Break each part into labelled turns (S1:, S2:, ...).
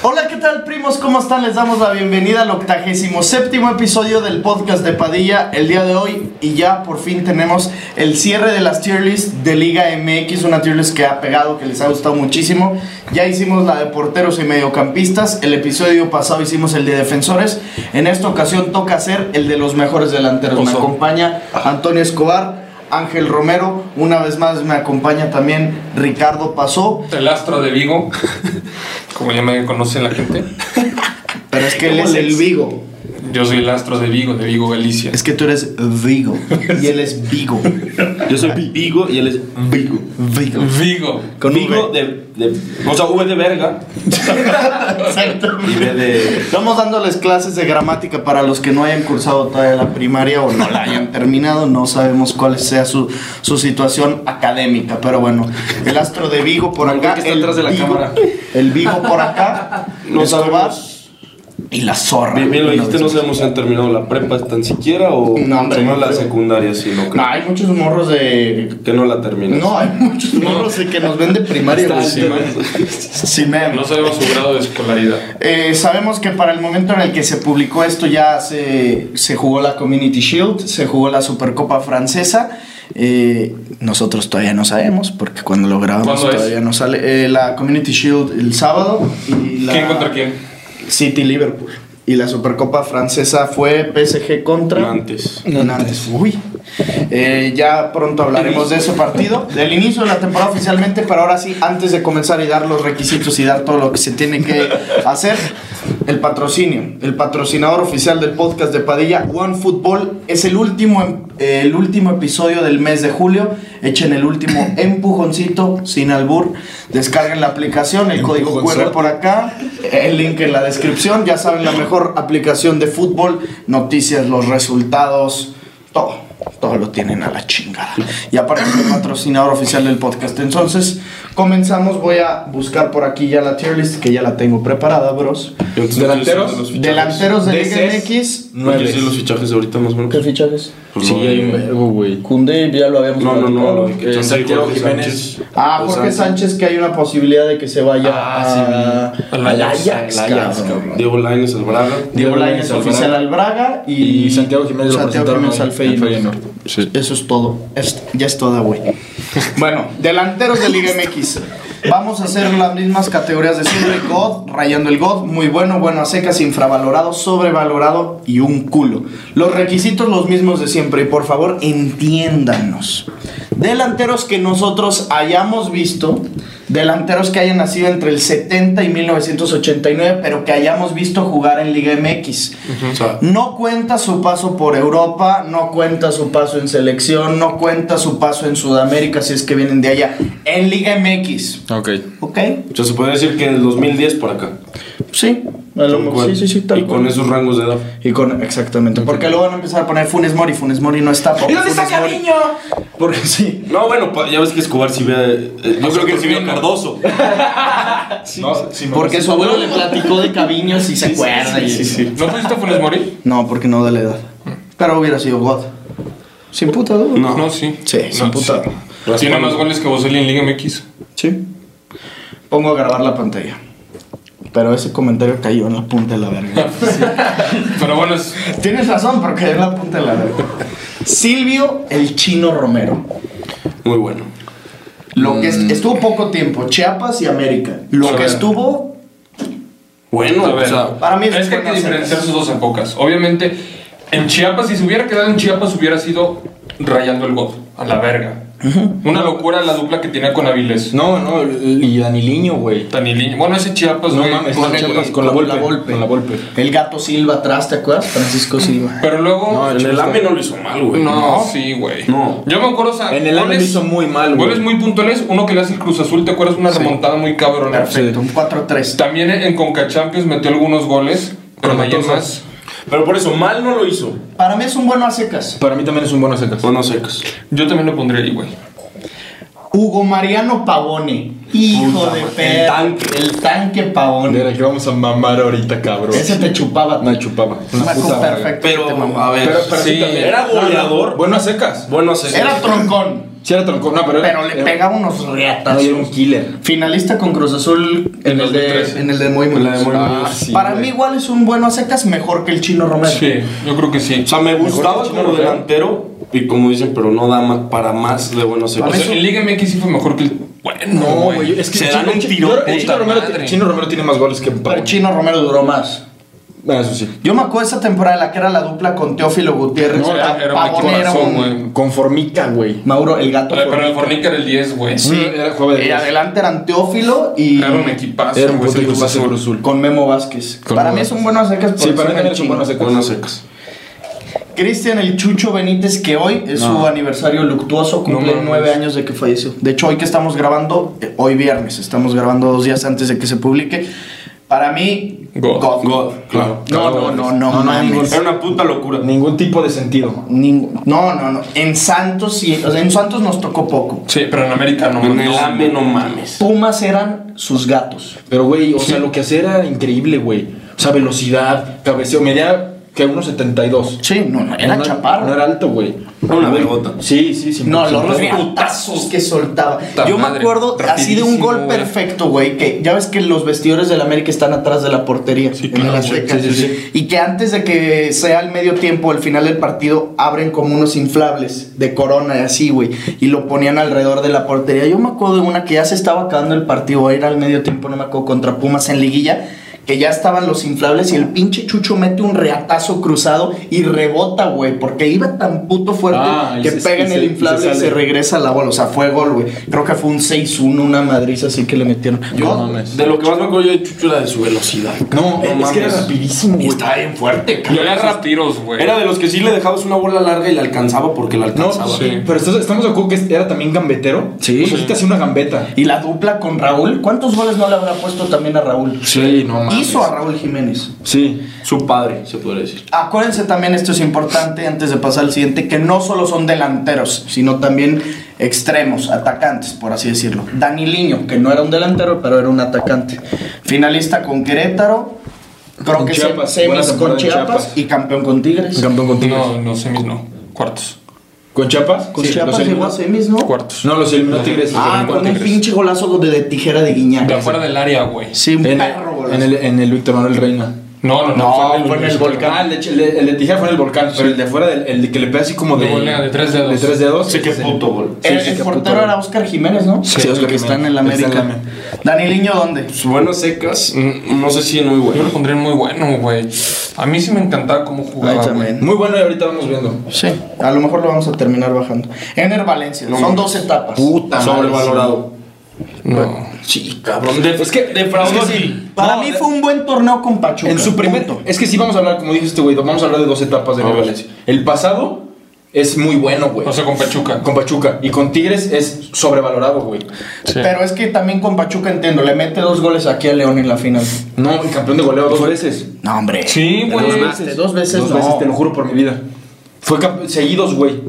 S1: Hola, ¿qué tal, primos? ¿Cómo están? Les damos la bienvenida al octagésimo séptimo episodio del podcast de Padilla el día de hoy. Y ya por fin tenemos el cierre de las tier list de Liga MX, una tier list que ha pegado, que les ha gustado muchísimo. Ya hicimos la de porteros y mediocampistas. El episodio pasado hicimos el de defensores. En esta ocasión toca hacer el de los mejores delanteros. Me
S2: Oso.
S1: acompaña Antonio Escobar. Ángel Romero, una vez más me acompaña también Ricardo Pasó,
S2: El astro de Vigo, como ya me conoce la gente.
S1: pero es que él es el Vigo.
S2: Yo soy el astro de Vigo, de Vigo, Galicia.
S1: Es que tú eres Vigo y él es Vigo.
S3: Yo soy Vigo y él es Vigo.
S1: Vigo.
S2: Vigo.
S3: Con
S1: V.
S3: Vigo de, de. O sea, V de verga
S1: Exacto.
S3: y B de.
S1: Estamos dándoles clases de gramática para los que no hayan cursado todavía la primaria o no la hayan terminado. No sabemos cuál sea su, su situación académica, pero bueno, el astro de Vigo por
S2: Como el
S1: acá.
S2: que está
S1: el
S2: atrás de la
S1: Vigo-
S2: cámara.
S1: El Vigo por acá.
S3: No
S1: Escobar
S3: sabemos.
S1: Y la zorra.
S3: Bien, bien lo dijiste, no
S1: No,
S3: sabemos si han terminado la prepa tan siquiera o.
S1: No, hombre,
S3: sino la
S1: no.
S3: secundaria, sí, no creo.
S1: hay muchos morros de.
S3: Que no la terminan.
S1: No, hay muchos morros de que nos ven de primaria.
S3: Está
S1: güey.
S3: encima.
S1: Sin meme.
S2: No sabemos su grado de escolaridad.
S1: Eh, sabemos que para el momento en el que se publicó esto ya se, se jugó la Community Shield, se jugó la Supercopa Francesa. Eh, nosotros todavía no sabemos porque cuando lo grabamos
S2: ¿Cuándo es?
S1: todavía no sale. Eh, la Community Shield el sábado y la
S2: ¿Quién contra quién?
S1: City Liverpool. Y la Supercopa Francesa fue PSG contra
S3: Nantes.
S1: Nantes. Uy. Eh, ya pronto hablaremos de ese partido, del inicio de la temporada oficialmente, pero ahora sí, antes de comenzar y dar los requisitos y dar todo lo que se tiene que hacer, el patrocinio. El patrocinador oficial del podcast de Padilla, One Football, es el último, eh, el último episodio del mes de julio. Echen el último empujoncito sin albur. Descarguen la aplicación, el código QR por acá, el link en la descripción. Ya saben, la mejor aplicación de fútbol, noticias, los resultados, todo. Todo lo tienen a la chingada. Y aparte es el patrocinador oficial del podcast. Entonces, comenzamos. Voy a buscar por aquí ya la tier list, que ya la tengo preparada, bros.
S3: Entonces,
S2: ¿Delanteros?
S3: yo soy de los fichajes.
S1: Delanteros de Liga
S2: DCs.
S1: MX.
S3: Yo soy de los fichajes ahorita más o menos.
S1: fichajes?
S3: Pues
S4: Sí,
S3: no,
S4: hay un verbo, güey.
S1: Cundé, ya lo habíamos
S3: No, no, no. lo de que
S4: Eh,
S3: Chance,
S4: Santiago
S3: Jorge
S4: Jiménez.
S3: Sánchez.
S1: Ah,
S3: Pues
S1: Jorge Sánchez, que hay una posibilidad de que se vaya
S4: Ah,
S1: a,
S2: Al Ajax,
S1: Ajax,
S4: al Ajax,
S1: cabrón.
S4: cabrón.
S3: Diego Lainez, el Braga.
S1: Diego Lainez
S4: Diego Lainez al
S1: oficial al Braga y,
S4: Y Santiago Jiménez lo
S1: Santiago
S4: presentaron
S1: Jiménez al
S4: al
S1: Feyenoord.
S4: Feyenoord.
S1: Eso es todo. Es- ya es toda, güey. bueno, delanteros de Liga MX. Vamos a hacer las mismas categorías de siempre. God, rayando el God, muy bueno, bueno a secas, infravalorado, sobrevalorado y un culo. Los requisitos los mismos de siempre. Y por favor, entiéndanos. Delanteros que nosotros hayamos visto, delanteros que hayan nacido entre el 70 y 1989, pero que hayamos visto jugar en Liga MX.
S3: O sea,
S1: No cuenta su paso por Europa, no cuenta su paso en selección, no cuenta su paso en Sudamérica, si es que vienen de allá. En Liga MX.
S4: Ok.
S1: ¿Ok?
S3: o sea, se podría decir que del 2010 por acá.
S1: Sí, a lo mejor- sí, sí, sí, tal
S3: y
S1: cual.
S3: con esos rangos de edad.
S1: Y con, exactamente. Porque luego van a empezar a poner Funes Mori, Funes Mori no está. porque Funes Mori- Porque sí.
S3: No, bueno, pa- ya ves que Escobar sí ve. eh, yo creo que sí ve a
S2: Tortino.
S3: Cardoso.
S2: No, sí, no.
S1: Porque su abuelo le platicó de Caviño, si se acuerda. y-
S3: Sí, sí.
S2: ¿No fuiste a Funes Mori?
S1: No, porque no da la edad. Pero hubiera sido God. Sin puta duda.
S3: No.
S2: No, sí.
S1: Sí,
S2: No,
S1: sin puta.
S2: sí. Tiene más goles que Boselli en Liga MX.
S1: Sí. Pongo a grabar la pantalla. Pero ese comentario cayó en la punta de la verga.
S2: Pero bueno, es
S1: Tienes razón, pero cayó en la punta de la verga. Silvio el Chino Romero.
S3: Muy bueno.
S1: Lo que
S4: Mm.
S1: est- estuvo poco tiempo, Chiapas y América. Lo
S2: A
S1: que
S2: ver.
S1: estuvo.
S3: Bueno,
S2: A ver,
S3: o sea,
S1: para mí es
S2: es que hay que
S1: buena
S2: diferenciar
S1: serie.
S2: sus dos épocas. Obviamente, en Chiapas, si se hubiera quedado en Chiapas, hubiera sido rayando el God, a la verga. Una locura la dupla que tenía con Avilés.
S4: No, no, y Daniliño, güey.
S2: Tan hiliño. Bueno, ese Chiapas,
S4: No
S2: güey,
S4: mames,
S2: con-
S4: no, Chiapas,
S2: con-
S4: con la
S1: Con la
S4: Volpe,
S1: Volpe.
S4: Con la Volpe.
S1: El gato Silva atrás, ¿te acuerdas? Francisco Silva.
S2: Pero luego.
S4: No,
S3: en el AME no lo hizo mal, güey.
S2: No, sí, güey.
S3: No.
S2: Yo me acuerdo, o sea,
S4: En el AME lo hizo muy mal, güey.
S2: Goles muy puntuales. Uno que le hace el Cruz Azul, ¿te acuerdas? Una remontada muy cabrona.
S1: Perfecto, un 4-3.
S2: También en Conca Champions metió algunos goles. Pero
S4: Con
S2: de ahí en
S4: Matosas.
S2: más.
S3: Pero por eso, mal no lo hizo.
S1: Para mí es un bueno a secas.
S4: Para mí también es un bono secas.
S3: Bueno, secos.
S2: Yo también lo pondría ahí, güey.
S1: Hugo Mariano Pavone. Hijo
S3: Puta
S1: de
S3: madre.
S1: perro.
S3: El tanque.
S1: El tanque Pavone.
S4: Mira, que vamos a mamar ahorita, cabrón.
S1: Ese te chupaba.
S4: Me chupaba.
S1: Un
S4: Una puta verga.
S1: perfecto.
S3: Pero, a ver.
S4: Pero, pero
S2: Sí.
S4: sí también.
S3: Era goleador.
S4: Bueno a secas.
S3: Bueno, secos.
S1: Era troncón.
S4: Sí era troncón, no, pero...
S1: Pero le pegaba unos
S4: No,
S1: riatas.
S4: y era un killer.
S1: Finalista con Cruz Azul en el de,
S2: 2013.
S1: en el de Moy Ah,
S3: En la de Moy
S1: Muñoz.
S3: Muñoz,
S4: sí,
S1: Para
S4: güey.
S1: mí igual es un bueno a secas mejor que el Chino Romero.
S2: Sí, yo creo que sí.
S3: O sea, me
S4: que
S3: gustaba
S4: Chino
S3: como
S4: Romero.
S3: delantero y como dicen, pero no da ma- para más de buenos
S1: Para
S2: O sea,
S1: eso-
S2: en Liga MX sí fue mejor que el. Bueno,
S3: se dan
S4: Chino-
S3: un
S4: Chino-
S3: tiro,
S4: Chino-
S3: puta
S4: Chino Romero,
S2: madre.
S4: Chino Romero tiene más goles que
S1: Pero el
S4: Pavón.
S1: Chino Romero duró más.
S4: Ah, eso sí.
S1: Yo me acuerdo esa temporada en la que era la dupla con Teófilo Gutiérrez.
S2: No, era- era un
S1: Pavón era
S2: equipazo,
S1: un-
S2: güey.
S4: Conformica, güey.
S1: Mauro, el gato.
S2: Pero el
S1: Formica.
S2: Fornica era el 10, güey.
S1: Sí,
S4: Era- jugaba de
S1: y
S4: diez.
S1: adelante eran Teófilo y
S2: Era un equipazo,
S4: Era un
S2: güey.
S4: puto
S2: ese Cruz
S4: equipo de
S2: Azul.
S4: Cruz Azul.
S1: con Memo Vázquez.
S4: Con
S1: para
S4: Memo
S1: mí
S4: Vázquez.
S1: son buenos secas por
S4: Sí, para mí
S1: encima
S4: también
S1: del
S4: son
S1: Chino.
S4: buenos secas.
S3: Buenos secas.
S1: Cristian el Chucho Benítez, que hoy es su aniversario luctuoso, cumple
S2: No mames.
S1: nueve años de que falleció. De hecho, hoy que estamos grabando, eh, hoy viernes, estamos grabando dos días antes de que se publique. Para mí,
S2: God.
S3: God, claro.
S1: No, no, no, no,
S4: No, no,
S1: mames.
S3: Era una puta locura.
S4: Ningún tipo de sentido.
S1: Ningún- No, no, no. En Santos sí, o sea, en Santos nos tocó poco.
S2: Sí, pero en América no.
S3: En el
S2: no.
S3: AME no mames.
S1: Pumas eran sus gatos.
S4: Pero, güey, o sea, lo que hacía era increíble, güey. O sea, velocidad, cabeceo, medía que 1.72.
S1: Sí, no, no, era
S4: No
S1: chaparro.
S4: No era alto, güey.
S3: Era una vergota.
S4: Sí, sí, sí.
S1: No,
S4: sí,
S1: los
S4: sí.
S1: putazos que soltaba.
S2: Puta
S1: Yo me
S2: madre,
S1: acuerdo así de un
S2: rapidísimo,
S1: gol
S2: güey.
S1: perfecto, güey. Que ya ves que los vestidores del América están atrás de la portería. en el Azteca.
S4: Sí, sí, sí.
S1: Y que antes de que sea el medio tiempo, el final del partido, abren como unos inflables de corona y así, güey. Y lo ponían alrededor de la portería. Yo me acuerdo de una que ya se estaba acabando el partido. Era al medio tiempo, no me acuerdo, contra Pumas en Liguilla. Que ya estaban los inflables y el pinche Chucho mete un reatazo cruzado y rebota, güey. Porque iba tan puto fuerte
S4: Ah, y
S1: que
S4: se-
S1: pega
S4: y
S1: en
S4: se-
S1: el
S4: y se
S1: inflable y se,
S4: sale.
S1: regresa la bola. O sea, fue gol, güey. Creo que fue un 6-1, una madriz así que le metieron.
S4: Yo
S1: Gol.
S4: no mames.
S3: De lo que más me acuerdo yo de Chucho era de su velocidad.
S4: No, Eh, es que era
S3: mames.
S4: rapidísimo,
S3: Y
S4: güey.
S3: estaba bien fuerte,
S2: Yo
S3: cabrón.
S2: era rap tiros, güey.
S3: Era de los que sí le dejabas una bola larga y la alcanzaba porque la
S4: No,
S3: alcanzaba.
S2: sí.
S4: pero estás- estamos de acuerdo que era también gambetero.
S1: Sí.
S4: O sea, sí te hacía una gambeta.
S1: Y la dupla con Raúl. ¿Cuántos goles no le habrá puesto también a Raúl?
S4: Sí, no mames.
S1: Hizo a Raúl Jiménez.
S4: Sí.
S3: Su padre, se podría decir.
S1: Acuérdense también, esto es importante antes de pasar al siguiente, que no solo son delanteros, sino también extremos, atacantes, por así decirlo. Daniliño, que no era un delantero, pero era un atacante. Finalista con Querétaro, creo
S4: Con
S1: que
S4: Chiapas,
S1: semis
S4: buena
S1: con
S4: temporada en
S1: Chiapas,
S4: Chiapas.
S1: y campeón con Tigres.
S4: Campeón con Tigres.
S2: No, no, semis no. Cuartos.
S4: ¿Con Chiapas?
S1: Con
S4: Sí,
S1: Chiapas
S4: los
S1: llegó
S4: eliminó.
S1: a semis, ¿no?
S2: Cuartos.
S4: No, los eliminó Tigres. los
S1: Ah, con
S4: eliminó
S1: un
S4: Tigres.
S1: pinche golazo de, de tijera de
S2: De
S1: Guiñac.
S2: afuera del área, güey.
S1: Sí, un
S4: En
S1: perro
S4: el,
S1: golazo.
S4: en, el, en el Víctor Manuel Reina.
S2: No, no, no.
S1: No,
S2: en
S1: fue en el volcán.
S4: Ah, el de, Ch- el de- el de Tijera fue en el volcán, pero el de afuera, del- el, que le pega así como de.
S2: De volea, de tres dedos.
S4: De tres dedos.
S3: Sí, qué
S4: ese.
S3: puto gol.
S1: El,
S4: sí,
S1: el
S4: qué
S1: portero
S4: puto.
S1: era Oscar Jiménez, ¿no?
S4: Sí,
S1: el
S4: Oscar
S1: que está en el
S4: Jiménez.
S1: América.
S4: Está en el
S1: Daniliño, ¿dónde?
S3: Sus buenas secas, mm, no sé si no muy
S2: Yo lo
S3: bueno.
S2: pondría en muy bueno, güey. A mí sí me encantaba cómo jugaba,
S1: Ahí
S2: güey.
S1: también.
S4: Muy bueno, y ahorita vamos viendo.
S1: Sí, a lo mejor lo vamos a terminar bajando. Ener Valencia, son dos etapas.
S4: Puta madre,
S3: Sobrevalorado.
S2: No.
S3: Sí, cabrón.
S4: Es que
S3: defraudó.
S4: es que sí.
S1: Para
S4: No,
S1: mí
S4: de-
S1: fue un buen torneo con Pachuca.
S4: En su primer.
S1: punto.
S4: Es que sí, vamos a hablar, como dice este güey, vamos a hablar de dos etapas de
S3: A ver.
S4: Valencia. El pasado es muy bueno, güey.
S2: O sea, con Pachuca.
S4: con Pachuca. Y con Tigres es sobrevalorado, güey.
S2: Sí.
S1: Pero es que también con Pachuca entiendo, le mete dos goles aquí a León en la final.
S4: No, el campeón de goleo dos veces.
S1: No, hombre.
S2: Sí, güey.
S1: Dos veces, dos veces
S4: Dos
S1: no.
S4: veces, te lo juro por mi vida. Fue camp- seguidos, güey.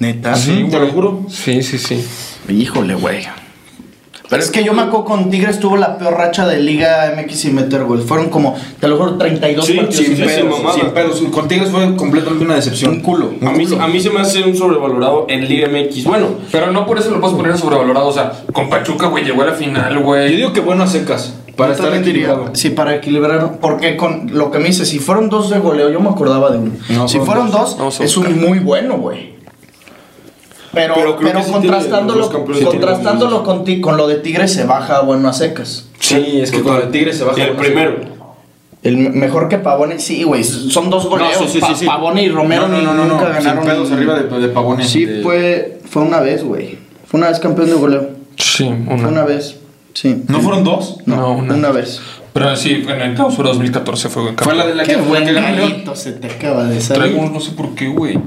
S1: Neta.
S2: Sí,
S4: Te
S2: güey.
S4: lo juro.
S2: Sí, sí, sí.
S1: Híjole, güey. Pero es que yo me acuerdo con Tigres tuvo la peor racha de Liga MX sin meter gol. Fueron como, te lo juro, 32
S3: Sí,
S1: partidos
S3: sí,
S1: sin
S3: sí,
S1: meter.
S3: sí,
S4: Pero,
S3: mamada.
S4: sin pedos. Con Tigres fue completamente una decepción.
S1: Un culo.
S3: A mí, a mí se me hace un sobrevalorado en Liga MX. Bueno,
S2: Pero no por eso lo puedes poner sobrevalorado. O sea, con Pachuca, güey, llegó a la final,
S4: Yo
S2: güey.
S4: digo que bueno a secas. Para
S1: Yo
S4: estar
S1: también diría,
S4: equilibrado.
S1: Sí, para equilibrar. Porque con lo que me dice, si fueron dos de goleo, yo me acordaba de uno.
S4: No,
S1: si
S4: fueron
S1: fueron
S4: dos.
S1: dos,
S2: Vamos a
S1: es un muy bueno, güey. Pero,
S3: Pero creo
S1: pero,
S3: que sí tiene
S1: contrastándolo,
S3: los campeones que tienen
S1: contrastándolo con, ti- con lo de Tigres, se baja a bueno a secas.
S4: Sí, es que
S3: Total.
S4: con el Tigres se baja.
S3: el
S4: bueno,
S3: primero.
S1: El me- mejor que Pavone, sí, güey. Son dos
S4: No,
S1: goleos.
S4: sí, sí,
S1: Pa-
S4: sí, sí.
S1: Pavone y Romero
S4: no, no, no,
S1: ni-
S4: no,
S1: nunca
S4: sin
S1: ganaron.
S4: pedos arriba de, de Pavones.
S1: Sí,
S4: De-
S1: fue, fue una vez, güey. Fue una vez campeón de goleo.
S2: Sí,
S1: Fue una
S2: una.
S1: vez. Sí.
S4: ¿No fueron dos?
S1: No,
S2: No,
S1: una.
S2: una.
S1: vez.
S2: Pero sí, en el clausura 2014 fue, güey.
S4: Fue la de la que, la que ganó León.
S1: gallito se te acaba de
S2: Traigo unos, no sé por qué, güey.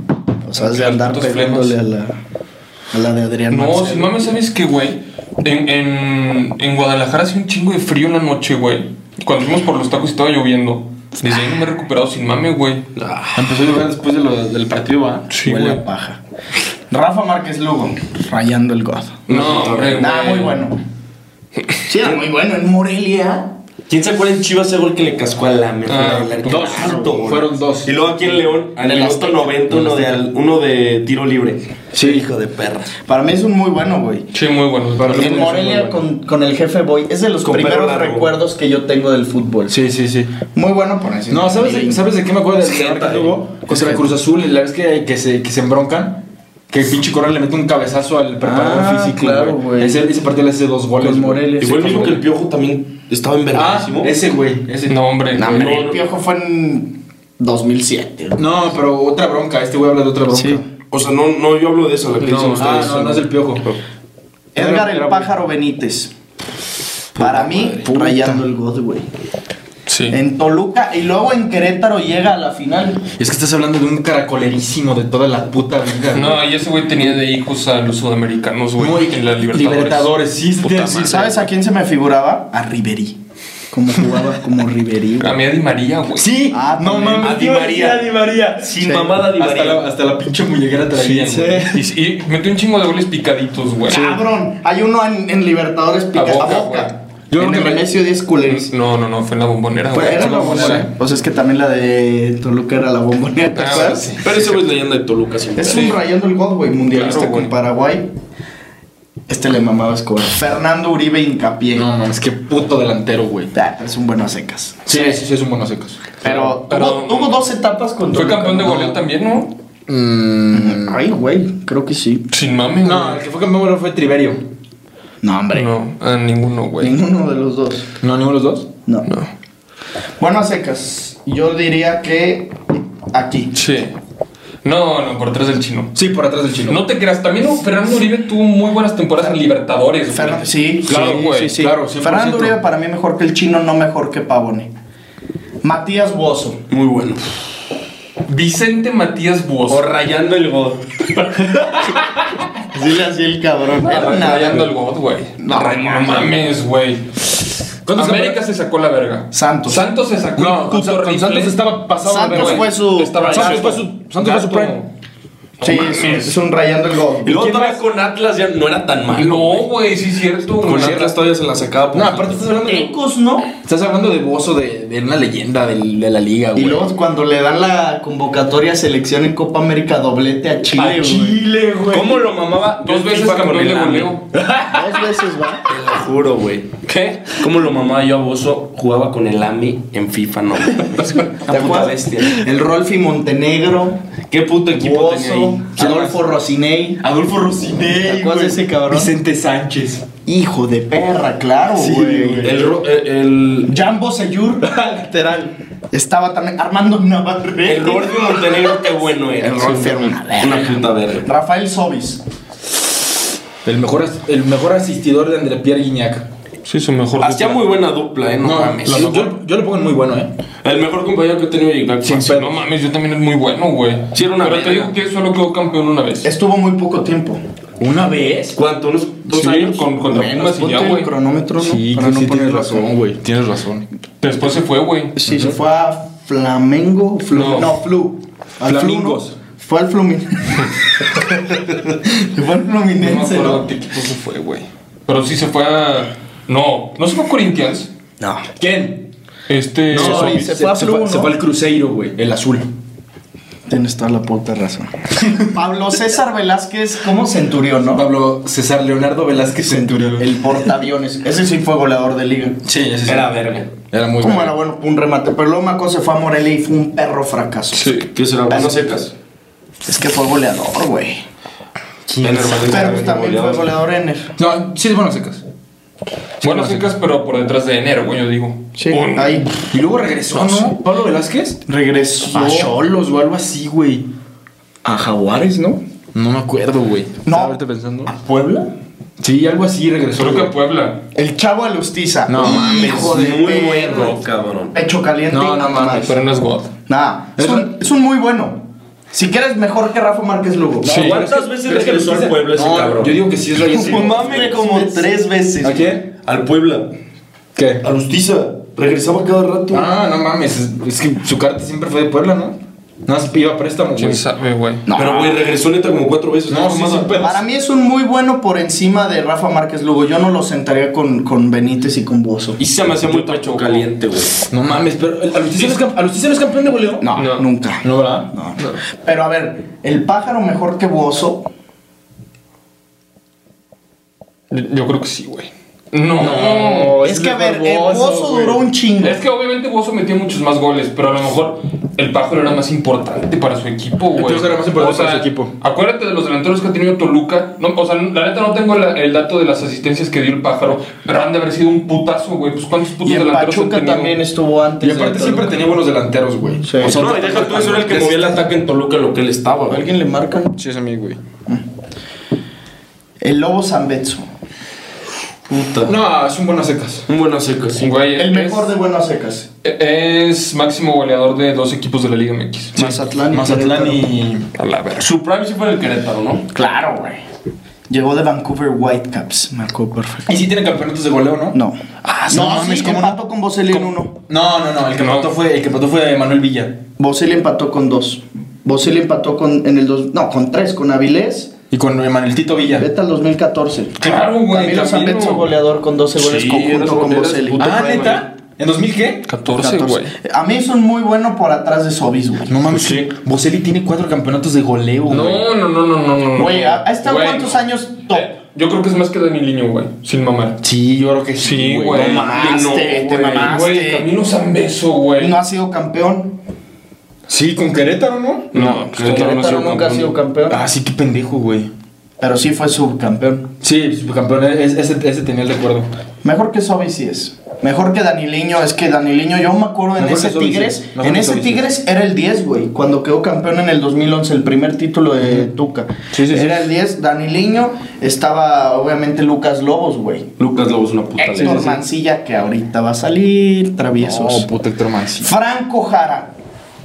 S1: O sea, has de andar
S2: Altos
S1: pegándole a
S2: flemas.
S1: la, a la de Adrián
S2: No,
S1: Marcelo.
S2: si mames, ¿sabes qué, güey? En, en, en Guadalajara hace un chingo de frío en la noche, güey. Cuando fuimos por los tacos estaba lloviendo. Desde ahí no me he recuperado sin mame, güey.
S4: Empezó a llover después de lo- del partido, ¿va?
S2: Sí,
S1: Huele
S2: güey.
S1: a paja. Rafa Márquez Lugo, rayando el God.
S2: No, hombre,
S1: Nada,
S2: güey.
S1: muy bueno. Sí, era muy bueno en Morelia.
S3: ¿Quién se acuerda en Chivas ese gol que le cascó al Lame?
S2: Ah,
S4: dos. Fueron dos.
S3: Y luego aquí en León,
S1: En
S3: al
S1: el
S3: minuto
S1: Azteca.
S3: 90, uno de, al- uno de tiro libre.
S4: Sí.
S3: hijo de perra.
S1: Para mí es un muy bueno, güey.
S2: Sí, muy buenos. para mí
S1: En
S2: muy
S1: Morelia
S2: bueno.
S1: con, con el jefe Boy es de los
S3: Con
S1: primeros
S3: Pedro Largo.
S1: recuerdos que yo tengo del fútbol.
S4: Sí, sí, sí.
S1: Muy bueno por eso.
S4: No, ¿sabes de, ¿sabes de qué me acuerdo del
S3: Es
S4: de
S3: gente,
S4: Lugo? Contra Cruz Azul, la vez que, que, se, que se embroncan, que el pinche Corral le mete un cabezazo al preparador
S1: Ah,
S4: físico.
S1: claro, güey.
S4: Ese, ese partido le hace dos goles.
S1: Con
S4: güey.
S1: Morelia,
S4: Sí,
S3: Igual
S4: con
S3: mismo que el
S4: Morelia.
S3: Piojo también estaba
S4: Ah,
S3: envergadísimo.
S4: ese güey. Ese.
S2: No, hombre.
S1: No,
S2: güey.
S1: hombre, el piojo fue en 2007.
S4: No, pero otra bronca. Este güey habla de otra bronca.
S3: O sea, no, no, yo hablo de eso, la que
S2: No,
S3: dicen
S4: Ah,
S3: ustedes.
S4: no, no es el piojo.
S1: Edgar el
S4: Era-
S1: Pájaro Benítez. Para mí,
S4: Puta.
S1: rayando el God, güey.
S2: Sí.
S1: En Toluca y luego en Querétaro llega a la final.
S4: Es que estás hablando de un caracolerísimo de toda la puta vida.
S2: No, y ese güey tenía de hijos a los sudamericanos, güey.
S4: Muy
S2: en la Libertadores.
S4: Libertadores, sí, sí,
S2: Puta
S4: sí,
S2: madre.
S1: ¿Sabes a quién se me figuraba? A Riverí. Como jugaba como Riverí. güey.
S2: A mí a Di María, güey.
S4: Sí,
S1: Ah,
S4: no
S1: también.
S4: mames.
S3: A Di
S4: iba decir
S3: María.
S4: a Di María.
S3: Sin mamada Di
S4: Hasta
S3: María.
S4: la, hasta la pinche muñequera
S2: Sí,
S4: traía. güey.
S2: güey. Y, y metió un chingo de goles picaditos, güey.
S1: Cabrón, hay uno en, en Libertadores pica
S2: A
S1: a
S2: Boca,
S1: boca.
S2: güey.
S4: Yo
S1: en
S4: creo
S1: el
S4: que-
S1: Nemesio 10 culeros.
S2: No, no, no, fue en la bombonera,
S1: Pues
S2: güey.
S1: era la bombonera. O sea, es que también la de Toluca era la bombonera, ¿te
S2: Ah,
S1: acuerdas?
S2: sí.
S3: Pero ese güey es leyenda de Toluca. siempre.
S1: Es un rayando el God, güey, mundialista
S2: Claro, güey.
S1: con Paraguay. Este le mamaba a Escobar. Fernando Uribe Hincapié.
S4: No mames, qué puto delantero, güey.
S1: Ah, pero es un bueno a secas.
S4: Sí, sí, sí, es un secos.
S1: Pero,
S2: Pero-
S1: tuvo, tuvo dos etapas con
S2: Fue
S1: Toluca,
S2: campeón de
S1: ¿no? Mm,
S2: goleo también, ¿no?
S1: Ay, güey, creo que sí.
S2: Sin mame,
S4: No, el
S2: güey.
S4: que fue campeón fue Triverio.
S1: No, hombre.
S2: No, a ninguno, güey.
S1: Ninguno de los dos.
S4: ¿No, ninguno de los dos?
S1: No.
S2: No.
S1: Bueno a secas. Yo diría que aquí.
S2: Sí. No, no, por atrás del chino.
S4: Sí, por atrás del chino.
S2: No te creas, también oh, Fernando Uribe tuvo muy buenas temporadas en Libertadores. güey.
S1: Fernan- sí,
S2: Claro,
S1: sí,
S2: güey,
S1: sí, sí.
S4: claro, 100%.
S1: Fernando Uribe para mí mejor que el chino, no mejor que Pavone. Matías Bozo.
S3: Muy bueno.
S2: Vicente Matías
S3: O
S2: Buoso.
S3: rayando el gol.
S1: Dile así el cabrón. Era una-
S2: Rayando el God, güey.
S1: No,
S2: Ray- No mames, güey.
S4: ¿Cuántos
S2: América se sacó la verga.
S1: Santos.
S2: Santos se sacó
S4: No,
S2: el
S4: con Sa-
S2: puto
S4: con
S2: rifle.
S4: Santos estaba pasado de
S1: Santos
S4: verga.
S1: fue su-
S2: Estaba
S4: Santos
S2: gato.
S4: fue su- Santos fue su
S2: Gato.
S4: prime.
S1: Sí,
S2: No
S1: es,
S2: mames.
S1: es un rayando el gol.
S3: Y luego todavía con Atlas ya no era tan malo.
S2: No, güey, sí es cierto. güey.
S3: Con Atlas todavía se la sacaba. por-
S4: No, aparte estás hablando de,
S1: Ecos, ¿no?
S4: estás hablando de Bozo, de, de una leyenda del- de la liga,
S1: Y
S4: güey.
S1: luego cuando le dan la convocatoria a selección en Copa América doblete a Chile, güey.
S4: Chile, güey.
S3: ¿Cómo lo mamaba?
S2: Dos veces
S3: FIFA con
S2: campeón
S3: el
S2: de
S3: AME.
S2: goleo.
S1: Dos veces va.
S3: Te lo juro, güey.
S2: ¿Qué?
S3: ¿Cómo lo mamaba yo a Bozo? Jugaba con el AMI en FIFA, no. mames.
S1: ¿Te
S3: Una puta
S1: acuerdas?
S3: bestia.
S1: El Rolfi Montenegro,
S3: ¿Qué puto equipo tenía
S1: Bozo,
S3: ahí?
S1: Adolfo Rosinei.
S4: Adolfo Rocinelli,
S1: ¿Te acuerdas de ese cabrón?
S4: Vicente Sánchez.
S1: Hijo de perra, claro, güey.
S3: El, ro- el, el,
S1: Jambo Seyur, lateral. Estaba también Armando Navarre.
S3: el Rolfi Montenegro, qué bueno era.
S1: El Rolfi era una verga.
S3: Una puta verga.
S1: Rafael Sobis.
S4: El mejor, as- el mejor asistidor de André Pierre Guignac.
S2: Sí, su mejor.
S3: Hacía muy buena dupla, ¿eh? No,
S4: No,
S3: mames.
S4: yo, yo lo pongo en muy bueno, ¿eh?
S3: El mejor compañero que he tenido y la-
S4: Sin
S3: Sí,
S4: pedo.
S2: No mames, yo también es muy bueno, güey.
S3: Sí, era una
S2: Pero te
S3: verga.
S2: digo que solo quedó campeón una vez.
S1: Estuvo muy poco tiempo.
S4: ¿Una vez?
S3: ¿Cuánto? ¿Unos dos
S2: Sí,
S3: años?
S2: con, contra
S1: Menos,
S2: Pumas y
S1: ponte
S2: ya,
S1: el
S2: güey.
S1: cronómetro, ¿no? Para no poner razón.
S4: güey. Tienes razón.
S2: Después se fue, güey.
S1: Sí, se fue a Flamengo. Flu-
S2: No.
S1: no. Flu. Al
S4: Flamingos.
S1: Flu, ¿no? Fue al Fluminense. se fue al
S2: No me
S1: Fluminense.
S2: acuerdo
S1: No,
S2: a qué equipo se fue, güey. Pero sí se fue a. No, no se fue a Corinthians.
S1: no.
S4: ¿Quién?
S2: Este.
S1: No,
S2: Sobis.
S1: y se fue a Flu, ¿no?
S4: se fue al Cruzeiro, güey. El azul.
S1: Tienes toda la puta razón. Pablo César Velázquez como centurión, ¿no?
S4: Pablo César Leonardo Velázquez Centurión.
S1: El portaaviones. Ese sí fue goleador de liga.
S4: Sí, ese sí.
S3: Era verga.
S4: Era muy
S1: Como
S4: bueno.
S1: era bueno, un remate. Pero luego Maco se fue a Morelia y fue un perro fracaso.
S2: Sí.
S3: ¿Qué será?
S1: Las-
S3: Unas secas.
S1: Es que fue goleador, güey.
S3: En el Madrid era
S1: Pero también fue
S3: goleador.
S1: goleador Ener.
S4: No, sí es bueno secas.
S2: Bueno, pues.
S4: sí.
S2: secas, pero por detrás de enero, güey, yo digo.
S1: Sí. Ah,
S2: Un-
S1: Ahí
S4: Y luego regresó, ¿no? Pablo Velázquez.
S1: regresó.
S4: A Cholos o algo así, güey. A Jaguares, ¿no? No me acuerdo, güey.
S1: No.
S4: Estaba ahorita pensando.
S1: ¿A Puebla?
S4: Sí, algo así regresó.
S2: Creo que a
S4: güey.
S2: Puebla.
S1: El chavo Alustiza.
S4: No mames,
S1: Hijo de
S3: Muy
S1: perra.
S3: bueno, cabrón.
S1: Pecho caliente.
S4: No, no mames.
S1: Madre.
S2: Pero no es God.
S1: Nah, es un, es un muy bueno. Si quieres, mejor que Rafa Márquez Lugo.
S4: Sí.
S3: ¿Cuántas
S4: Pero es
S3: veces
S4: que- pero es que
S3: regresó
S4: lo
S3: al
S4: quise-
S3: Puebla ese
S4: No,
S3: cabrón?
S4: Yo digo que sí es
S1: No
S4: rayado.
S1: mames, como tres veces.
S4: ¿A quién?
S3: Al Puebla.
S4: ¿Qué?
S3: A Lustiza. Regresaba cada rato.
S4: Ah, no mames. Es, es que su carta siempre fue de Puebla, ¿no? Nada más pidió a préstamo, güey.
S2: ¿Quién sabe, güey?
S1: No.
S3: Pero, güey, regresó neta como cuatro veces.
S4: No, sí,
S3: mamada.
S4: sin pedos.
S1: Para mí es un muy bueno por encima de Rafa Márquez Lugo. Yo no lo sentaría con, con Benítez y con Bozo.
S3: Y sí se me hacía muy
S2: Yo tampoco.
S3: pecho caliente, güey.
S4: No mames, pero el- Alustiza no es camp- Alustiza no es campeón de goleo.
S1: No,
S2: No.
S1: nunca.
S4: No, ¿verdad?
S1: No. Pero a ver, el pájaro mejor que Bozo.
S2: Yo, yo creo que sí, güey. No.
S4: No.
S1: Eh, es
S4: es
S1: que a ver, el
S4: mejor Bozo,
S1: Bozo
S4: güey.
S1: duró un chingo.
S2: Es que obviamente Bozo metía muchos más goles, pero a lo mejor el Pájaro era más importante para su equipo, güey.
S4: Entonces era más importante
S2: O sea,
S4: para su equipo.
S2: Acuérdate de los delanteros que ha tenido Toluca. No, o sea, la neta no tengo la- el dato de las asistencias que dio el Pájaro, pero han de haber sido un putazo, güey. Pues cuántos putos
S1: Y en
S2: delanteros han
S1: Pachuca
S2: tenido?
S1: también estuvo antes.
S4: Y aparte
S1: de
S4: siempre
S1: Toluca.
S4: tenía buenos delanteros, güey.
S1: Sí.
S4: O sea,
S3: No, y deja tú, eso era el que movía el ataque en Toluca, lo que él estaba, güey.
S1: ¿Alguien le marca?
S4: Sí, es a mí, güey.
S1: El Lobo Zambetso.
S3: Puta.
S4: No, es un buen a secas.
S3: Un buen seca, sí.
S2: Güey,
S1: El
S2: es-
S1: mejor de Buenas Secas.
S2: Es máximo goleador de dos equipos de la Liga MX.
S1: Mazatlán y
S4: Mazatlán y...
S2: A la verga.
S3: Su prime sí fue en el Querétaro, ¿no?
S1: Claro, güey. Llegó de Vancouver Whitecaps. Marcó perfecto.
S4: Y sí tiene campeonatos de goleo, ¿no?
S1: No.
S4: Ah, sí,
S1: no,
S4: no mames,
S1: sí,
S4: ¿cómo
S1: empató con Boselli en uno.
S4: No, no, no, el que
S2: No.
S4: empató fue, el que empató fue Manuel Villa.
S1: Boselli empató con dos. Boselli empató con en el dos. No, con tres, con Avilés.
S4: Y con eh, Manuel Tito Villa.
S1: Vete al 2014.
S2: Claro, güey,
S1: Camilo
S2: Camilo.
S1: Zambetso goleador con 12 goles
S3: Sí, eres
S1: conjunto con
S3: goleador,
S1: Boselli.
S3: puto.
S4: Ah, ¿neta? ¿En 2000 qué?
S2: 14,
S1: 14.
S2: güey.
S1: A mí son muy bueno por atrás de Sobis, güey.
S4: No
S3: Pues
S4: mames,
S3: Sí.
S4: Boselli tiene cuatro campeonatos de goleo, güey.
S2: No, no, no, no, no, no.
S1: Güey, ¿ha ha estado
S2: Güey.
S1: cuántos años top?
S2: Eh, Yo creo que es más que Dani Liño, güey. Sin mamar.
S4: Sí, yo creo que
S2: Sí, güey.
S1: no mamaste, te
S2: güey.
S1: mamaste.
S2: Güey, Camilo Zambeso, güey.
S1: No ha sido campeón.
S4: Sí, con Querétaro, ¿no?
S2: no, pues, claro, no ha sido
S1: Querétaro nunca ha sido campeón.
S4: Ah, sí, qué pendejo, güey.
S1: Pero sí fue subcampeón.
S4: Sí, subcampeón, es- ese, ese tenía el recuerdo.
S1: Mejor que Sobis sí es. Mejor que Daniliño. Es que Daniliño, yo me acuerdo en
S4: Mejor que
S1: ese
S4: Sobis,
S1: Tigres.
S4: sí. Mejor
S1: en
S4: que
S1: ese
S4: Sobis, sí.
S1: Tigres era el 10, güey. Cuando quedó campeón en el 2011, el primer título de Tuca.
S4: Sí, sí, sí.
S1: era el 10. Daniliño estaba, obviamente, Lucas Lobos, güey.
S3: Lucas Lobo es una puta
S1: Héctor
S3: leyenda.
S1: Mancilla, que ahorita va a salir. Traviesos.
S4: Oh, puta Héctor Mancilla.
S1: Franco Jara.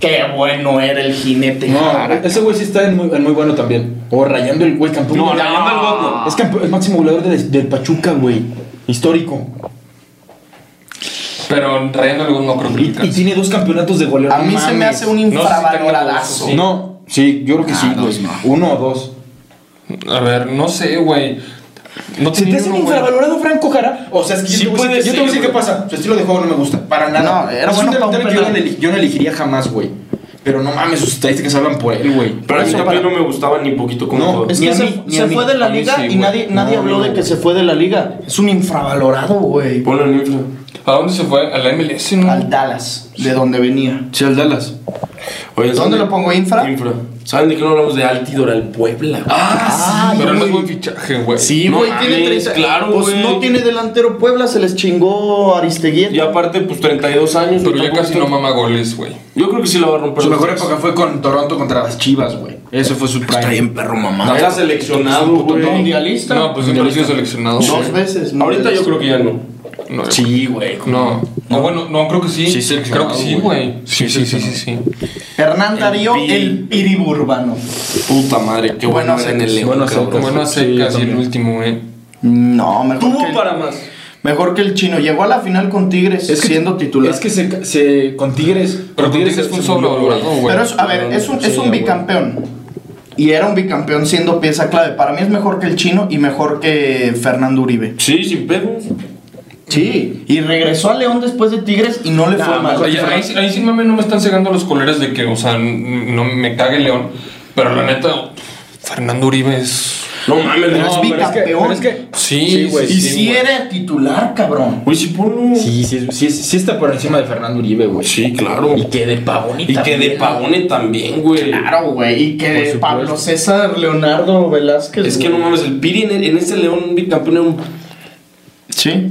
S1: Qué bueno era el jinete
S4: No,
S1: Jara.
S4: ese güey sí está en muy, en muy bueno también. O rayando el güey campeón.
S3: No,
S4: del-
S3: rayando el gordo.
S4: Es campeón, es máximo goleador del, del Pachuca, güey. Histórico.
S2: Pero rayando algo no creo que
S4: Y, y
S2: alcance.
S4: tiene dos campeonatos de goleo.
S1: A
S4: no
S1: mí se me
S4: mames.
S1: hace un
S2: No, sí,
S1: infravaloradazo.
S2: tengo-
S4: No, sí, yo creo que sí,
S1: Ah,
S4: güey.
S1: dos, no.
S4: Uno o dos.
S2: A ver, no sé, güey. No
S4: ¿Se te
S2: tenía
S4: hace un
S2: uno, güey.
S4: infravalorado Franco Jara? O sea, es que
S3: Sí
S4: yo, te voy a
S3: puede
S4: decir- yo te voy a
S3: ser,
S4: decir qué
S3: güey.
S4: pasa. Su estilo de juego no me gusta. Para nada.
S1: No, era
S4: es
S1: bueno
S4: un
S1: para un
S4: delantero que yo no,
S1: penal.
S4: eli- yo no elegiría jamás, güey. Pero no mames, sus estadísticas hablan por él, güey.
S3: Pero a mí
S1: Eso
S3: también
S1: para-
S3: no me gustaba ni poquito como
S4: No,
S3: jugador.
S1: Es
S4: Ni
S1: que
S4: a
S1: se,
S4: mí, ni
S1: se
S4: a mí.
S1: fue de la
S2: A mí
S1: liga
S2: sí,
S1: y
S2: güey.
S1: nadie, nadie
S4: No,
S1: habló
S4: no,
S1: de que
S4: güey.
S1: se fue de la liga. Es un infravalorado, güey.
S3: Ponlo en infra.
S2: ¿A dónde se fue? ¿A la MLS, no?
S1: Al Dallas, de donde venía.
S4: Sí, al Dallas.
S3: Oye, ¿saben
S1: ¿Dónde
S3: de-
S1: lo pongo? ¿Infra?
S3: Infra. ¿Saben de qué no hablamos de Altidor al Puebla? güey?
S1: Ah,
S2: Pero no
S1: güey.
S2: es buen fichaje, güey.
S3: Sí,
S1: güey,
S3: no
S1: tiene
S3: mames,
S1: 30.
S3: claro,
S1: pues
S3: güey.
S1: no tiene delantero Puebla, se les chingó
S3: Y
S1: Aristeguieta.
S3: aparte, pues 32 años.
S2: Pero
S3: güey,
S2: ya
S3: tampoco
S2: casi
S3: está-
S2: no mama goles, güey.
S3: Yo creo que sí la va a romper.
S4: Su
S3: los
S4: mejor
S3: tres.
S4: época fue con Toronto contra las Chivas, güey. Eso fue su prime.
S3: Está bien, perro mamá.
S4: No,
S3: era
S4: es-
S3: seleccionado,
S4: es un puto
S3: güey.
S4: top
S1: mundialista.
S2: No, pues siempre ha sido seleccionado.
S1: Dos
S2: güey.
S1: veces. ¿no?
S3: Ahorita yo creo que ya no.
S2: No,
S4: Sí, güey.
S2: No. No, bueno, no, creo que sí.
S4: Sí,
S2: creo
S4: seleccionado,
S2: que sí,
S4: güey.
S2: güey. Sí, sí, sí, sí, sí.
S1: Hernán Darío,
S3: Piri.
S1: el piriburbano.
S3: Puta madre, qué
S1: Bueno,
S3: bueno era en el
S1: sí,
S3: León.
S4: bueno, sí,
S3: cabrón.
S2: Bueno, a
S4: Sí,
S2: secas y el
S4: también.
S2: último, eh.
S1: No, mejor que,
S3: Tuvo
S1: el,
S3: para más.
S1: mejor que el chino. Llegó a la final con Tigres siendo titular.
S4: Es que se, se- con Tigres.
S2: Pero con Tigres fue un
S4: se murió,
S2: sobrevalorado,
S4: güey.
S2: güey.
S1: Pero es, a ver, es un, es
S4: Sí,
S1: un
S4: güey.
S1: bicampeón. Y era un bicampeón siendo pieza clave. Para mí es mejor que el chino y mejor que Fernando Uribe.
S3: Sí, sin pedos.
S1: Sí. Y regresó a León después de Tigres y no le
S4: Nah,
S1: fue mal.
S4: mejor
S2: Ahí, ahí sí- ahí sí, mame, no me están cegando los colores de que, o sea, n- no me cague León. Pero la neta, Fernando Uribe es.
S3: No mames,
S1: Pero
S3: no.
S1: es
S4: No, pero es que-
S1: bicampeón.
S4: pero es que-
S2: Sí,
S4: güey.
S1: y si era titular, cabrón.
S3: Güey, sí, ponlo.
S4: Sí, sí, sí, sí está por encima de Fernando Uribe, güey.
S3: Sí, claro.
S4: Y que de Pavoni
S3: Y que de
S4: también, ¿no?
S3: Pavone también, güey.
S1: Claro, güey. Y
S4: Por
S1: que
S4: supuesto.
S1: Pablo César Leonardo Velázquez.
S3: Es que no
S1: güey.
S3: mames, el Piri en, en ese León bicampeón era un.
S1: Sí.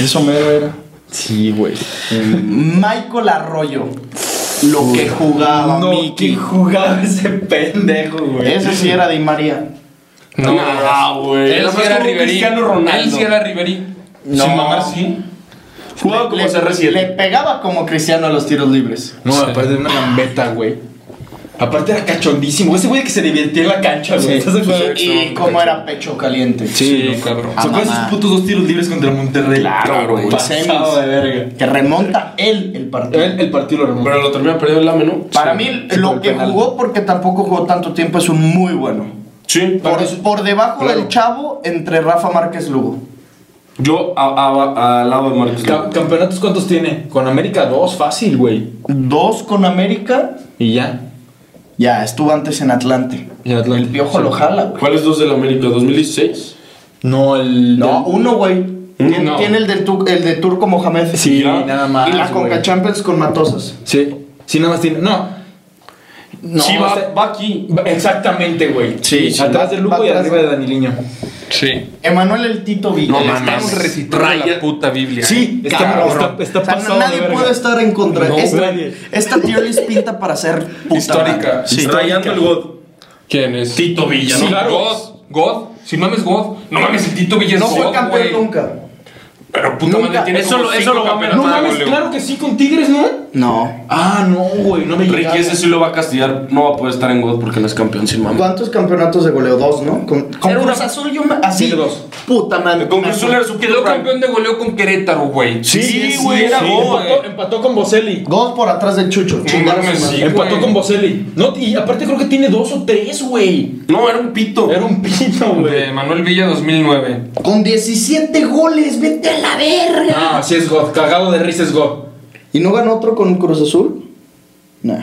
S1: Eso mero era.
S4: Sí, güey.
S1: Mm. Michael Arroyo. Lo que jugaba Mickey.
S4: que jugaba ese pendejo, güey.
S1: Ese sí era Di María.
S2: No,
S3: Nah, güey.
S2: Él
S3: Nada
S2: sí
S3: más
S2: era
S3: como
S2: Riverí.
S3: Cristiano Ronaldo.
S2: Él sí era Riverí.
S1: No.
S2: Sin mamar, sí.
S3: Jugaba como
S1: Le-
S3: CR7.
S1: Le pegaba como Cristiano a los tiros libres.
S4: No,
S2: Sí.
S4: aparte de una gambeta, güey. Aparte era cachondísimo. Ese güey que se divertía en la cancha, güey.
S1: Sí.
S4: ¿Estás de acuerdo?
S1: Y, Pues, y cómo era pecho caliente.
S2: Sí, no, cabrón.
S4: ¿Se acuerdan
S1: Ah,
S4: esos
S1: mamá.
S4: putos dos tiros libres contra Monterrey?
S3: Claro, güey.
S4: Pasado de verga.
S1: Que remonta él el partido.
S4: El, el partido lo remontó.
S3: Pero lo termina perdiendo el lame, ¿no?
S1: Para
S4: Sí,
S1: mí,
S4: sí, por
S1: lo
S4: el
S1: que
S4: penal.
S1: jugó, porque tampoco jugó tanto tiempo, es un muy bueno.
S3: Sí, para mí-
S1: Por, por debajo
S3: Claro.
S1: del chavo, entre Rafa Márquez Lugo.
S3: Yo a- a- al lado de Marcos.
S4: Ca- ¿Campeonatos cuántos tiene? Con América dos, fácil, güey.
S1: Dos con América,
S4: Y ya.
S1: ya, estuvo antes en Atlante.
S4: Y en Atlante,
S1: El piojo
S4: sí.
S1: lo jala, güey.
S3: ¿Cuáles dos del América? ¿2016?
S4: No, el.
S1: No,
S4: del-
S1: uno, güey. Tiene,
S2: No.
S1: tiene el, del tu- el de Turco Mohamed.
S4: Sí,
S3: ya.
S4: nada más.
S1: y la
S4: güey.
S1: Conca Champions con Matosas.
S4: Sí. Sí, nada más tiene. No. No, este-
S3: sí, va,
S4: o sea,
S3: va aquí.
S4: va- Exactamente, güey.
S1: Sí, sí,
S4: Atrás
S1: va-
S4: de
S1: va
S4: Lugo y
S1: atrás.
S4: arriba de Daniliño.
S2: Sí.
S1: Emanuel el Tito Villa.
S3: No
S2: Le
S3: mames.
S2: están recitando la
S3: Raya.
S2: puta Biblia.
S1: Sí,
S4: Está-
S1: cabrón.
S4: está- está
S1: O sea,
S4: pasado de
S1: nadie
S4: verga.
S1: puede estar en contra.
S4: No,
S1: esta,
S4: nadie.
S1: esta tier list pinta para ser puta
S2: Histórica.
S1: madre. Sí.
S3: Rayando el God.
S2: ¿Quién es?
S3: Tito Villa,
S2: Sí,
S3: ¿no?
S2: claro. God. God. Si mames God. No mames, el Tito Villa es
S1: No fue
S2: God,
S1: campeón
S2: güey.
S1: nunca.
S2: Pero puta
S1: Nunca.
S2: madre tiene
S3: Eso
S2: como
S3: lo- eso
S2: cinco
S3: lo va a
S4: No
S2: campeonatos,
S4: mames,
S2: güey.
S4: claro que sí, con Tigres, ¿no?
S1: No.
S4: Ah, no, güey, no me llegaba.
S3: Ricky, ese sí lo va a castigar. No va a poder estar en God porque no es campeón sin mamá.
S1: ¿Cuántos campeonatos de goleo? Dos, ¿no? Con, con
S3: Era una-
S1: Cruz Azul yo me... Así,
S4: Tiene dos.
S1: puta madre.
S3: Con Cruz Azul era su
S2: Quedó
S3: prime.
S2: campeón de goleo con Querétaro, güey.
S3: Sí, güey, era
S4: Sí,
S3: God.
S4: empató, empató con Boselli.
S1: Dos por atrás del Chucho. Chingar a su
S2: mames,
S1: madre.
S2: sí.
S4: empató
S2: güey.
S4: con Boselli. No, y aparte creo que tiene dos o tres, güey.
S3: No, era un pito.
S4: Era un pito,
S2: De
S4: güey.
S2: Manuel Villa 2009.
S1: Con 17 goles, vete a la verga.
S4: Ah, sí es God, cagado de risa es God.
S1: ¿Y no ganó otro con Cruz Azul? Nah.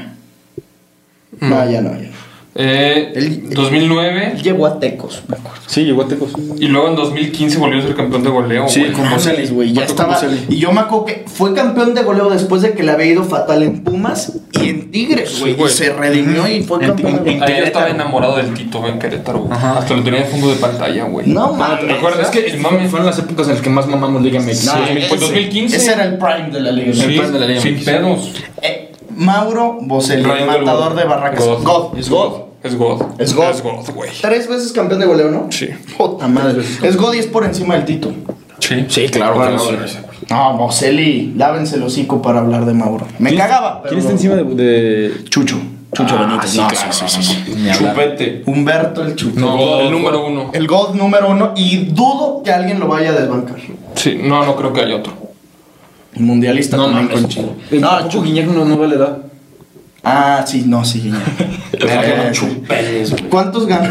S1: No, ya no, ya no.
S2: Eh,
S1: El-
S2: 2009.
S1: Llegó a Tecos, me acuerdo.
S4: Sí, llegó a Tecos.
S2: Y luego en 2015 volvió a ser campeón de goleo.
S3: Sí,
S2: güey.
S3: con Boselli.
S1: Güey, ya
S3: Empató con
S1: estaba.
S3: Boselli.
S1: Y yo me acuerdo que fue campeón de goleo después de que le había ido fatal en Pumas y en Tigres, güey.
S2: güey.
S1: y se redimió y fue
S4: En-
S1: campeón de
S4: en-
S1: goleo.
S2: Ahí yo estaba
S4: Querétaro.
S2: enamorado del Tito, güey, en Querétaro, güey. Hasta lo tenía de fondo de pantalla, güey.
S1: No
S2: ¿Te
S1: mames.
S2: acuerdas?
S4: Es que
S2: el
S4: fueron
S2: mame.
S4: fueron las épocas en las que más mamamos Liga MX.
S1: Nah,
S2: Sí, pues,
S1: ese-
S2: 2015.
S1: Ese era el prime de la Liga.
S2: Sí,
S1: MX.
S4: plan de la Liga
S2: sin
S4: MX.
S2: pedos.
S1: Eh, Mauro Boselli,
S3: Ryan del
S1: matador
S3: God.
S1: de Barracas.
S2: God.
S1: God, es God.
S2: Es God.
S1: Es God.
S2: Es God, güey.
S1: Tres veces campeón de goleo, ¿no?
S2: Sí.
S1: Jota madre. Es God y es por encima del Tito.
S2: Sí.
S4: Sí, claro.
S3: Bueno,
S4: cagado de
S3: sí.
S4: risa.
S1: No, Boselli, lávense el hocico para hablar de Mauro. Me cagaba. pero
S4: ¿Quién está encima de, de-
S1: Chucho. Chucho
S4: Ah,
S1: Benítez.
S4: sí,
S1: No,
S4: claro,
S1: sí, sí,
S4: no,
S1: sí.
S4: no, no. Ni hablar.
S3: Chupete.
S1: Humberto el Chucho.
S4: No,
S2: God,
S4: God,
S2: el número uno.
S1: El God número uno. Y dudo que alguien lo vaya a desbancar.
S2: Sí, no, no creo que haya otro.
S1: El mundialista
S4: No
S1: también
S4: mames.
S1: con Chile.
S4: Eh, Tampoco Guiñac no, no vale edad.
S1: Ah, sí, no, sí. ya.
S3: Era
S1: Eh,
S3: un Chupetes, güey.
S1: ¿Cuántos ganó?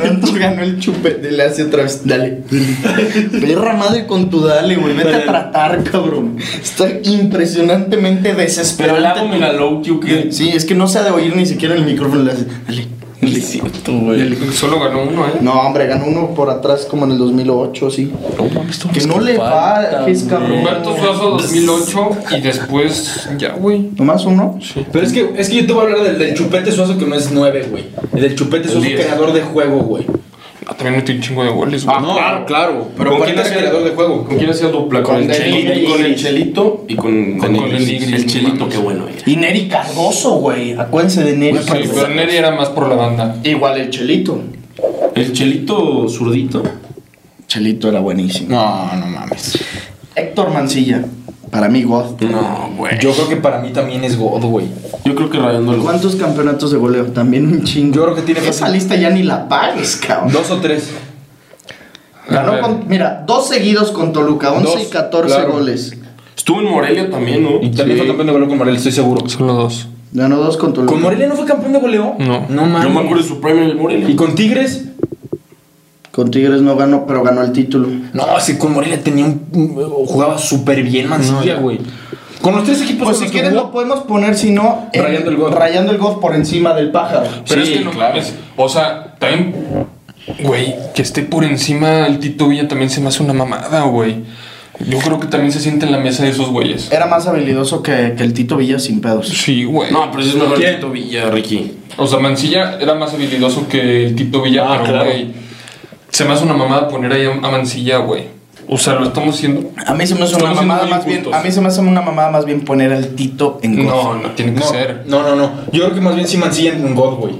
S1: ¿Cuántos ganó el chupete? Le hace otra vez. Dale. Perra madre con tu dale, güey. Vete a tratar, cabrón. Está impresionantemente
S3: Pero
S1: desesperante.
S3: el álbum y la low Q que.
S1: Sí, es que no se ha de oír ni siquiera en el micrófono. Le hace, dale. dale.
S2: Solo ganó uno, ¿eh?
S1: No, hombre, ganó uno por atrás como en el 2008, sí. que no le bajes, cabrón.
S2: Humberto Suazo 2008 y después ya, güey.
S1: ¿Nomás uno?
S4: Pero es que, es que yo te voy a hablar del, del chupete suazo que no es 9, güey. El Del chupete suazo
S2: diez.
S4: creador de juego, güey.
S2: Ah, también metió un chingo de goles, güey.
S4: no, claro, claro. Pero
S3: ¿Con
S4: ¿cuál
S3: quién
S4: era
S3: hacía-
S4: creador de juego?
S3: ¿Con quién hacía dupla?
S1: Con
S3: Con, el
S1: Denis
S3: Chelito, con el
S1: Denigris.
S3: Chelito y con,
S2: Con- con
S3: Denigris.
S2: Denigris,
S3: El Chelito,
S2: mames.
S3: qué bueno era.
S1: Y Neri Cardoso, güey. Acuérdense de Neri
S2: Sí, pero
S1: Cardoso.
S2: Neri era más por la banda.
S1: Igual el Chelito.
S3: El Chelito zurdito.
S1: Chelito era buenísimo.
S4: No, no mames.
S1: Héctor Mancilla. Para mí, God.
S3: No, güey.
S4: Yo creo que para mí también es God, güey.
S3: Yo creo que rayando el
S1: ¿Cuántos campeonatos de goleo? También un chingo.
S4: Yo creo que tiene
S1: Esa
S4: fácil.
S1: lista ya ni la pagues, cabrón.
S4: Dos o tres.
S2: A
S1: Ganó
S2: ver.
S1: con, mira, dos seguidos con Toluca, 11 y
S4: Dos,
S1: 14
S4: claro.
S1: goles.
S3: Estuvo en Morelia también, ¿no?
S4: Y también fue campeón de goleo con Morelia, estoy seguro.
S2: Solo dos.
S1: Ganó dos con Toluca.
S4: ¿Con Morelia no fue campeón de goleo?
S2: No.
S4: No mames.
S3: Yo me acuerdo de su premio en el Morelia.
S4: ¿Y con Tigres?
S1: Con Tigres no ganó, pero ganó el título.
S4: No, sí, con Morelia tenía un. un- Jugaba súper bien Mancilla, güey. Con los tres equipos.
S1: Pues
S4: con
S1: si
S4: los que
S1: quieres
S4: jugó,
S1: lo podemos poner, si no, en-
S4: Eh, Rayando el God.
S1: rayando el God por encima del pájaro.
S2: Pero
S4: Sí,
S2: es que no
S4: claro.
S2: mames, O sea, también. Güey, que esté por encima el Tito Villa también se me hace una mamada, güey. Yo creo que también se siente en la mesa de esos güeyes.
S1: Era más habilidoso que, que el Tito Villa sin pedos.
S2: Sí, güey.
S3: No, pero ese es mejor
S4: ¿Quién?
S3: Tito Villa, Ricky.
S2: O sea, Mancilla era más habilidoso que el Tito Villa,
S4: Ah,
S2: pero,
S4: claro.
S2: güey. Se me hace una mamada poner ahí a a Mancilla, güey. O sea, lo estamos haciendo.
S1: A mí se me hace una
S2: Estamos siendo
S1: mamada
S2: muy
S1: más bien.
S2: injustos.
S1: A mí se me hace una mamada más bien poner al Tito en
S2: No,
S1: God.
S2: no tiene que
S4: No,
S2: ser.
S4: no, no, no. Yo creo que más bien sí Mancilla en un God, güey.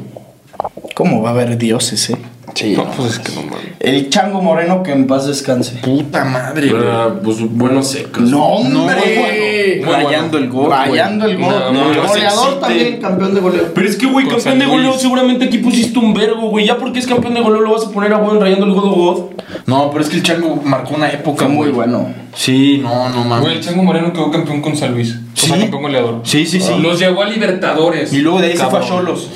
S1: ¿Cómo va a haber dioses, eh? Sí.
S2: No, pues es que no mames.
S1: El Chango Moreno, que en paz descanse.
S4: Puta madre, güey.
S3: Era, pues bueno, secas.
S1: ¡No,
S4: No,
S1: hombre!
S4: muy bueno. Rayando el gol, güey.
S1: Rayando el gol.
S2: No, no,
S3: no,
S1: goleador
S3: existe.
S1: también, campeón de goleo.
S3: Pero es que, güey,
S2: Con
S3: campeón
S2: San
S3: de goleo,
S2: Luis.
S3: seguramente aquí pusiste un verbo, güey. Ya porque es campeón de goleo, lo vas a poner a buen rayando el God of God.
S4: No, pero es que el Chango marcó una época
S1: Fue muy
S4: güey.
S1: bueno.
S4: Sí, no, no mames.
S2: Güey, el Chango Moreno quedó campeón con San Luis. O sea,
S4: Sí.
S2: campeón goleador.
S4: Sí, sí, sí.
S2: Los llevó a Libertadores.
S4: Y luego de ahí se fue a
S2: Cabrón.
S4: Cholos.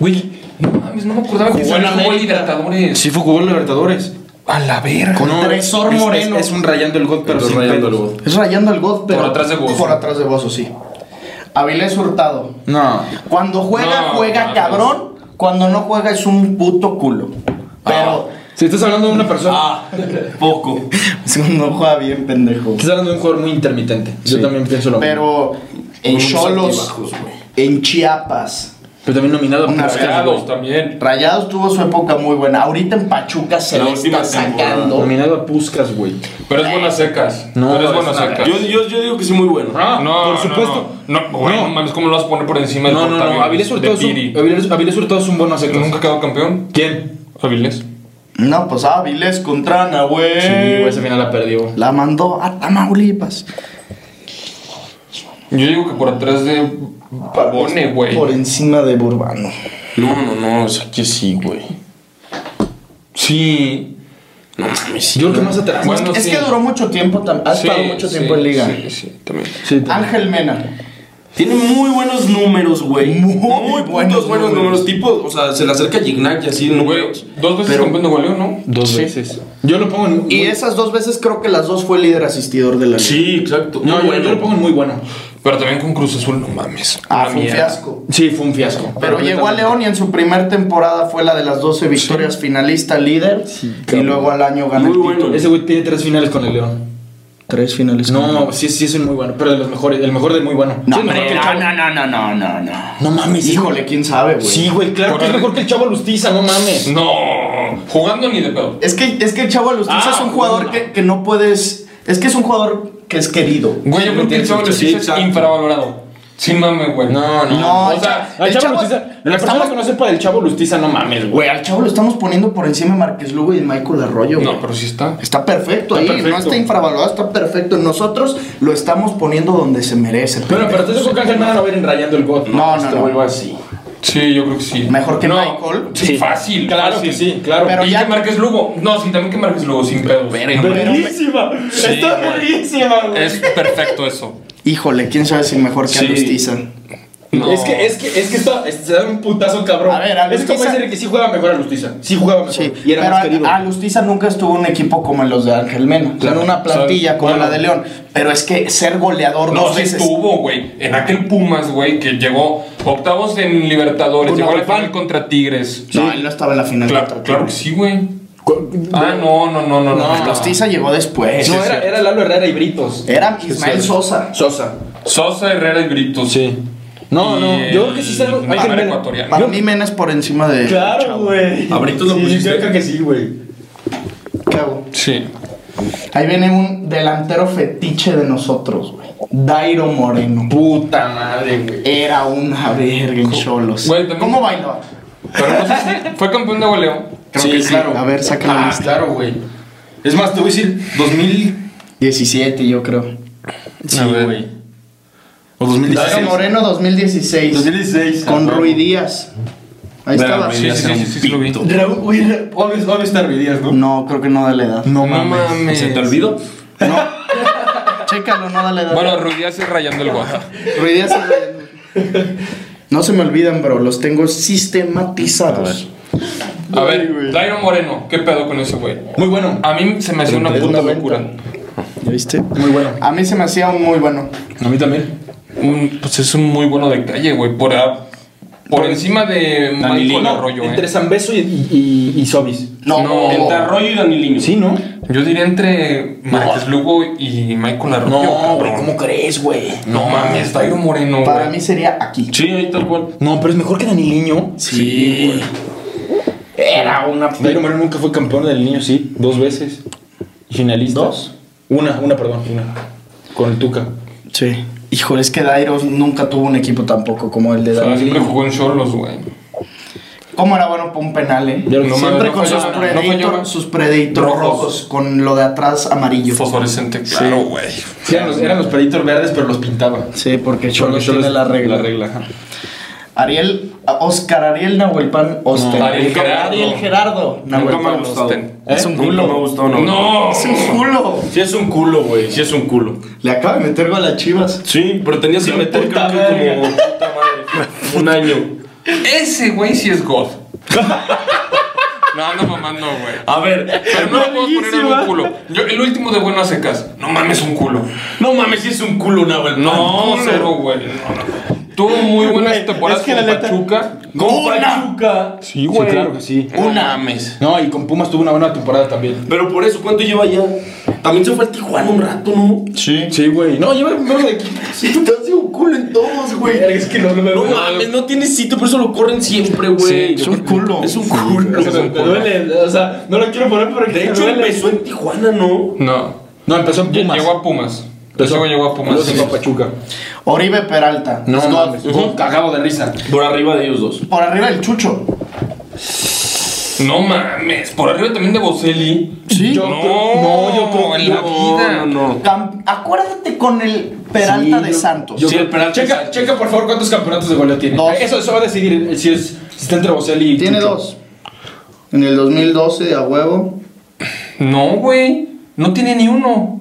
S2: Güey, no mames, no me acordaba que
S4: Jugó
S2: San
S4: en
S2: Luis jugó a
S4: América.
S2: Libertadores.
S4: Sí, fue jugó en Libertadores.
S2: A la verga.
S1: Con Tresor
S4: es- es-
S1: Moreno.
S4: Es, un rayando el gol, pero
S3: Pero
S4: sin
S3: rayando el
S4: pelos.
S3: God.
S1: Es rayando el God, pero.
S2: Por atrás de Bozo.
S1: Por atrás de Bozo, sí. Avilés Hurtado.
S4: No.
S1: Cuando juega,
S2: No,
S1: juega
S2: mames.
S1: cabrón. Cuando no juega, es un puto culo. Pero.
S4: Si estás hablando de una persona.
S3: Poco.
S1: No juega bien, pendejo.
S4: Estás hablando de un jugador muy intermitente. Yo
S1: Sí.
S4: también pienso lo mismo.
S1: Pero. En
S3: Unos
S1: Cholos.
S3: altibajos, güey.
S1: En Chiapas.
S4: Pero también nominado
S1: Una verga.
S4: por Oscar.
S2: Rayados también.
S1: Rayados tuvo su época muy buena. Ahorita en Pachuca se
S3: La
S1: la
S3: última
S1: está
S3: temporada.
S1: sacando.
S4: Nominado a Puskas, güey.
S2: Pero es buenas secas.
S4: No,
S2: pero es
S4: es
S2: buenas
S4: una
S2: secas.
S3: Yo, yo, yo digo que sí, muy bueno.
S4: Ah,
S2: no,
S4: por supuesto.
S2: No, no, no, güey, no mames, ¿cómo lo vas a poner por encima del
S4: No, no, no.
S2: Portaviones,
S4: Avilés
S2: de
S4: Hurtado es un, eh,
S2: Piri?
S4: Avilés- Avilés Hurtado es un buen secas.
S2: ¿Nunca quedó campeón?
S4: ¿Quién?
S2: Avilés.
S1: No, pues Avilés contra Nahuel.
S4: Sí, güey, esa final la perdió.
S1: La mandó a Tamaulipas.
S2: Yo digo que por atrás de Pavone, güey.
S1: Por encima de Burbano.
S3: No, no, no, o sea que sí, güey.
S2: Sí.
S3: No mames. sí.
S4: Yo creo que más atrás.
S2: Bueno,
S1: es
S2: sí.
S1: que duró mucho tiempo, tam- ha
S2: Sí,
S1: estado mucho
S2: sí,
S1: tiempo en liga.
S2: Sí, sí, también.
S4: Sí, también.
S1: Ángel Mena.
S3: Tiene muy buenos números, güey.
S1: Muy
S3: putos buenos,
S1: buenos números.
S3: números. Tipo, o sea, se le acerca Gignac y así,
S2: Güey,
S3: números.
S2: dos veces
S1: Pero-
S2: campeón de goleo, ¿no?
S4: Dos
S1: Sí.
S4: veces. Yo lo pongo en.
S1: Y esas dos veces creo que las dos fue líder asistidor de la liga.
S3: Sí, exacto.
S4: No,
S3: muy
S4: yo, yo lo pongo en muy bueno.
S2: Pero también con Cruz Azul, no mames.
S1: Ah,
S2: Una
S1: fue un
S2: mierda.
S1: fiasco.
S4: Sí, fue un fiasco.
S1: Pero llegó a León y en su primer temporada fue la de las 12 victorias finalista líder. y
S4: cabrón.
S1: luego al año ganó
S3: Muy
S1: el
S3: bueno.
S1: título.
S4: Ese güey tiene tres finales con el León.
S1: Tres finales.
S4: No, sí, sí, es un muy bueno. Pero de los mejores. El mejor de muy bueno.
S1: No,
S4: Sí, el mejor
S1: hombre,
S4: que el
S1: no,
S4: Chavo.
S1: no, no, no, no, no, no.
S4: No mames.
S1: Híjole, quién sabe, güey.
S4: Sí, güey, claro
S2: Por
S4: que es
S2: ahí.
S4: mejor que el Chavo Lustiza, no mames.
S2: No, jugando ni de pedo.
S1: Es que, es que el Chavo Alustiza
S2: Ah,
S1: es un jugador
S2: bueno.
S1: que, que no puedes. Es que es un jugador que es querido.
S2: Güey, yo creo que el Chavo
S3: Sí,
S2: Lustiza es
S3: exacto.
S2: infravalorado. Sí, mame, güey.
S4: No, no.
S1: No,
S2: O sea,
S4: El,
S1: el
S4: Chavo
S1: Chavo-
S4: Lustiza. La persona
S1: estamos-
S4: que no sepa del Chavo Lustiza, no mames, güey.
S1: Güey, al Chavo lo estamos poniendo por encima de Márquez Lugo y de Michael Arroyo, güey.
S2: No, pero sí está.
S1: Está perfecto
S4: Está
S1: ahí,
S4: perfecto.
S1: no está infravalorado, está perfecto. Nosotros lo estamos poniendo donde se merece.
S4: Bueno, pero te digo que Ángel Mena no va a ir enrayando el God.
S1: No, no,
S4: Este
S1: no.
S4: güey va así.
S2: Sí, yo creo que sí.
S1: Mejor que Michael.
S2: Sí, fácil.
S4: Claro
S2: fácil.
S4: que sí, claro.
S1: Pero
S2: y
S1: ya-
S2: que Márquez Lugo. No, sí, también que Márquez Lugo, sin pedos.
S4: ¡Verguísima!
S2: Sí,
S4: ¡Está
S2: güey.
S4: verguísima, güey!
S2: Es perfecto eso.
S1: Híjole, quién sabe si mejor que
S3: Sí.
S1: Alustiza.
S2: No.
S4: Es que, es que, es que está, es- se da un putazo cabrón.
S1: A ver, a
S4: es como
S1: Lustiza-
S4: decir que sí jugaba mejor a Lustiza. Sí jugaba mejor.
S1: Sí,
S4: Y era
S1: pero
S4: más querido.
S1: a- Alustiza nunca estuvo en un equipo como en los de Ángel Mena,
S4: Claro.
S1: en una plantilla
S4: Sabe,
S1: como
S4: bueno.
S1: la de León. Pero es que ser goleador
S2: No,
S1: dos
S2: sí
S1: veces.
S2: estuvo, güey. En aquel Pumas, güey, que llegó octavos en Libertadores,
S1: Con
S2: llegó a la
S1: Nahuel.
S2: final contra Tigres.
S1: No, él no estaba en la final.
S2: Claro, claro que sí, güey. Ah, no, no, no, no, no.
S1: Alustiza llegó después.
S4: no, era, era Lalo Herrera y Britos.
S1: Era Ismael Sosa.
S4: Sosa.
S2: Sosa, Herrera y Brito.
S4: Sí. No,
S2: Y
S4: no, yo creo que sí está
S2: el-
S4: Ángel
S2: Neymar
S4: Mena.
S2: ecuatoriano.
S1: Para
S4: Yo-
S1: mí Mena es por encima de.
S4: Claro, güey.
S3: A Britos lo
S4: Sí,
S3: pusiste.
S4: Yo creo que sí, güey.
S1: ¿Qué hago?
S2: Sí.
S1: Ahí viene un delantero fetiche de nosotros, güey. Dairo Moreno.
S4: Puta madre, güey.
S1: Era una verga en Cholos.
S2: Güey, también-
S1: ¿Cómo bailó?
S2: Pero no sé si fue campeón de goleo.
S1: Creo que sí. A ver, saca la
S4: Ah,
S1: lista.
S4: Claro, güey. Es más, te voy a decir 2000.
S1: 17, yo creo.
S4: Sí,
S2: A ver.
S4: güey.
S3: O
S1: Dairo
S3: 2016.
S1: Moreno 2016.
S4: 2016.
S1: Con
S4: Ah,
S1: Rui Díaz. Ahí
S3: Verga,
S1: estaba.
S3: Rui
S2: Sí, sí,
S3: Díaz
S2: sí,
S3: era
S2: sí,
S3: un
S2: sí, sí, lo vi.
S3: pito.
S4: Raúl, güey, obvio, obvio está Ruidías, ¿no?
S1: No, creo que no da la edad.
S2: No mames.
S3: ¿Se te olvidó?
S1: No. Chécalo, no da la edad.
S2: Bueno, Ruiz Díaz es rayando el guaja.
S1: Rui Díaz es la- No se me olvidan, bro. Los tengo sistematizados.
S2: A ver, Dairo Moreno, ¿qué pedo con ese güey?
S4: Muy bueno.
S2: A mí se me hacía una puta locura.
S1: ¿Ya viste?
S4: Muy bueno.
S1: A mí se me hacía un muy bueno.
S4: A mí también.
S2: Un- pues es un muy bueno de calle, güey. Por, a- por encima de Michael Arroyo,
S4: entre
S2: eh.
S4: Zambeso y, y, y Sobis.
S1: No,
S2: No.
S3: Entre Arroyo y Danilino.
S4: Sí, ¿no?
S2: Yo diría entre Márquez Lugo y Michael Arroyo. cabrón.
S4: crees, güey?
S2: No mames, Dairo Moreno,
S1: para
S2: güey.
S1: mí sería aquí.
S3: Sí, ahí tal cual.
S4: No, pero es mejor que Daniliño.
S3: Sí.
S4: Era una. Dairo Moreno nunca fue campeón del niño, sí. Dos veces. Finalista.
S1: ¿Dos?
S4: Una, una, perdón. Una. Con el Tuca.
S1: Sí. Híjole, es que Dairo nunca tuvo un equipo tampoco como el de
S2: O sea,
S1: David.
S2: siempre jugó en Cholos, güey.
S1: ¿Cómo era bueno para un penal, eh?
S4: Ya lo
S2: No,
S1: Siempre
S2: no
S1: con
S2: falló,
S1: sus
S2: no
S1: Predator,
S2: falló.
S1: sus Predator
S2: Rojos.
S1: rojos. con lo de atrás amarillo.
S2: Fosforescente, claro, güey.
S4: Sí, eran los, eran los Predator verdes, pero los pintaba.
S1: Sí, porque
S4: Porque
S1: Cholo tiene la regla.
S4: La regla, ajá.
S1: Ariel, Oscar Ariel Nahuelpan Osten.
S2: No, Ariel Gerardo.
S1: Ariel Gerardo
S5: Nunca me ha
S1: Nahuelpan
S5: gustado.
S1: Osten.
S4: ¿Eh?
S1: Es un
S5: Nunca me ha
S1: culo.
S5: gustado, no.
S2: No.
S1: Es un culo.
S5: Sí es un culo, güey. Sí es un culo.
S1: Le acaba de meter gol a Chivas.
S5: Sí, pero tenías que
S3: La
S5: meter
S3: puta
S5: creo que como puta madre, un año.
S2: Ese güey sí es God. No, ando mamando, güey.
S5: A ver,
S2: Pero no lo puedo poner en un culo. Yo, el último de bueno a secas. No mames, un culo.
S5: no mames, sí es un culo, Nahuel. Pan.
S2: No,
S5: Culo.
S2: cero, güey. No, no. Tuvo muy buenas
S4: Güey,
S2: temporadas
S4: es que
S2: con
S4: la neta-
S2: Pachuca.
S5: Con
S1: Una.
S5: Pachuca.
S4: Sí, güey. claro que sí.
S2: Una mes.
S4: No, y con Pumas tuvo una buena temporada también.
S5: Pero por eso, ¿cuánto lleva ya? También se fue al Tijuana un rato, ¿no?
S1: Sí.
S4: Sí, güey. No, lleva menos de
S5: Sí, te hace un culo en todos, güey.
S4: Es que no, no,
S5: No
S4: no.
S5: mames, no tiene sitio, por eso lo corren siempre, güey.
S1: Es un culo.
S5: Es un culo.
S4: O sea, me- me duele, o sea, no lo quiero poner, pero
S5: De hecho, empezó en Tijuana, ¿no?
S2: No.
S4: No, empezó en
S2: Lle-
S4: Pumas.
S2: Llegó a Pumas.
S4: Empezó-
S2: Luego llegó a Pumas.
S4: Luego llegó a Pachuca.
S1: Oribe Peralta.
S4: No,
S1: Scott.
S4: mames. Ujú. Cagado de risa.
S5: Por arriba de ellos dos.
S1: Por arriba el Chucho.
S2: No mames. Por arriba también de Boselli.
S1: Sí.
S2: No, no, yo creo en la vida.
S5: No, no.
S1: Cam- Acuérdate con el Peralta
S4: Sí,
S1: de
S4: yo-
S1: Santos.
S4: yo
S5: Sí,
S4: creo-
S5: el Peralta
S4: checa,
S5: es-
S4: checa, por favor, cuántos campeonatos de goleo tiene.
S1: Dos.
S4: Eso, eso va a decidir eh, si, es, si está entre Boselli y.
S1: Tiene
S4: Chucho.
S1: dos. En el 2012, a huevo.
S2: No, güey. No tiene ni uno.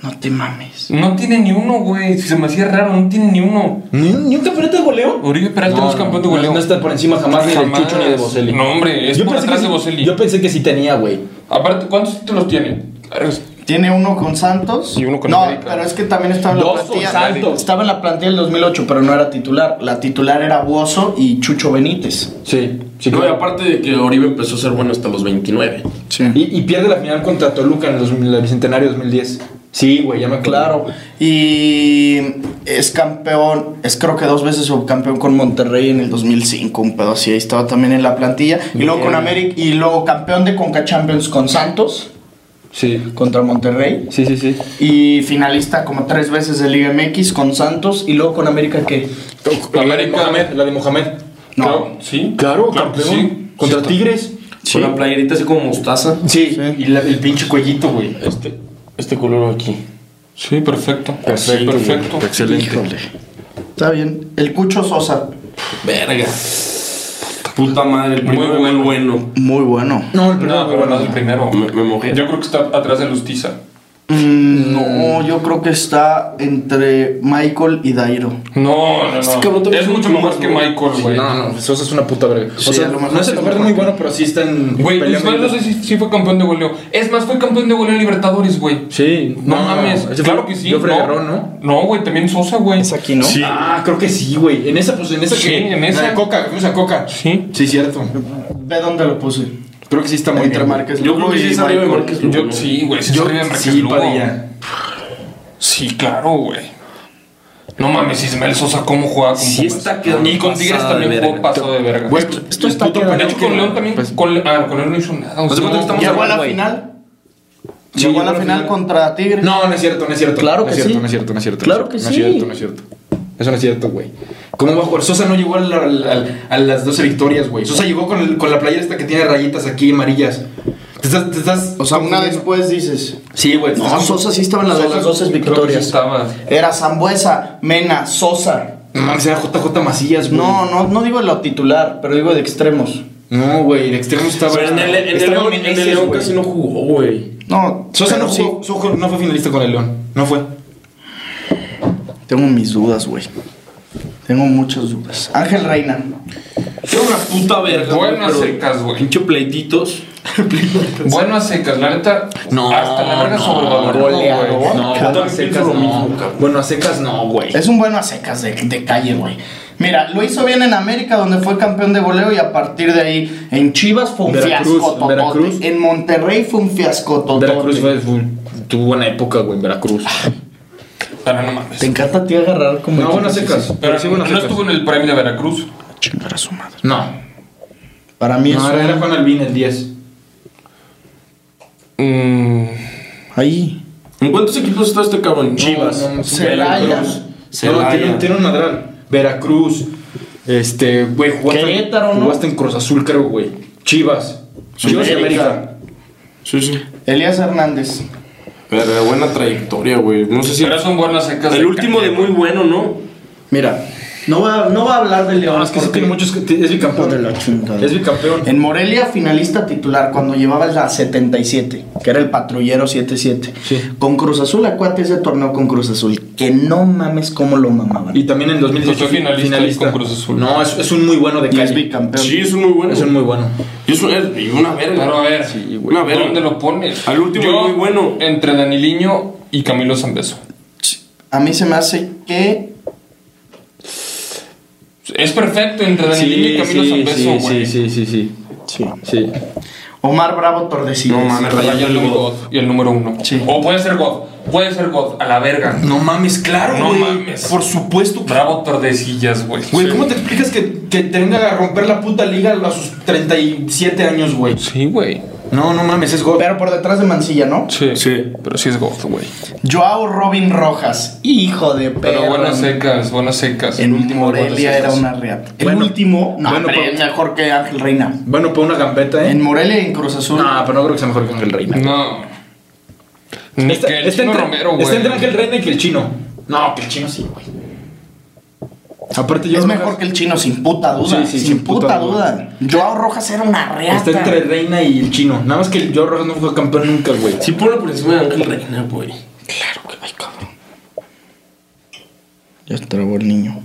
S1: No te mames.
S2: No tiene ni uno, güey. Se me hacía raro. No tiene ni uno.
S4: ¿Ni, ni un campeonato de goleo?
S2: Uribe Peralta
S4: No,
S2: no es
S4: no,
S2: campeón de
S4: no,
S2: goleo.
S4: No está por encima jamás, ni de
S2: Jamás.
S4: Chucho ni de Boselli.
S2: No, hombre, es por
S4: pensé
S2: atrás
S4: que
S2: de
S4: sí-
S2: Boselli.
S4: Yo pensé que sí tenía, güey.
S2: Aparte, ¿cuántos títulos tiene? Vergas.
S1: Tiene uno con Santos.
S2: Y uno con
S1: No,
S2: América.
S1: pero es que también estaba en la
S4: Dos con
S1: plantilla.
S4: Santos.
S1: Estaba en la plantilla del 2008, pero no era titular. La titular era Buoso y Chucho Benítez.
S4: Sí, sí,
S5: No, y
S4: claro.
S5: aparte de que Oribe empezó a ser bueno hasta los 29.
S1: Sí.
S4: Y, y pierde la final contra Toluca en el, 2000 el bicentenario 2010. Sí, güey, ya me acuerdo.
S1: Claro. Y es campeón, es creo que dos veces subcampeón con Monterrey en el 2005, un pedo así. Ahí estaba también en la plantilla. Y luego con América, y luego campeón de Conca Champions con Santos
S4: Sí,
S1: contra Monterrey.
S4: sí, sí, sí.
S1: Y finalista como tres veces de Liga MX con Santos y luego con América que
S2: América.
S4: la de Mohamed.
S1: No.
S2: Claro, sí.
S4: Claro,
S2: Claro que
S4: campeón.
S2: sí.
S4: Contra Tigres.
S5: Con la playerita así como mostaza.
S4: Sí, y la- el pinche cuellito, güey.
S5: Este, este color aquí.
S2: Sí, perfecto.
S4: Perfecto,
S2: Sí, perfecto.
S5: Excelente.
S1: Está bien. El Cucho Sosa.
S5: Verga. Puta madre, el
S2: Muy
S5: primero muy
S2: bueno.
S5: bueno.
S1: Muy bueno.
S4: No, el
S2: No, pero no es el primero.
S5: Me, me mojé.
S2: Yo creo que está atrás de Lustiza.
S1: Mm, no, yo creo que está entre Michael y Dairo.
S2: No, no, no. Es mucho mejor que Michael, güey.
S4: No, no, Sosa es una puta verga.
S1: Sí,
S4: o sea,
S1: a lo mejor
S4: no es el
S1: sí,
S4: nombre
S1: mejor.
S4: muy bueno, pero sí está en.
S2: Güey, Luis
S4: peleando
S2: Valdo
S4: ahorita.
S2: sí, sí fue campeón de goleo. Es más, fue campeón de goleo en Libertadores, güey.
S4: Sí,
S2: No, mames.
S4: ese
S2: Claro
S4: fue
S2: que sí.
S4: Joffre
S2: no.
S4: Guerrero, ¿no?
S2: No, güey, también Sosa, güey.
S1: Es aquí, ¿no?
S5: Sí.
S4: Ah, creo que sí, güey. En esa, pues en esa
S2: Sí,
S4: que.
S2: en esa.
S4: La de Coca, que fuimos a Coca.
S2: Sí.
S4: Sí, cierto.
S1: Ve dónde lo puse.
S4: Creo que sí está muy
S1: Entre
S4: bien.
S1: Márquez
S5: Yo creo
S1: Lugo
S5: que sí
S1: y
S5: es arriba de
S1: Michael.
S5: Márquez Lugo,
S2: Yo,
S5: ¿no?
S2: sí, güey. Sí,
S4: Yo
S2: está arriba de Márquez
S4: sí,
S2: Lugo.
S4: Padilla.
S2: Sí, claro, güey. No mames, Ismael Sosa, ¿cómo jugaba con
S5: Sí
S2: Pumas?
S5: está quedando
S2: Y con Tigres
S5: pasado de
S2: también
S5: verga. pues,
S2: jugó pasado de verga.
S4: Güey,
S1: Esto
S4: el
S1: está quedando-
S4: puto
S2: de
S4: penal
S2: hecho,
S4: que-
S2: con León Pues, también. con, ah, con León no hizo nada. o
S5: Haz
S2: sea,
S5: de cuenta pues, que estamos
S1: Llegó a la
S5: güey.
S1: final. Llegó
S4: Sí,
S1: a la
S4: llegó a la
S1: final
S4: final.
S1: contra Tigres.
S4: No, no es cierto, no es cierto.
S1: Claro
S4: no
S1: que
S4: es cierto,
S1: sí.
S4: No es cierto, no es cierto.
S1: Claro
S4: no
S1: que
S4: es
S1: sí.
S4: cierto, No es cierto, no es cierto. Eso no es cierto, güey. ¿Cómo va a jugar? Sosa no llegó al- al- al- a las 12 victorias, güey. Sosa llegó con, el- con la playera esta que tiene rayitas aquí amarillas. Te estás. Te estás
S1: O sea, una después dices.
S4: Sí, güey. te
S1: No,
S4: estás-
S1: Sosa sí estaba en las de las 12
S2: Creo que sí
S1: victorias.
S2: estaba.
S1: Era Zambuesa, Mena, Sosa.
S4: No mames, era JJ Macías, güey.
S1: No, no, no digo lo titular, pero digo de extremos.
S4: No, güey, el extremo estaba.
S5: Pero en el, en el
S4: estaba
S5: León, en el
S4: Meneses,
S5: León
S4: güey.
S5: casi no jugó, güey.
S1: No,
S4: Sosa
S1: pero
S4: no jugó, Sosa no fue finalista con el León. No fue.
S1: Tengo mis dudas, güey. Tengo muchas dudas. Ángel Reina.
S5: Era una puta verga. güey,
S2: Buenas
S5: pero
S2: secas, güey.
S5: Pinche pleititos.
S2: Bueno, a secas, la neta. hasta la verga sobrevalorado,
S1: goleador.
S2: güey.
S5: Yo
S4: No, bueno, a
S5: también
S4: secas
S5: pienso lo
S4: no.
S5: mismo, cabrón.
S4: Bueno, a secas no, güey.
S1: Es un bueno a secas de, de calle, güey. Mira, lo hizo bien en América, donde fue campeón de goleo, y a partir de ahí, en Chivas fue un
S4: Veracruz,
S1: fiasco totote.
S4: Veracruz.
S1: En Monterrey fue un fiasco totote.
S4: Veracruz fue, fue- tuvo buena época, güey, en Veracruz.
S2: Pero no mames.
S1: Te encanta a ti agarrar como.
S4: No, buenas
S1: equipos así.
S4: secas.
S2: Pero
S4: Pero sí,
S2: no
S4: buenas secas.
S2: estuvo en el Prime de Veracruz.
S1: Chingar a su madre.
S4: No.
S1: Para mí
S4: No,
S1: es.
S4: era,
S1: un-
S4: era Juan Albín el 10. Mm,
S1: Ahí.
S5: ¿En cuántos equipos está este cabrón?
S4: Chivas.
S1: Celaya.
S4: Veracruz. No, tiene, tiene un madral. Veracruz. Este, güey, jugaste,
S3: Querétaro, ¿no?
S4: jugaste en Cruz Azul, creo, güey. Chivas. Chivas y América.
S5: Sí, sí.
S1: Elías Hernández.
S5: Pero de buena trayectoria, güey. No sé si.
S2: Pero son buenas secas.
S5: El último de
S2: calle,
S5: muy bueno, ¿no?
S1: Mira, no va, no va a hablar de León.
S4: No, es que sí
S1: porque-
S4: tiene muchos. Es
S1: Hijo de
S4: bicampeón.
S1: la chingada.
S4: Es bicampeón.
S1: En Morelia, finalista titular, cuando llevaba la 77, que era el patrullero 77.
S4: Sí.
S1: Con Cruz Azul, acuate ese torneo con Cruz Azul. Que no mames cómo lo mamaban.
S4: Y también en 2018
S2: Pues Fue finalista con Cruz Azul.
S4: No, es, es un muy bueno de
S1: Y es
S4: calle.
S1: bicampeón.
S5: Sí, es un muy bueno.
S4: Es un muy bueno.
S5: Y es un- es- y una verga.
S2: Pero a ver,
S4: güey.
S5: Una verga.
S2: ¿dónde lo pones?
S5: Al último
S2: Yo,
S5: muy bueno.
S2: Entre Daniliño y Camilo Zambeso.
S1: A mí se me hace que.
S2: Es perfecto entre Daniliño y Camilo Zambeso, güey.
S4: sí, sí, sí, sí. Sí.
S1: Omar Bravo Tordesillas.
S5: No mames,
S2: Pero
S5: Rayando
S2: ya
S5: el
S2: el
S5: God.
S2: God y el número uno.
S1: Sí.
S2: O puede ser God. Puede ser God. A la verga.
S4: No mames, claro,
S2: No
S4: güey.
S2: mames.
S4: Por supuesto.
S2: Bravo Tordesillas, güey.
S4: Güey, ¿cómo te explicas que, que te venga a romper la puta liga a sus 37 años, güey?
S2: Sí, güey.
S4: No, no mames, es God.
S1: Pero por detrás de Mancilla, ¿no?
S2: Sí. Sí. Pero sí es God, güey.
S1: Joao Robin Rojas. Hijo de perro.
S2: Pero buenas secas, buenas secas.
S1: En
S2: El último,
S1: Morelia
S2: buenas
S1: era
S2: secas.
S1: una reata. El
S4: Bueno,
S1: último, no,
S4: bueno,
S1: hombre,
S4: pero-
S1: mejor que Ángel Reina.
S4: Bueno, para una gambeta, ¿eh?
S1: En Morelia y en Cruz Azul.
S4: No, pero no creo que sea mejor que Ángel Reina.
S2: No. Ni
S4: Está-
S2: que el
S4: está
S2: Chino
S4: entre-
S2: Romero, güey.
S4: Está entre Ángel Reina y que el chino. No, que el chino sí, güey. Aparte, yo.
S1: es
S4: creo
S1: mejor que el chino, sin puta duda.
S4: Sí, sí,
S1: sin,
S4: sin
S1: puta,
S4: puta
S1: duda. Joao Rojas era una reata.
S4: Está entre Reina y el chino. Nada más que el Joe Rojas no fue campeón nunca, güey.
S5: Sí, ponlo por encima de Ángel Reina, güey.
S1: Claro que va, cabrón. Ya se trabó el niño.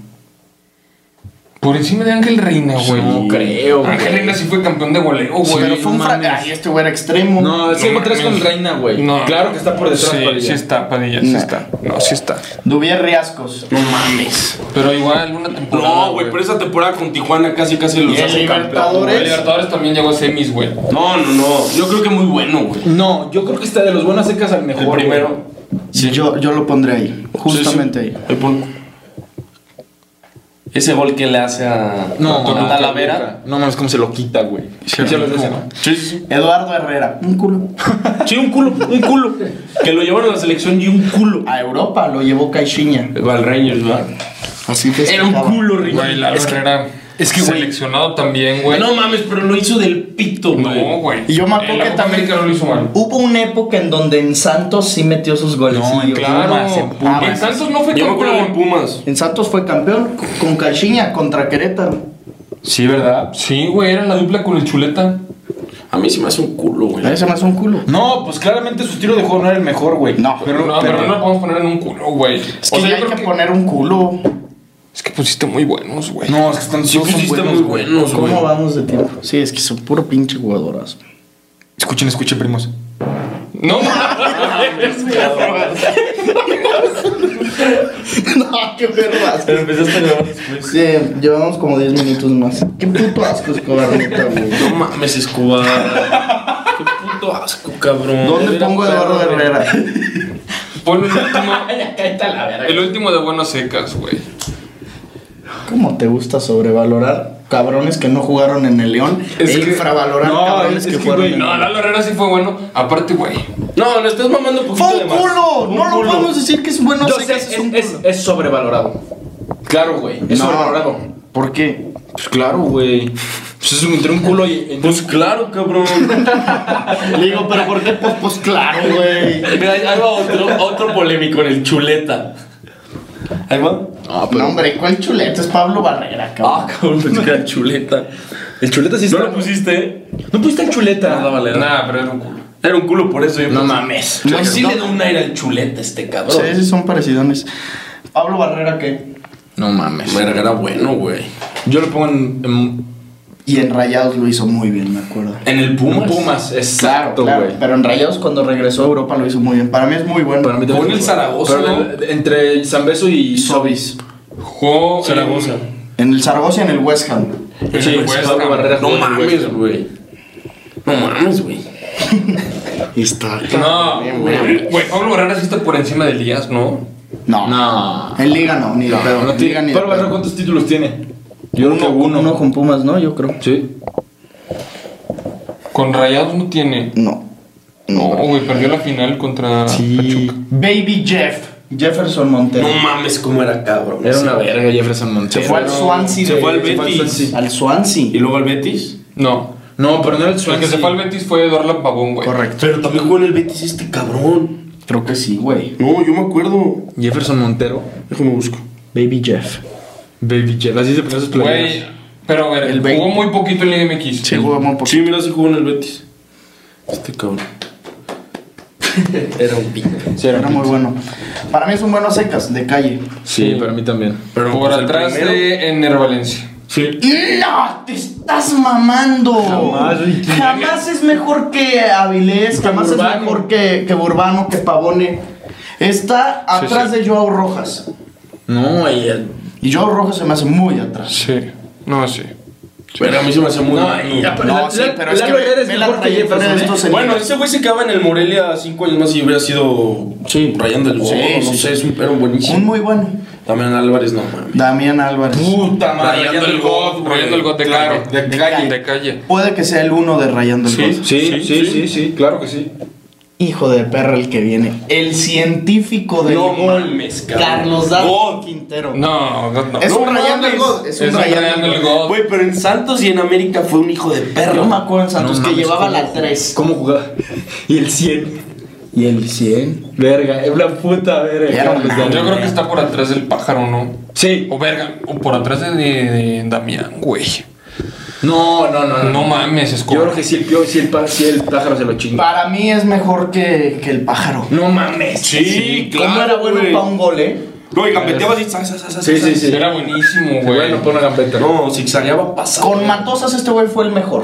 S2: Por encima de Ángel Reina, güey.
S4: No creo, güey.
S2: Ángel Reina sí fue campeón de goleo, güey.
S1: pero fue un
S4: no
S1: fracaso.
S4: mames.
S1: Ay, este güey era extremo.
S4: No, es que
S2: No
S4: hay tres con
S2: mames.
S4: Reina, güey.
S2: No.
S4: Claro que está por detrás
S2: Sí,
S4: Padilla.
S2: sí está, Padilla, sí
S1: No.
S2: está. No, sí está.
S1: Duvier Riascos.
S5: No mames.
S2: Pero igual, una temporada.
S5: No, güey, pero esa temporada con Tijuana casi casi
S1: Y
S5: los
S1: el
S5: hace campeón.
S2: El
S1: Libertadores.
S2: Libertadores también llegó a semis, güey.
S5: No, no, no. Yo creo que muy bueno, güey.
S4: No, yo creo que está de los buenas secas al mejor.
S5: El primero.
S1: Sí, yo, yo lo pondré ahí. Justamente
S5: Sí, sí.
S1: ahí.
S5: Ahí ponlo. Ese gol que le hace a
S4: güey. No,
S5: a
S4: no,
S5: Talavera.
S4: No mames, cómo se lo quita, güey.
S2: Sí,
S4: Ya lo
S2: no.
S4: ves, ¿no?
S5: Sí, sí, sí.
S1: Eduardo Herrera. Un culo.
S5: Sí, un culo, un culo. Que lo llevaron a la selección y un culo.
S1: A Europa lo llevó Caixinha.
S5: Va al Rangers, ¿verdad?
S1: Así te
S5: Era un culo,
S2: Güey, la
S5: Es que-
S2: Herrera.
S5: es que, güey-
S2: Seleccionado también, güey.
S5: No mames, pero lo hizo del pito, güey.
S2: No, güey.
S1: Y yo me
S2: En
S1: acuerdo
S2: la
S1: que
S2: Copa
S1: también.
S2: América no lo hizo mal.
S1: Hubo una época en donde en Santos sí metió sus goles.
S4: No, en
S2: Claro.
S1: en Pumas.
S2: Ah, En Santos no fue
S5: Yo me acuerdo de
S2: campeón.
S5: Pumas.
S1: En Santos fue campeón con Caixinha contra Querétaro.
S5: Sí, ¿verdad?
S2: Sí, güey, era la dupla con el chuleta.
S5: A mí sí me hace un culo, güey.
S1: A mí se me hace un culo.
S4: No, pues claramente su tiro de juego no era el mejor, güey.
S1: No.
S4: pero,
S2: no, pero,
S4: pero-
S2: no lo podemos poner en un culo, güey.
S1: Es que ya hay que, poner un culo.
S2: Es que pusiste muy buenos, güey.
S4: No, es que están
S5: Sí,
S4: todos son
S5: pusiste
S4: buenos,
S5: muy
S4: güey.
S5: buenos, güey.
S1: ¿Cómo vamos de tiempo? Sí, es que son puro pinche jugadoras.
S4: Escuchen, escuchen, primos.
S2: No,
S1: no, qué perro asco.
S5: empezaste a grabar después.
S1: Sí, llevamos como 10 minutos más. Qué puto asco es colar, neta, güey.
S5: No mames, Escobar. Qué puto asco, cabrón.
S1: ¿Dónde
S5: Era
S1: pongo a
S5: perro,
S1: Eduardo
S5: güey.
S1: Herrera?
S2: pon el último.
S4: la verga.
S2: El último de buenas secas, güey.
S1: ¿Cómo te gusta sobrevalorar cabrones que no jugaron en el León?
S4: Es
S1: e
S4: que-
S1: infravalorar
S4: No,
S1: cabrones
S4: es
S1: que
S4: que,
S1: fueron
S4: güey,
S1: en
S2: No,
S1: el
S2: Lalo Herrera sí fue bueno. Aparte, güey.
S5: No, le estás mamando un poquito
S1: ¡Fue
S5: de
S1: un
S5: más.
S1: culo!
S5: Fue
S1: No
S5: un
S1: lo
S5: culo.
S1: podemos decir que es bueno.
S4: Yo
S1: sé
S4: sé,
S1: que
S4: es, es- es sobrevalorado. Claro, güey. Es sobrevalorado.
S1: No, ¿Por qué?
S4: Pues claro, güey. Pues es entre un culo y. entre
S5: Pues claro, cabrón.
S1: Le digo, ¿pero por qué? Pues, pues claro, güey.
S5: Mira, ahí va otro, otro polémico en el chuleta. Ahí va.
S4: un- Ah,
S1: No, hombre, ¿cuál chuleta? Es Pablo Barrera,
S5: Ah,
S1: cabrón.
S5: cabrón, pensé que era chuleta.
S4: El chuleta sí
S5: ¿No
S4: está.
S5: lo pusiste? eh?
S4: No pusiste el chuleta.
S5: No, vale.
S2: Nada, pero era un culo.
S5: Era un culo por eso. Yo
S4: No
S5: pensé.
S4: mames.
S5: No, sí
S1: No.
S5: le da un aire al chuleta este cabrón.
S1: Sí, sí, son parecidones. Pablo Barrera, ¿qué?
S4: No mames.
S5: Verga, era bueno, güey.
S4: Yo lo pongo en, en-
S1: Y en Rayados lo hizo muy bien, me acuerdo.
S5: En el Pumas.
S4: en Pumas, exacto, güey.
S1: Pero en Rayados cuando regresó a Europa lo hizo muy bien. Para mí es muy bueno.
S4: Para mí también
S5: Pon el
S4: es-
S5: Zaragoza,
S4: pero
S5: ¿no?
S4: el- entre Zambeso y.
S1: Sobis.
S2: Jugó. en-
S5: Zaragoza.
S1: En el Zaragoza y en el West Ham.
S2: en
S4: Sí,
S2: el West
S4: Pablo
S2: Ham.
S4: Barrera.
S5: No
S4: Güey,
S5: mames, güey. No mames, güey.
S1: Está.
S2: No, güey, Pablo Barrera sí está por encima de Elías, ¿no?
S1: No.
S4: No.
S1: En Liga no, ni de pedo.
S4: No
S1: En
S4: tiene.
S1: Liga ni de
S4: Pero Barrera,
S1: pedo.
S4: ¿cuántos títulos tiene? Yo creo que
S1: uno,
S4: uno.
S1: uno con Pumas, ¿no? Yo creo.
S4: Sí.
S2: Con Rayados no tiene.
S1: No.
S2: No, güey, perdió la final contra.
S4: Sí.
S1: Baby Jeff. Jefferson Montero.
S5: No mames, cómo era cabrón.
S4: Era
S5: ese
S4: una
S5: güey.
S4: verga Jefferson
S1: se
S4: Montero.
S1: fue al Swansea.
S5: se
S1: de-
S5: fue al Betis.
S1: Swansea. Al Swansea.
S5: Y luego al Betis.
S2: No.
S4: No, pero no era
S2: El
S4: el
S2: que
S4: Swansea.
S2: se fue al Betis fue Dorlan Pavón, güey.
S1: Correcto.
S5: Pero también jugó en el Betis este cabrón.
S1: Creo que sí, güey.
S5: No, yo me acuerdo.
S4: Jefferson Montero.
S5: Déjame busco.
S1: Baby Jeff.
S4: Baby Jeff. Así se ponía sus
S2: Güey.
S4: playeras.
S2: Pero a ver,
S1: El
S2: jugó
S1: veinte.
S2: muy poquito en Liga MX.
S1: Sí, jugó muy poco.
S5: Sí, mira, sí jugó en el Betis. pues Este cabrón.
S4: Era un pico. Sí,
S1: Era muy bueno. Para mí es un bueno a secas, de calle.
S4: Sí, para mí también.
S5: Pero
S2: Por
S5: pues, el
S2: atrás
S5: primero-
S2: de Ener Valencia.
S5: Sí.
S1: ¡No! ¡Te estás mamando!
S4: Jamás, Ricky.
S1: Jamás es mejor que Avilés, jamás es
S4: Burbano.
S1: mejor que, que Burbano, que Pavone. Está
S2: Sí,
S1: atrás
S2: sí.
S1: de Joao Rojas.
S4: No, y el...
S1: Y Joao Rojas se me hace muy atrás.
S2: Sí. No, sí.
S5: Pero a mí se me hace muy.
S4: ya, pero
S1: No,
S4: la-
S1: sí,
S4: la-
S1: pero es
S4: la
S1: que
S4: verdad
S1: ve-
S4: es
S1: ve la
S4: mejor que
S1: trayectoria
S4: Jefferson,
S1: de
S4: ¿eh?
S1: estos
S5: Bueno,
S1: señores.
S5: ese güey se quedaba en el Morelia cinco años más y hubiera sido
S1: Sí.
S5: rayando el gol.
S1: Sí,
S5: no
S1: sí,
S5: sé, es un, era un buenísimo.
S1: Un muy bueno.
S5: También Álvarez, no mames.
S1: Damián Álvarez.
S4: ¿eh? Puta madre.
S2: Rayando el God,
S4: güey.
S2: rayando el God de
S4: Claro,
S2: calle.
S4: De calle.
S2: De calle.
S1: Puede que sea el uno de Rayando el Gol.
S4: Sí, sí,
S2: Sí,
S4: sí,
S2: sí.
S4: sí, claro que sí.
S1: Hijo de perra el que viene. El científico del
S5: No
S1: gol.
S5: mames, cabrón.
S1: Carlos Dato
S5: God.
S1: Quintero.
S2: No, no, no.
S1: Es
S2: No,
S1: un rayando el
S5: mames.
S1: God. Es un
S2: Es un
S1: rayando
S2: rayando
S1: el
S2: el
S1: God.
S2: God.
S5: Güey, pero en Santos y en América fue un hijo de
S1: Yo
S5: perro.
S1: me acuerdo en Santos
S4: No
S1: que
S4: mames,
S1: llevaba
S4: ¿cómo
S1: la
S4: jugó?
S1: 3.
S4: ¿Cómo jugaba? Y el 100.
S1: Y el 100.
S4: Verga, es la puta verga.
S1: Era
S4: Carlos
S1: una-
S4: Damián.
S2: Yo creo que está por atrás del pájaro, ¿no?
S4: Sí.
S2: O verga, o por atrás de, de- de Damián, güey.
S4: No, no, no, no.
S2: No mames, es
S4: Ah. Yo creo que si el pio, si el, pa- si el pájaro se lo chinga.
S1: Para mí es mejor que, que el pájaro.
S4: No mames.
S5: Sí, claro.
S1: ¿Cómo era bueno
S5: güey.
S1: para un gol, eh?
S5: No, y gambeteaba así. sa, sa, sa, sa,
S4: Sí,
S5: sa.
S4: sí, sí.
S2: Era buenísimo, güey.
S4: Bueno, pon una gambeta.
S5: No, zigzagueaba pasado.
S1: Con Matosas este güey fue el mejor.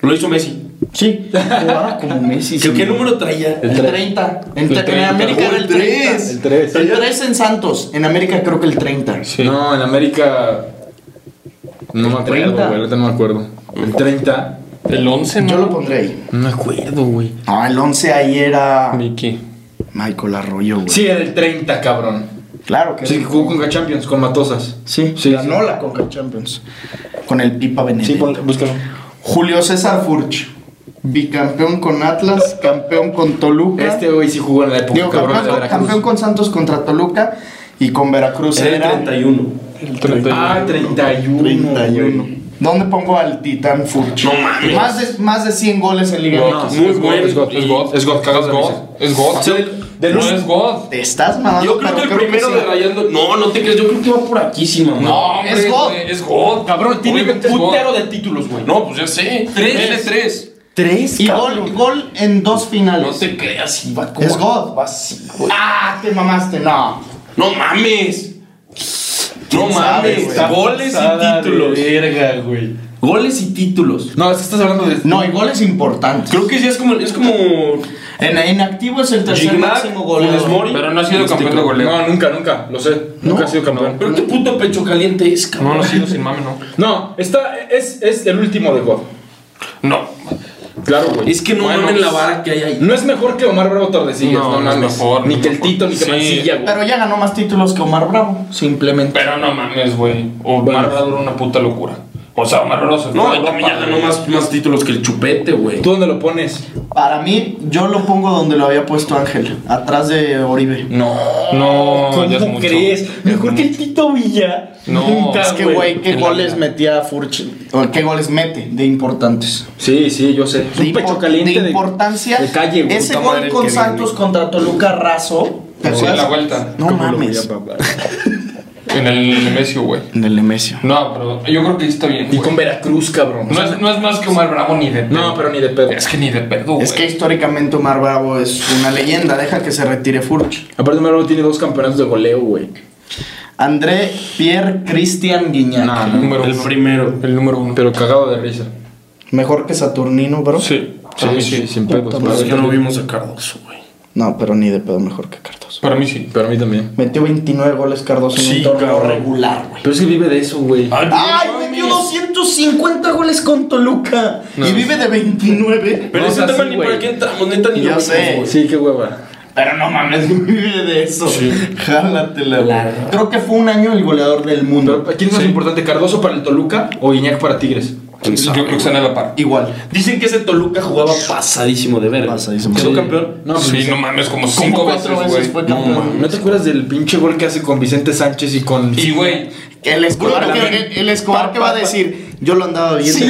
S5: Lo hizo Messi.
S1: Sí. Jugaba como Messi.
S5: ¿Qué,
S1: sí.
S5: qué número traía?
S1: El
S4: El tres.
S1: 30. En,
S4: El
S1: en
S4: 30.
S1: América
S5: Oh,
S1: era el
S5: el
S1: 30.
S5: tres.
S4: El 3.
S1: El 3 en Santos. En América creo que el 30.
S2: Sí.
S4: No, en América. No me acuerdo,
S1: 30.
S4: güey. Ahorita no me acuerdo. El 30.
S2: El 11, ¿no?
S1: Yo lo pondré ahí.
S4: No me acuerdo, güey.
S1: No, el 11 ahí era
S2: Vicky.
S1: Michael Arroyo, güey.
S4: Sí, era el 30, cabrón.
S1: Claro que
S4: Sí, que jugó con Champions, con Matosas.
S1: Sí,
S4: Sí,
S1: ganó
S4: sí.
S1: la Conca Champions con el Pipa Benedetto.
S4: búscalo.
S1: Julio César Furch, bicampeón con Atlas, campeón con Toluca.
S4: Este güey sí jugó en la época,
S1: digo,
S4: cabrón, de
S1: campeón, con,
S4: Veracruz.
S1: campeón con Santos contra Toluca y con Veracruz
S5: Era el
S1: era
S5: 31.
S2: El 31.
S4: Ah, 31.
S1: 31.
S4: güey.
S1: ¿Dónde pongo al Titán Furch?
S5: No mames.
S1: Más de, más de 100 goles en Liga
S4: No,
S1: MX.
S5: Muy
S4: es God,
S5: bueno.
S4: Es God, es God, es God, cagas
S2: Es
S4: de
S2: God.
S4: risa.
S2: Es God.
S4: O sea, del- del-
S2: no es God.
S1: Te estás mamando.
S5: Yo creo que
S1: pero
S5: el primero
S1: sí.
S5: de Rayando. No, no te crees. Yo creo que va por aquí, sí, mamá.
S2: No, hombre,
S1: es God.
S2: güey, Es God.
S4: Cabrón, tiene
S2: Obviamente es God.
S4: putero de
S5: títulos, güey. No, pues ya sé. Tres. Tiene tres.
S4: Tres,
S1: Y gol, gol en dos
S5: No
S1: finales.
S5: te creas, Iba. ¿cómo?
S1: es God. Vas- Ah, te mamaste. No.
S5: No mames. No
S1: sabe,
S5: mames.
S1: güey?
S5: Goles y títulos.
S4: Verga, güey.
S5: Goles y títulos.
S4: No, es que estás hablando de.
S1: No, y goles importantes.
S5: Creo que sí es como. Es como.
S1: En, en activo es el tercer
S5: Gignac,
S1: máximo
S5: Funes
S1: goleador.
S5: Mori.
S2: Pero no ha sido
S5: Este
S2: campeón de
S5: cabrón.
S2: goleo.
S4: No, nunca, nunca. Lo sé. Nunca ha sido campeón.
S5: Pero qué puto pecho caliente es,
S2: No,
S5: cabrón.
S2: no ha sido sin mame, no.
S4: No, está, es, es el último de God.
S2: No.
S4: Claro, güey.
S5: Es que no
S2: Bueno,
S5: mamen la vara que hay ahí.
S4: No es mejor que Omar Bravo Tordesillas.
S2: No,
S4: No,
S2: no es
S4: mames.
S2: mejor,
S4: Ni
S2: no
S4: que
S2: es
S4: el Tito, ni que
S2: mejor.
S4: Mancilla,
S2: Sí.
S4: güey.
S1: Pero ya ganó más títulos que Omar Bravo. Simplemente.
S2: Pero no mames, güey. Omar
S4: Bueno.
S2: Bravo era una puta locura. O sea, Omar Bravo se fue
S5: No,
S2: a
S5: y también
S2: Europa,
S5: ya ganó
S2: güey.
S5: más, más títulos que el chupete, güey.
S4: ¿Tú dónde lo pones?
S1: Para mí, yo lo pongo donde lo había puesto Ángel. Atrás de Oribe.
S4: No.
S2: No,
S4: ¿Cómo
S2: ya es mucho.
S4: crees? Mejor que el Tito Villa.
S2: No,
S4: Nunca,
S2: es
S1: Es que, güey, ¿qué
S2: en la
S1: goles
S2: vida.
S1: metía Furch? O, ¿Qué goles mete de importantes?
S4: Sí, sí, yo sé. Es
S1: De
S4: un pecho
S1: impor-
S4: caliente.
S1: De importancia.
S4: de calle, güey.
S1: Ese
S4: Puta
S1: gol
S4: madre,
S1: con
S4: qué bien,
S1: Santos
S4: güey.
S1: contra Toluca Razo. ¿te
S2: Sí, en
S1: acuerdas?
S2: la vuelta.
S1: No
S4: ¿Cómo lo
S1: mames.
S4: voy a papar?
S2: En el Nemesio, güey.
S1: En el Nemesio.
S2: No, pero yo creo que ahí está bien.
S4: Y
S2: güey.
S4: con Veracruz, cabrón.
S2: No es, no es más que Omar Bravo ni de pedo.
S4: No, pero ni de pedo.
S2: Es que ni de pedo, güey.
S1: Es que históricamente Omar Bravo es una leyenda. Deja que se retire Furch.
S4: Aparte, Omar Bravo tiene dos campeonatos de goleo, güey.
S1: André Pierre Christian Guiñac.
S4: No,
S2: el número
S5: El
S2: uno.
S5: primero.
S2: El número uno.
S4: Pero cagado de risa.
S1: Mejor que Saturnino, bro.
S2: sí,
S4: Sí,
S2: para mí
S4: sí,
S2: sí.
S4: sin pedos.
S1: Puta
S4: para
S5: Pues
S4: mí
S5: ya no
S4: también.
S5: vimos a Cardoso, güey.
S1: No, pero ni de pedo mejor que Cardoso.
S2: Para mí sí.
S4: Para mí también.
S1: Metió 29 goles Cardoso en
S5: Sí,
S1: un torneo
S5: cabrón.
S1: regular, güey.
S4: Pero es que vive de eso, güey.
S2: Ah,
S1: ¡Ay,
S5: no
S1: metió
S5: mames.
S1: 250 goles con Toluca!
S2: No.
S1: Y vive de 29.
S5: Pero
S4: No,
S5: ese
S4: o sea,
S5: tema
S4: sí,
S5: ni
S4: güey.
S5: para qué entramos, neta,
S1: Ya
S5: ni lo vimos,
S1: sé.
S5: güey.
S4: Sí, qué hueva.
S1: Pero no mames, vive de eso. Jálatela, güey. Creo que fue un año el goleador del mundo.
S4: Pero, ¿quién es más importante, Cardoso para el Toluca o Guiñac para Tigres?
S2: Yo creo que están a la par.
S1: Igual.
S5: Dicen que ese Toluca jugaba pasadísimo de verga.
S1: Pasadísimo.
S5: ¿Quedó
S1: Sí.
S5: campeón?
S4: No, pues,
S2: sí,
S4: sí.
S2: no mames, como
S1: Como
S2: cinco veces,
S1: cuatro veces
S2: güey.
S1: fue
S4: No,
S1: campeón.
S4: mames. ¿No te acuerdas del pinche gol que hace con Vicente Sánchez y con.
S2: Y, güey,
S1: El Escobar,
S5: Bruno
S1: que,
S5: también.
S1: el- el Escobar que va a decir, yo lo andaba viendo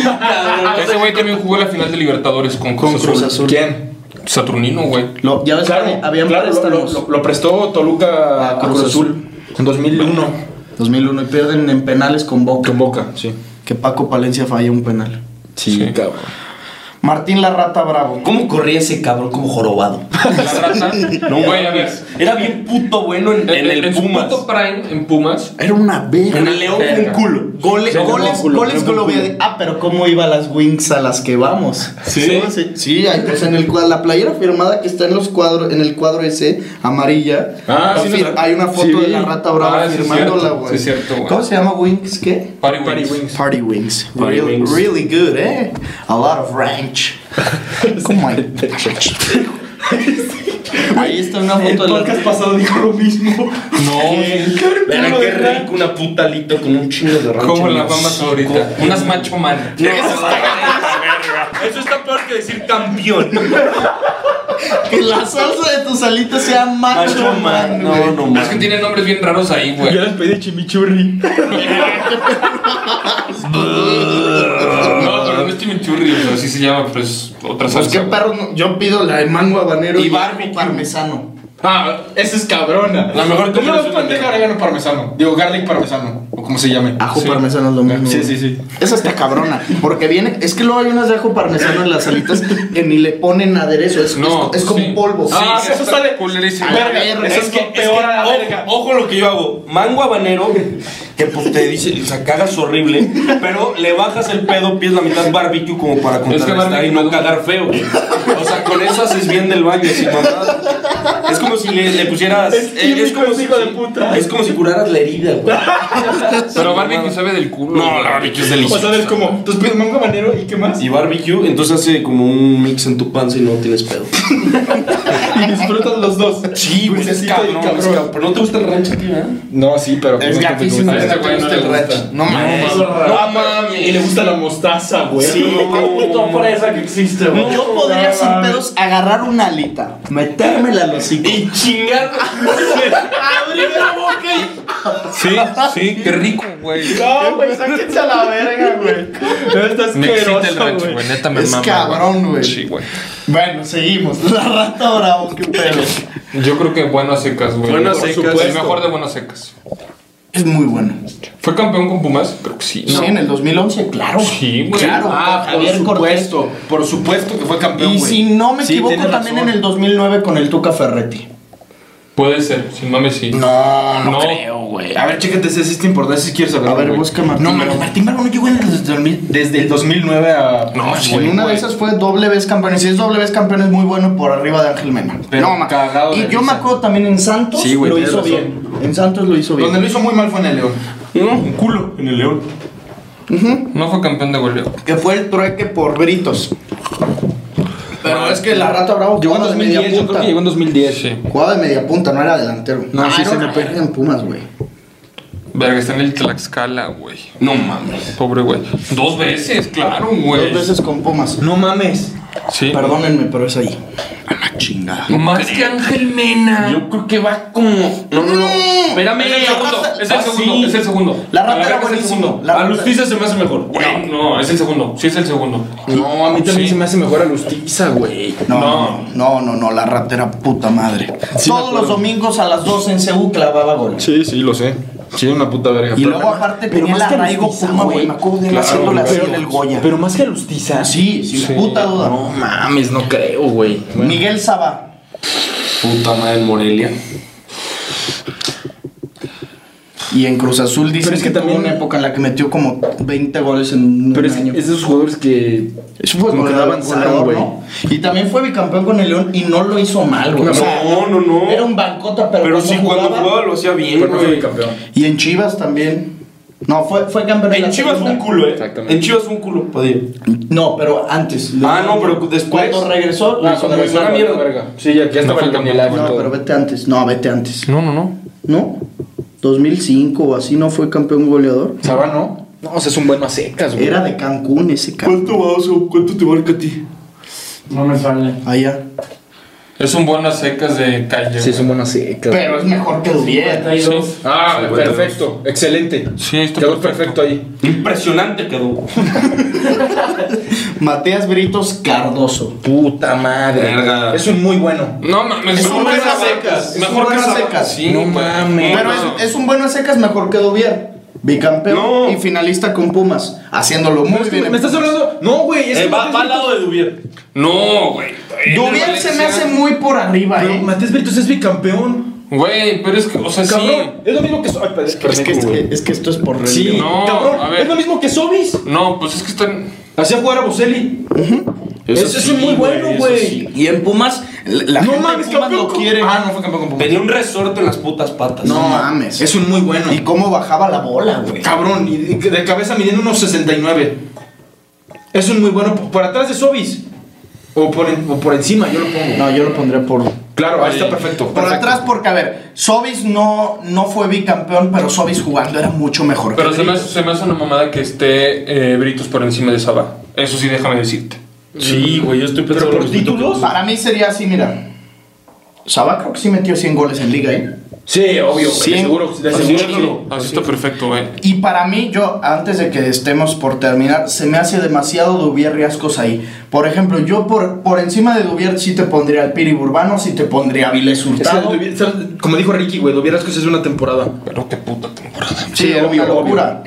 S2: ese güey también jugó la final de Libertadores con
S1: con
S2: Cruz
S1: Cruz
S2: Azul.
S1: Azul.
S4: ¿Quién?
S2: Saturnino, güey.
S1: Lo- ya ves,
S4: Claro,
S1: que habían
S4: claro, lo,
S1: préstamos.
S4: lo- lo- lo prestó Toluca a Cruz Azul en 2001
S1: 2001 y pierden en penales con Boca.
S4: con Boca, sí.
S1: Que Paco Palencia falla un penal.
S4: Sí,
S2: Sí.
S4: cabrón.
S1: Martín La Rata Bravo.
S5: ¿Cómo corría ese cabrón como jorobado?
S2: La rata. No, güey, a ver.
S5: Era bien puto bueno en, en el
S2: su
S5: Pumas.
S2: puto prime en Pumas.
S1: Era una verga.
S5: En el León fue un culo.
S1: Gole-
S4: Sí,
S1: goles,
S4: un culo,
S1: goles
S4: un culo.
S1: globia- Ah, pero cómo iba las wings a las que vamos.
S5: ¿Sí?
S1: sí. Sí, ahí, pues, en el cuadro, la playera firmada que está en los cuadros, en el cuadro ese, amarilla.
S4: Ah,
S1: la
S4: sí,
S1: fir-
S4: nos-
S1: hay una foto
S4: sí.
S1: de la rata brava
S2: Ah, sí es
S1: firmándola,
S2: cierto,
S1: güey.
S2: sí es cierto, güey.
S1: ¿Cómo se llama wings? ¿Qué?
S2: Party
S4: Party
S2: Wings.
S4: Wings.
S1: Party wings.
S5: Party
S1: really,
S5: wings.
S1: really good, eh? A lot of ranch. ¿Cómo hay? Ahí está una
S3: El
S1: foto de la
S3: podcast pasado dijo lo mismo.
S2: No.
S5: Verá qué rico una puta alito con un chingo de rancho.
S2: Como la
S5: en el
S2: fama
S5: hocico.
S2: ahorita. Unas macho man.
S5: No, eso, está, eso está peor que decir campeón.
S1: Que la salsa de tus alitas sea macho, man, güey.
S5: no, no,
S2: Es que tienen nombres bien raros ahí, güey.
S4: Yo les pedí chimichurri.
S2: No, pero no es chimichurri, o sea, así se llama, pero es otra
S1: Pues qué
S2: salsa.
S1: perro, no- yo pido la de mango habanero
S2: Y
S1: barbe
S2: barbecue.
S1: parmesano.
S4: Ah, esa es cabrona.
S2: La mejor
S4: ¿Cómo
S2: combinación
S4: vas a dejar orégano parmesano? Digo, garlic parmesano. O como se llame.
S1: Ajo
S4: Sí.
S1: parmesano es lo mismo.
S4: Sí,
S1: güey.
S4: sí, sí.
S1: Esa está cabrona, porque viene, es que luego hay unas de ajo parmesano en las alitas que ni le ponen aderezo, es,
S2: No,
S1: es, es como
S2: sí.
S1: un polvo.
S2: Ah,
S1: Sí,
S2: eso
S1: sí.
S2: sale culerísimo.
S1: A la verga,
S5: Es
S1: eso
S5: que, es que, ojo, ojo lo que yo hago. Mango habanero, que pues te dice, o sea, cagas horrible, pero le bajas el pedo, pies la mitad barbecue como para contrarrestar
S2: barbecue
S5: y no
S2: no-
S5: cagar feo. O sea, con eso haces bien del baño, sin mamada. Es como si le, le pusieras. eh,
S3: Es químico, es hijo de
S5: sí,
S3: puta.
S5: Es como si curaras la herida, güey.
S2: Pero barbecue sabe del culo.
S5: No, la barbecue es
S4: O
S5: deliciosa.
S4: sea, es como, entonces pides mango habanero y qué más.
S5: Y barbecue, entonces hace como un mix en tu panza y no tienes pedo.
S4: Y disfrutas los dos.
S5: Sí, güey, es
S4: Dulcecito y
S5: cabrón, es cabrón. Pero no te gusta el rancho, tío, ¿eh?
S4: No, sí, pero.
S1: Es gatísimo,
S2: A este
S1: no te
S2: güey no
S1: gusta
S2: le
S1: el
S2: gusta.
S1: ranch. No mames.
S3: No,
S2: mames.
S3: Y le gusta la mostaza, güey.
S5: Sí,
S3: Sí,
S5: no.
S3: puto fresa que existe, güey.
S1: Yo podría sin pedos agarrar una alita, metérmela al hocico.
S5: Y chingar.
S1: abrir la boca y
S2: Sí, sí, qué rico, güey.
S3: No, güey, sáquense a la verga, güey. No, está
S2: Me excita el rancho,
S3: asqueroso, güey.
S2: güey. Neta me
S1: Es
S2: mama.
S1: cabrón, güey.
S2: Sí, güey.
S1: Bueno, seguimos. La rata bravo, qué pedo.
S2: Yo creo que Buenas Secas, güey.
S5: Buenas
S2: Por
S5: Secas.
S2: supuesto. El mejor de Buenas Secas.
S1: Es muy bueno.
S2: ¿Fue campeón con Pumas? Creo que sí.
S1: Sí, en el 2011, claro.
S2: Sí, güey.
S1: Claro,
S4: Ah,
S1: con
S4: por
S1: Javier Cortés.
S4: supuesto. Por supuesto que fue campeón.
S1: Y
S4: güey.
S1: si no me
S4: Sí,
S1: equivoco,
S4: tienes
S1: también
S4: razón.
S1: en el 2009 con el Tuca Ferretti.
S2: Puede ser, sin mames, sí.
S1: No,
S2: No.
S1: güey.
S4: A ver, chécate si es importante si quieres saber.
S1: Ah, A ver,
S4: güey.
S1: busca Martín.
S4: No, mames, Martín Bravo no llegó en el 2000 desde el 2009 a. pues,
S2: No, sí,
S1: en una
S2: güey.
S1: de esas fue doble vez campeón. Y si es doble vez campeón, es muy bueno por arriba de Ángel Mena.
S4: Pero
S1: no, ma-
S4: cagado de
S1: Y yo me
S4: risa.
S1: acuerdo también en Santos
S4: Sí, güey,
S1: lo
S4: tienes
S1: hizo
S4: razón.
S1: bien. En Santos lo hizo bien.
S4: Donde lo hizo muy mal fue en el León.
S5: No, un culo en el león.
S2: No fue campeón de goleo.
S1: Que fue el trueque por gritos. Pero es que la rata bravo
S4: Llegó en
S1: jugaba de media
S4: 2010, yo creo
S1: punta.
S4: que llegó en 2010.
S2: Sí.
S1: Jugaba de media punta, no era delantero. Ah,
S4: No, sí,
S1: era
S4: se
S1: una
S4: me pega.
S1: verga en Pumas, güey.
S2: Verga, está en el Tlaxcala, güey.
S5: No mames.
S2: Pobre güey. Dos veces, claro,
S1: Dos
S2: güey.
S1: veces con Pumas.
S4: No mames.
S2: Sí.
S1: Perdónenme, pero es ahí. A la chingada.
S2: Más que Ángel Mena.
S5: Yo creo que va como. No, no, no.
S2: Espérame, es el segundo. Es el
S5: Ah,
S2: segundo.
S5: sí.
S2: Es el segundo.
S1: La rata
S2: A la
S1: era
S2: verga, es el
S1: buenísimo.
S2: segundo.
S1: La
S5: a
S1: rata-
S5: Lustiza se me hace mejor.
S2: Güey, no, es el segundo. Sí, es el segundo.
S4: No, a mí también
S2: Sí.
S4: se me hace mejor a Lustiza, güey.
S1: No,
S2: No.
S1: no, no, no, no, la rata era puta madre. Todos los domingos a las 12 en CU clavaba gol.
S4: Sí, sí, lo sé. Sí, una puta verga.
S1: Y luego aparte tenía el arraigo Puma, güey. Me acuerdo de él
S4: Claro,
S1: haciéndole así
S4: pero-
S1: en el Goya.
S4: Pero más que a Lustiza.
S1: Ah, sí, sin
S2: Sí.
S1: puta duda.
S4: No mames, no creo, güey.
S1: Miguel Sabá.
S5: Puta madre en Morelia.
S1: Y en Cruz Azul dicen
S4: Pero es
S1: que,
S4: que también-
S1: tuvo una época en la que metió como 20 goles en un
S4: Pero es,
S1: año.
S4: es de esos jugadores que.
S1: Eso fue
S4: como
S1: con
S4: que
S1: el
S4: no avanzaron,
S1: goleador,
S4: güey.
S1: ¿no? Y también fue bicampeón con el León y no lo hizo mal, güey.
S4: No,
S1: O sea,
S5: no, no, no.
S1: Era un bancota, pero,
S5: Pero
S1: cuando
S5: sí, cuando
S1: jugaba-
S5: jugaba lo hacía bien,
S4: Pero no fue
S5: güey.
S4: campeón.
S1: Y en Chivas también. No, fue, fue campeón
S5: En
S1: la
S5: Chivas fue
S1: segunda.
S5: un culo, eh.
S4: Exactamente.
S5: En Chivas fue un culo, Padilla.
S1: No, pero antes.
S5: Ah, no, pero después.
S1: Cuando regresó, lo
S4: Ah,
S1: hizo
S4: cuando
S1: muy
S4: regresó
S1: mal.
S5: la
S4: a
S5: mierda.
S4: verga. Sí, ya que
S2: No
S4: estaba
S2: fue
S4: en el
S2: campeón.
S4: Mundial y
S1: No,
S4: todo.
S1: pero vete antes. No, vete antes.
S2: No, no, no.
S1: ¿No? 2005 o así no fue campeón goleador.
S4: Sabá no. No, o sea, es un bueno a secas, güey.
S1: Era de Cancún ese cabrón.
S5: ¿Cuánto va, oso? ¿Cuánto te marca a ti?
S3: No me sale.
S1: Allá.
S2: Es un buen a secas de calle.
S4: Sí, es un
S2: güey.
S4: bueno a secas.
S1: Pero es mejor que Dubier.
S3: 52.
S2: Sí.
S4: Ah,
S5: Sí, bueno,
S4: perfecto. Excelente.
S2: Sí, está
S4: Quedó
S2: perfecto.
S4: perfecto ahí.
S5: Impresionante quedó.
S1: Mateas Britos Cardoso.
S4: Puta madre.
S5: Verga.
S4: Es un muy bueno.
S2: No mames,
S1: Es un
S2: mejor
S1: buen
S2: que
S1: a
S2: Saba-
S1: secas, es un
S2: Mejor que
S1: buen a
S2: Saba-
S1: secas.
S2: Sí,
S4: No
S2: güey.
S4: mames.
S1: Pero es, es un bueno a secas mejor que Dubier. Bicampeón
S5: No.
S1: y finalista con Pumas. Haciéndolo muy bien. en
S4: ¿Me estás
S1: Pumas.
S4: hablando? No, güey. Es
S5: Eh,
S4: que
S5: va,
S4: Matías
S5: va al
S4: Britos-
S5: lado de Dubier.
S2: No, güey. En el
S1: Dubier se me
S2: Valencia-
S1: hace muy por arriba,
S4: Pero
S1: eh.
S4: Matías Britos es bicampeón.
S2: Güey, pero es que, o sea,
S4: Cabrón.
S2: sí.
S4: Es lo mismo que. Ay, perdón,
S1: Es que,
S4: güey.
S1: es que esto es por
S4: Sí,
S1: religión.
S2: No,
S4: cabrón.
S2: a ver.
S4: Es lo mismo que Sobis.
S2: No, pues es que están.
S4: Hacía jugar a Boselli. Eso,
S5: Eso
S4: es
S5: sí,
S4: un muy bueno,
S5: eso
S4: güey.
S5: sí.
S1: Y en Pumas, la
S4: No
S1: gente
S4: mames,
S1: de Pumas
S4: campeón.
S1: lo
S4: con-
S1: quiere.
S4: Ah, no fue campeón con Pumas.
S5: Tenía un resorte en las putas patas.
S1: No mames.
S4: Es un muy bueno.
S1: Y cómo bajaba la bola, güey.
S4: Cabrón, y de de cabeza midiendo unos 69. Es un muy bueno por, por atrás de Sobis. O por, en- o por encima, yo lo pongo.
S1: No, yo lo pondré por.
S4: Claro, ahí
S5: Oye,
S4: está perfecto.
S1: Por
S4: perfecto.
S1: atrás, porque a ver, Sobis no, no fue bicampeón, pero Sobis jugando era mucho mejor.
S2: Pero
S1: que
S2: se me, hace,
S1: Britos.
S2: se me hace una mamada que esté eh, Britos por encima de Saba. Eso sí, déjame decirte.
S5: Sí, güey, yo estoy pensando.
S4: Pero por
S5: lo mismo que
S4: títulos.
S5: tú.
S1: Para mí sería así, mira. Saba creo que sí metió 100 goles en liga, ¿eh?
S4: Ah. Sí, Ah, obvio.
S1: Sí.
S4: de seguro, de
S2: Así,
S4: seguro.
S2: sí, así está perfecto, güey.
S1: Y para mí, yo, antes de que estemos por terminar, se me hace demasiado Dubier Riascos ahí. Por ejemplo, yo por, por encima de Dubier sí te pondría al Piri Urbano, sí te pondría a Viles
S4: Es que
S1: Hurtado.
S4: Dubier- ¿sabes? como dijo Ricky, güey, lo vieras que es una temporada.
S2: Pero qué puta temporada.
S1: Sí, era una locura.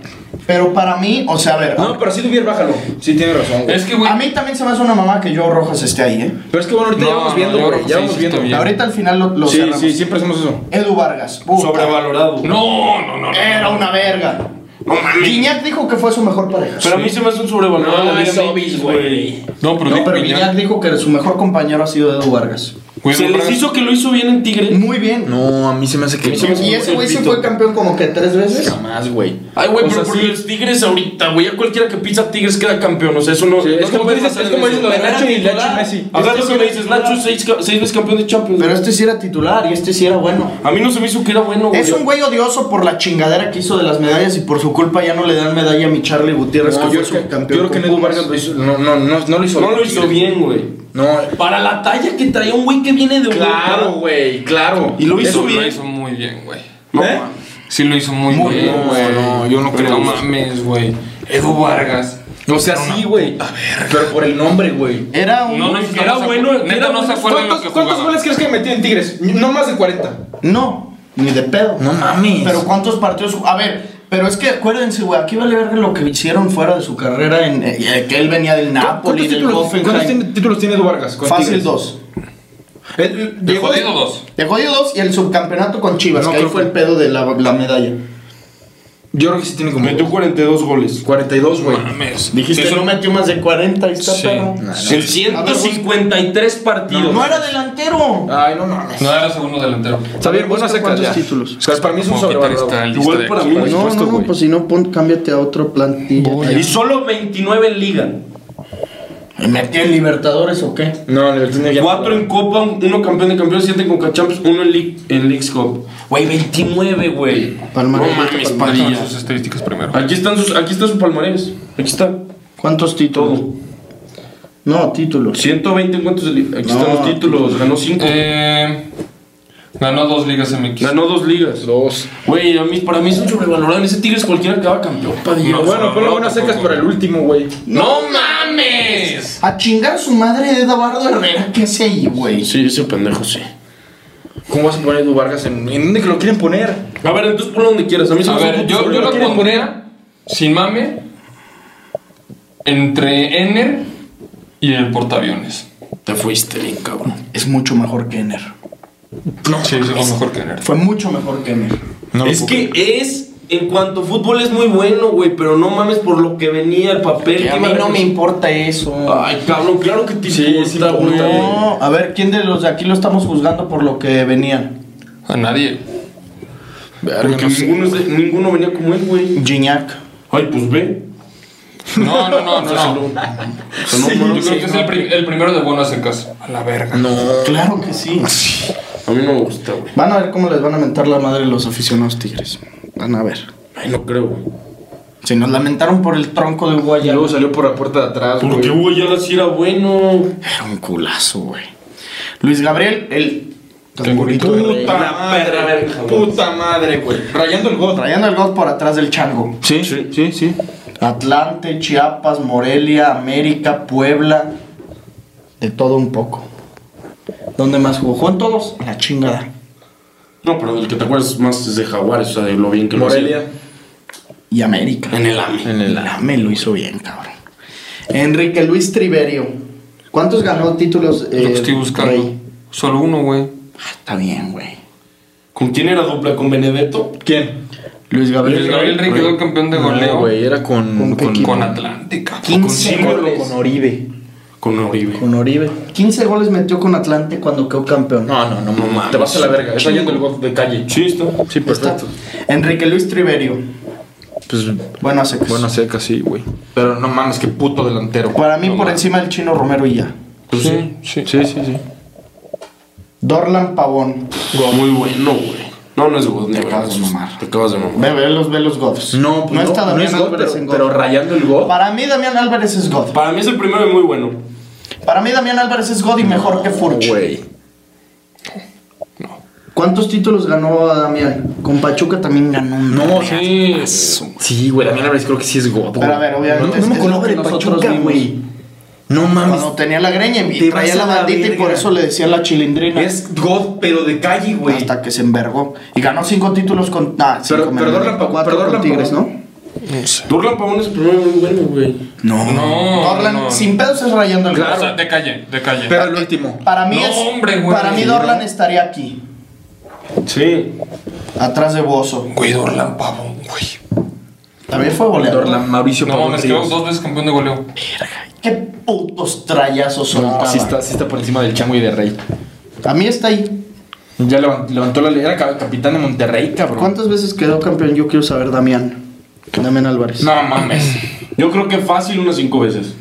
S1: Pero para mí, o sea, a ver,
S4: No, pero sí Dubier, bájalo. Sí, tiene razón, güey.
S2: Es que, güey.
S1: a mí también se me hace una mamá que Joe Rojas esté ahí, ¿eh?
S4: Pero es que bueno, ahorita
S2: No,
S4: ya vamos
S2: no,
S4: viendo,
S2: yo
S4: güey.
S2: creo que
S4: Ya
S2: sí,
S4: vamos
S2: sí
S4: viendo.
S2: está bien.
S1: Ahorita al final lo, lo
S4: Sí,
S1: cerramos.
S4: sí, siempre hacemos eso.
S1: Edu Vargas. puta.
S5: Sobrevalorado.
S2: No, no, no. no.
S1: Era una verga.
S5: No mames.
S1: Guiñac dijo que fue su mejor pareja.
S5: Pero a mí se me hace un sobrevalorado.
S4: No,
S5: la Liga
S4: Ah, es obvio,
S5: MX,
S4: güey.
S2: No, pero,
S1: No,
S2: dijo
S1: pero
S2: Guiñac.
S1: Guiñac dijo que su mejor compañero ha sido Edu Vargas.
S2: Güey,
S5: Se
S2: no,
S5: les
S2: pero-
S5: hizo que lo hizo bien en Tigre.
S1: Muy bien.
S4: No, a mí se me hace que.
S1: Y ese güey se fue campeón como que tres veces.
S4: Jamás, güey.
S5: Ay, güey,
S4: O
S5: pero
S4: sea,
S5: por
S4: sí.
S5: los Tigres ahorita, güey, ya cualquiera que pisa Tigres queda campeón. O sea, eso no.
S4: Sí,
S5: no te
S4: es como
S5: puedes
S4: dices- es
S5: basar
S4: como
S5: en
S4: dices lo
S5: eso.
S4: de Nacho y
S5: Era
S4: Nacho y
S5: titular. A
S4: Messi.
S5: ver
S4: Este
S5: lo
S4: sí
S5: que me
S4: era
S5: dices, Nacho es seis, ca- seis veces campeón de Champions.
S1: Pero
S5: güey.
S1: este sí era titular y este sí era bueno.
S5: A mí no se me hizo que era bueno, güey.
S1: Es un güey odioso por la chingadera que hizo de las medallas y por su culpa ya no le dan medalla a mi Charlie Gutiérrez
S4: No,
S1: que
S4: yo
S1: fue
S4: creo que, yo
S1: subcampeón
S4: creo que
S1: con
S4: Neto
S1: Pumas.
S4: Vargas lo hizo. No, no, no, no lo hizo
S5: No lo hizo bien, güey.
S4: No,
S5: Para la talla que traía un güey que viene de
S4: claro,
S5: Europa.
S4: güey, claro.
S5: Y lo hizo
S2: Eso lo
S5: bien.
S2: hizo muy bien, güey.
S5: No,
S4: ¿Eh?
S5: mames.
S2: Sí lo hizo muy,
S4: Muy
S2: bien,
S4: bien,
S2: güey.
S4: no, yo no
S2: Pero
S4: creo
S2: No
S4: eso.
S2: mames, güey. Edu Vargas.
S4: O sea, sí, güey. Pero por el nombre, güey.
S1: Era un.
S2: No, no,
S5: Era bueno,
S2: Neta,
S5: era
S2: no se
S5: bueno.
S2: acuerdan lo
S4: ¿Cuántos,
S2: que
S4: cuántos
S2: jugaba.
S4: goles crees que metió en Tigres? No más de 40.
S1: No, ni de pedo.
S4: mames.
S1: Pero cuántos partidos. A ver, pero es que acuérdense, güey, aquí vale verga lo que hicieron fuera de su carrera. En, eh, que él venía del Napoli, del
S4: ¿Cuántos títulos, ¿cuántos tiene-
S1: Hoffenheim.
S4: títulos tiene Edu Vargas? con
S1: Fácil
S4: Tigres? Eh,
S1: dos.
S4: Él- él
S2: De
S4: llegó de-
S2: jodido dos.
S1: De jodido dos y el subcampeonato con Chivas,
S4: No,
S1: que ahí
S4: creo
S1: fue
S4: que-
S1: el pedo de la, la medalla.
S4: Yo creo que sí tiene como
S5: Metió 42 goles.
S4: 42, güey.
S2: Mames.
S1: Dijiste,
S2: Sí,
S1: no metió más de 40, ahí está,
S2: Sí.
S1: perro.
S2: No,
S5: En 153 partidos.
S1: No era delantero.
S4: Ay, no mames.
S2: No era segundo delantero.
S4: Está bien, buenas
S1: Busca
S4: secas
S1: cuántos
S4: ya.
S1: títulos.
S4: O sea, para mí es un
S2: Como quitar
S4: sobrevalorado.
S2: esta lista
S5: Igual
S2: de
S5: para
S2: aquí.
S5: mí, güey.
S1: No, no, no, pues si no, pon, cámbiate a otro plantilla.
S5: Y solo 29 en liga.
S1: ¿Metió en Libertadores o qué?
S4: No, de verdad, ya-
S5: 4 en Copa, uno campeón de campeones, 7 en Conca Champions, 1 en, League- en League's Cup. Güey, 29, güey.
S1: Palmarés,
S5: No mames,
S1: palmarés.
S2: Págame
S5: Padilla.
S2: sus estadísticas primero.
S5: Aquí, están sus, aquí está su palmarés. Aquí está
S1: ¿Cuántos títulos?
S5: todo.
S1: No, títulos.
S5: 120 encuentros de liga. Aquí
S1: No.
S5: están los
S4: pues,
S5: títulos. Ganó 5.
S2: Eh, ganó dos ligas MX.
S5: Ganó 2 ligas.
S4: Dos.
S5: Güey, a mí, para mí es un sobrevalorado. En ese Tigres cualquiera que va campeón, Padilla.
S2: No,
S4: bueno, ponlo
S2: no,
S4: buenas
S2: tampoco.
S4: secas para el último, güey.
S5: ¡No mames!
S1: A chingar a su madre de Eduardo Herrera, ¿qué hace ahí, güey?
S5: Sí, ese pendejo, sí.
S4: ¿Cómo vas a poner a Edu Vargas en, en dónde que lo quieren poner?
S5: A ver, entonces ponlo donde quieras. A mí se
S2: A
S5: me hace un
S2: ver,
S5: puto
S2: yo, yo lo
S5: sobrevalorado.
S2: pondría sin mame entre Ener y el portaaviones.
S5: Te fuiste bien, cabrón.
S1: Es mucho mejor que Ener.
S2: No, sí, eso es mejor que Ener.
S1: Fue mucho mejor que Ener.
S5: es que es, en cuanto a fútbol, es muy bueno, güey, pero no mames por lo que venía el papel.
S1: Que
S5: que
S1: a
S5: iba
S1: mí no me
S5: representar.
S1: importa eso.
S5: Ay, cabrón, claro que te
S4: Sí, sí
S5: importa, güey.
S4: importa, güey.
S1: No, a ver, ¿quién de los de aquí lo estamos juzgando por lo que venían?
S2: A nadie.
S5: Porque ninguno, es de- ninguno venía como él, güey.
S1: Gignac.
S5: Ay, pues ve.
S2: No, no, no, no. no. Yo
S5: no, mames,
S2: creo que es el, pri- el primero de buenas secas. A la verga.
S1: Claro que sí.
S5: A mí no me gusta, güey.
S1: Van a ver cómo les van a mentar la madre los aficionados tigres. Van a ver.
S5: Ay, no creo, güey.
S1: Si nos lamentaron por el tronco de Hugo
S4: Y
S1: Ayala.
S4: luego salió por la puerta de atrás, güey.
S5: Porque Hugo ya sí era bueno.
S1: Era un culazo, güey. Luis Gabriel, el.
S2: Cangurito
S1: de rey.
S4: Puta madre, puta madre, güey. Rayando el God.
S1: Trayendo el gol por atrás del chango.
S4: Sí, sí, sí, sí.
S1: Atlante, Chiapas, Morelia, América, Puebla. De todo un poco. ¿Dónde más jugó? Jugó en todos. En La chingada.
S5: No, pero el que te acuerdas más es de Jaguares, o sea, de lo bien que lo
S4: Morelia.
S1: Y América.
S5: hacía. En el AME.
S4: En el A.
S1: Me lo hizo bien, cabrón. Enrique Luis Triverio. ¿Cuántos ganó títulos? eh,
S2: Lo que estoy buscando.
S1: Rey?
S2: Solo uno, güey.
S1: Ah, Está bien, güey.
S5: ¿Con quién era dupla? ¿Con Benedetto?
S4: ¿Quién?
S1: Luis Gabriel.
S2: Luis Gabriel Rey quedó campeón de goleo.
S4: No, güey, era
S1: ¿Con
S4: con.
S1: qué equipo?
S2: Con Atlántica.
S1: 15 goles. Con Oribe.
S5: Con Oribe.
S1: Con Oribe. 15 goles metió con Atlante cuando quedó campeón.
S4: No, no, no,
S5: No mames.
S4: Te vas a la verga. Es rayando el God de calle.
S5: Sí, está.
S4: Sí,
S1: Está.
S4: perfecto.
S1: Enrique Luis Triverio.
S4: Pues
S1: Bueno, hace
S4: bueno, seca, sí, güey. Pero no mames, qué puto delantero.
S1: Para mí,
S4: No
S1: por
S4: mames.
S1: encima, el chino Romero y ya.
S4: Pues sí, sí,
S2: Sí,
S4: sí, sí. sí.
S1: Dorlan Pavón.
S5: Muy bueno, güey. No, no es God,
S1: Te
S5: güey.
S1: acabas de mamar.
S5: Te acabas de mamar.
S1: Ve, ve los, ve los gods.
S4: No, pues no,
S1: está
S4: no
S1: Damián
S4: es God,
S1: Álvarez
S4: pero-
S1: en God.
S4: pero rayando el God.
S1: Para mí, Damián Álvarez es God.
S5: Para mí es el primero y muy bueno.
S1: Para mí, Damián Álvarez es God y mejor que Furch.
S4: Güey.
S1: ¿Cuántos títulos ganó Damián? Con Pachuca también ganó un
S4: No,
S1: real.
S4: sí. Sí, güey, Damián Álvarez creo que sí es God, güey.
S1: Pero a ver, obviamente
S4: No,
S1: es
S4: no me
S1: que es lo
S4: acuerdo
S1: que
S4: de
S1: nosotros
S4: Pachuca,
S1: vimos.
S4: güey. No mames.
S1: Cuando tenía la greña y
S4: Te
S1: traía
S4: vas
S1: la
S4: a la
S1: bandita y por
S4: verga.
S1: eso le decían la chilindrina.
S4: Es God, pero de calle, güey.
S1: Hasta que se envergó. Y ganó cinco títulos con. Ah,
S4: Pero-
S1: cinco,
S4: pero
S1: me
S4: Dorlan
S1: enredé.
S4: Pavón-
S1: Cuatro
S4: pero
S1: con
S4: Dorlan
S1: Tigres, ¿no?
S4: Pavón-
S5: Durlan Pavón es el primero y muy bueno, güey.
S1: No.
S2: No,
S1: Dorlan,
S2: no, no.
S1: sin pedos es rayando el
S4: Claro.
S2: O
S1: gol.
S2: sea, de calle, de calle.
S4: Pero el último.
S1: Para mí
S2: No,
S1: es.
S2: hombre, güey.
S1: para mí, Dorlan estaría aquí.
S5: Sí.
S1: Atrás de Bozo.
S2: Güey, Dorlan Pavón, güey.
S1: También fue goleador.
S4: Dorlan Mauricio
S2: No
S4: Pavón
S2: mames, quedó
S4: Ríos.
S2: dos veces campeón de goleo.
S1: Qué putos trallazos
S4: No,
S1: soltaba.
S4: sí está, sí está por encima del chango y de Rey.
S1: A mí está ahí.
S4: Ya levan- levantó la ley. Era ca- capitán de Monterrey, cabrón.
S1: ¿Cuántas veces quedó campeón? Yo quiero saber, Damián. Damián Álvarez.
S4: No mames.
S5: Yo creo que fácil unas cinco veces.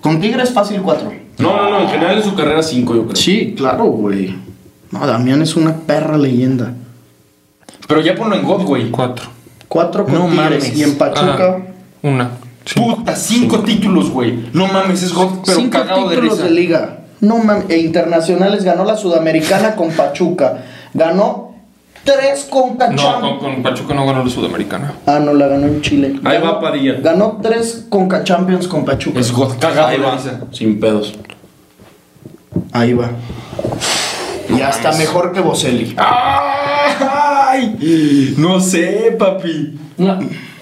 S1: Con Tigres fácil cuatro.
S5: No, no, no. En general en su carrera cinco, yo creo.
S1: Sí, claro, güey. No, Damián es una perra leyenda.
S4: Pero ya ponlo en God, güey.
S2: Cuatro.
S1: Cuatro con
S4: No
S1: Tigres
S4: mames.
S1: y en Pachuca.
S2: Ajá. Ah, Una.
S4: Puta, cinco títulos, güey. No mames, es God, pero
S1: cinco
S4: cagado de
S1: títulos
S4: risa.
S1: de, liga. No mames. E internacionales ganó la Sudamericana con Pachuca. Ganó tres con
S2: No,
S1: Cacham.
S2: con, con Pachuca no ganó la Sudamericana.
S1: Ah, no, la ganó en Chile.
S5: Ahí
S1: Ganó-
S5: va Padilla.
S1: Ganó tres Conca Champions con Pachuca.
S4: es God, cagado
S5: Ahí
S4: de
S5: va.
S4: risa.
S5: Sin pedos.
S1: Ahí va. Y hasta mejor que Boselli.
S4: ¡Ay! No sé, papi.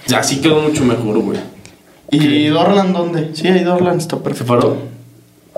S5: Ya sí quedó mucho mejor, güey.
S1: ¿Y Dorlan dónde? Sí, ahí Dorlan está perfecto.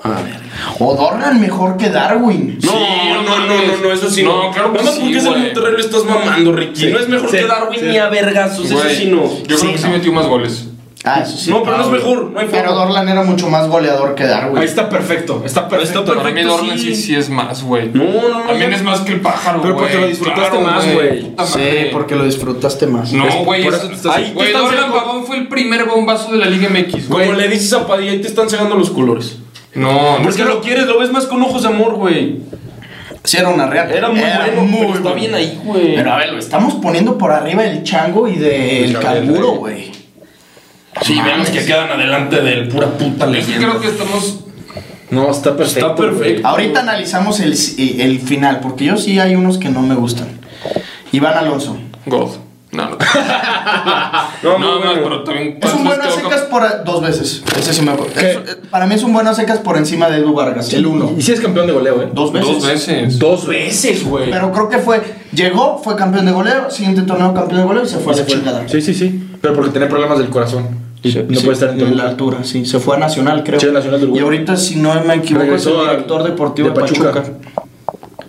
S5: A ver.
S1: O Dorlan mejor que Darwin.
S5: No,
S2: Sí, no
S5: no, no, no,
S2: mames.
S5: no, eso sí.
S2: No, claro que
S5: Nada más
S2: sí,
S5: porque es el
S2: güey.
S5: Monterrey lo estás mamando, Ricky.
S4: Sí,
S5: no es mejor
S4: sí,
S5: que Darwin
S4: sí.
S5: ni a vergazos, eso
S2: Güey,
S5: sí no.
S2: Yo creo que sí metió más goles.
S1: Ah, eso sí.
S5: No, pero no es mejor, no hay
S1: Pero
S5: forma.
S1: Dorlan era mucho más goleador que Darwin.
S4: Ahí está perfecto, está
S5: Pero está
S4: perfecto.
S2: Para mí
S5: Perfecto,
S2: Dorlan sí,
S5: sí.
S2: sí es más, güey.
S5: No, no, no.
S2: También es más que el pájaro, güey.
S4: Pero porque lo disfrutaste más, güey.
S2: Puta
S1: Sí,
S2: madre.
S1: porque lo disfrutaste más.
S2: No, güey.
S4: por
S2: es-
S4: eso te estás-
S2: Ay, Güey,
S5: estás
S2: Dorlan
S5: cerca.
S2: Pavón fue el primer bombazo de la Liga MX,
S5: Como
S2: güey.
S5: le dices a Padilla, ahí te están cegando los colores.
S2: No, no.
S5: Porque lo quieres, lo ves más con ojos de amor, güey.
S1: Sí, era una real.
S5: Era muy bueno, pero está
S1: bueno.
S5: bien ahí, güey.
S1: Pero a ver, lo estamos poniendo por arriba del chango y del
S4: El
S1: canguro,
S4: Gabriel,
S1: güey.
S5: Sí, veamos que quedan adelante del pura puta
S2: Es que creo
S5: leyenda.
S2: que estamos
S4: No, está perfecto.
S5: Está perfecto.
S1: Ahorita analizamos el, el final, porque yo sí hay unos que no me gustan. Iván Alonso.
S2: God. No, no.
S5: No,
S2: No,
S5: muy
S2: no,
S5: bueno.
S2: pero también.
S1: Es un bueno a
S2: ¿cuántos quedó
S1: secas por... a- Dos veces. Ese sí me acuerdo. Es- eh, para mí es un bueno a secas por encima de Edu Vargas. El uno.
S4: Y si es campeón de goleo, ¿eh?
S1: Dos
S2: con-
S1: veces.
S2: Dos veces.
S4: Dos veces, güey.
S1: Pero creo que fue... Llegó, fue campeón de goleo, siguiente torneo campeón de goleo y se fue a la
S4: Sí,
S1: chingada.
S4: Sí, sí, sí. Pero porque tenía problemas del corazón. Y no puede estar en
S1: de la
S4: Toluca.
S1: altura, sí. Se fue a Nacional, creo.
S4: Sí, a Nacional de
S1: y
S4: Uruguay.
S1: ahorita, si no me equivoco, es el
S4: Regresó a-
S1: director deportivo de
S4: de
S1: Pachuca.
S4: Pachuca.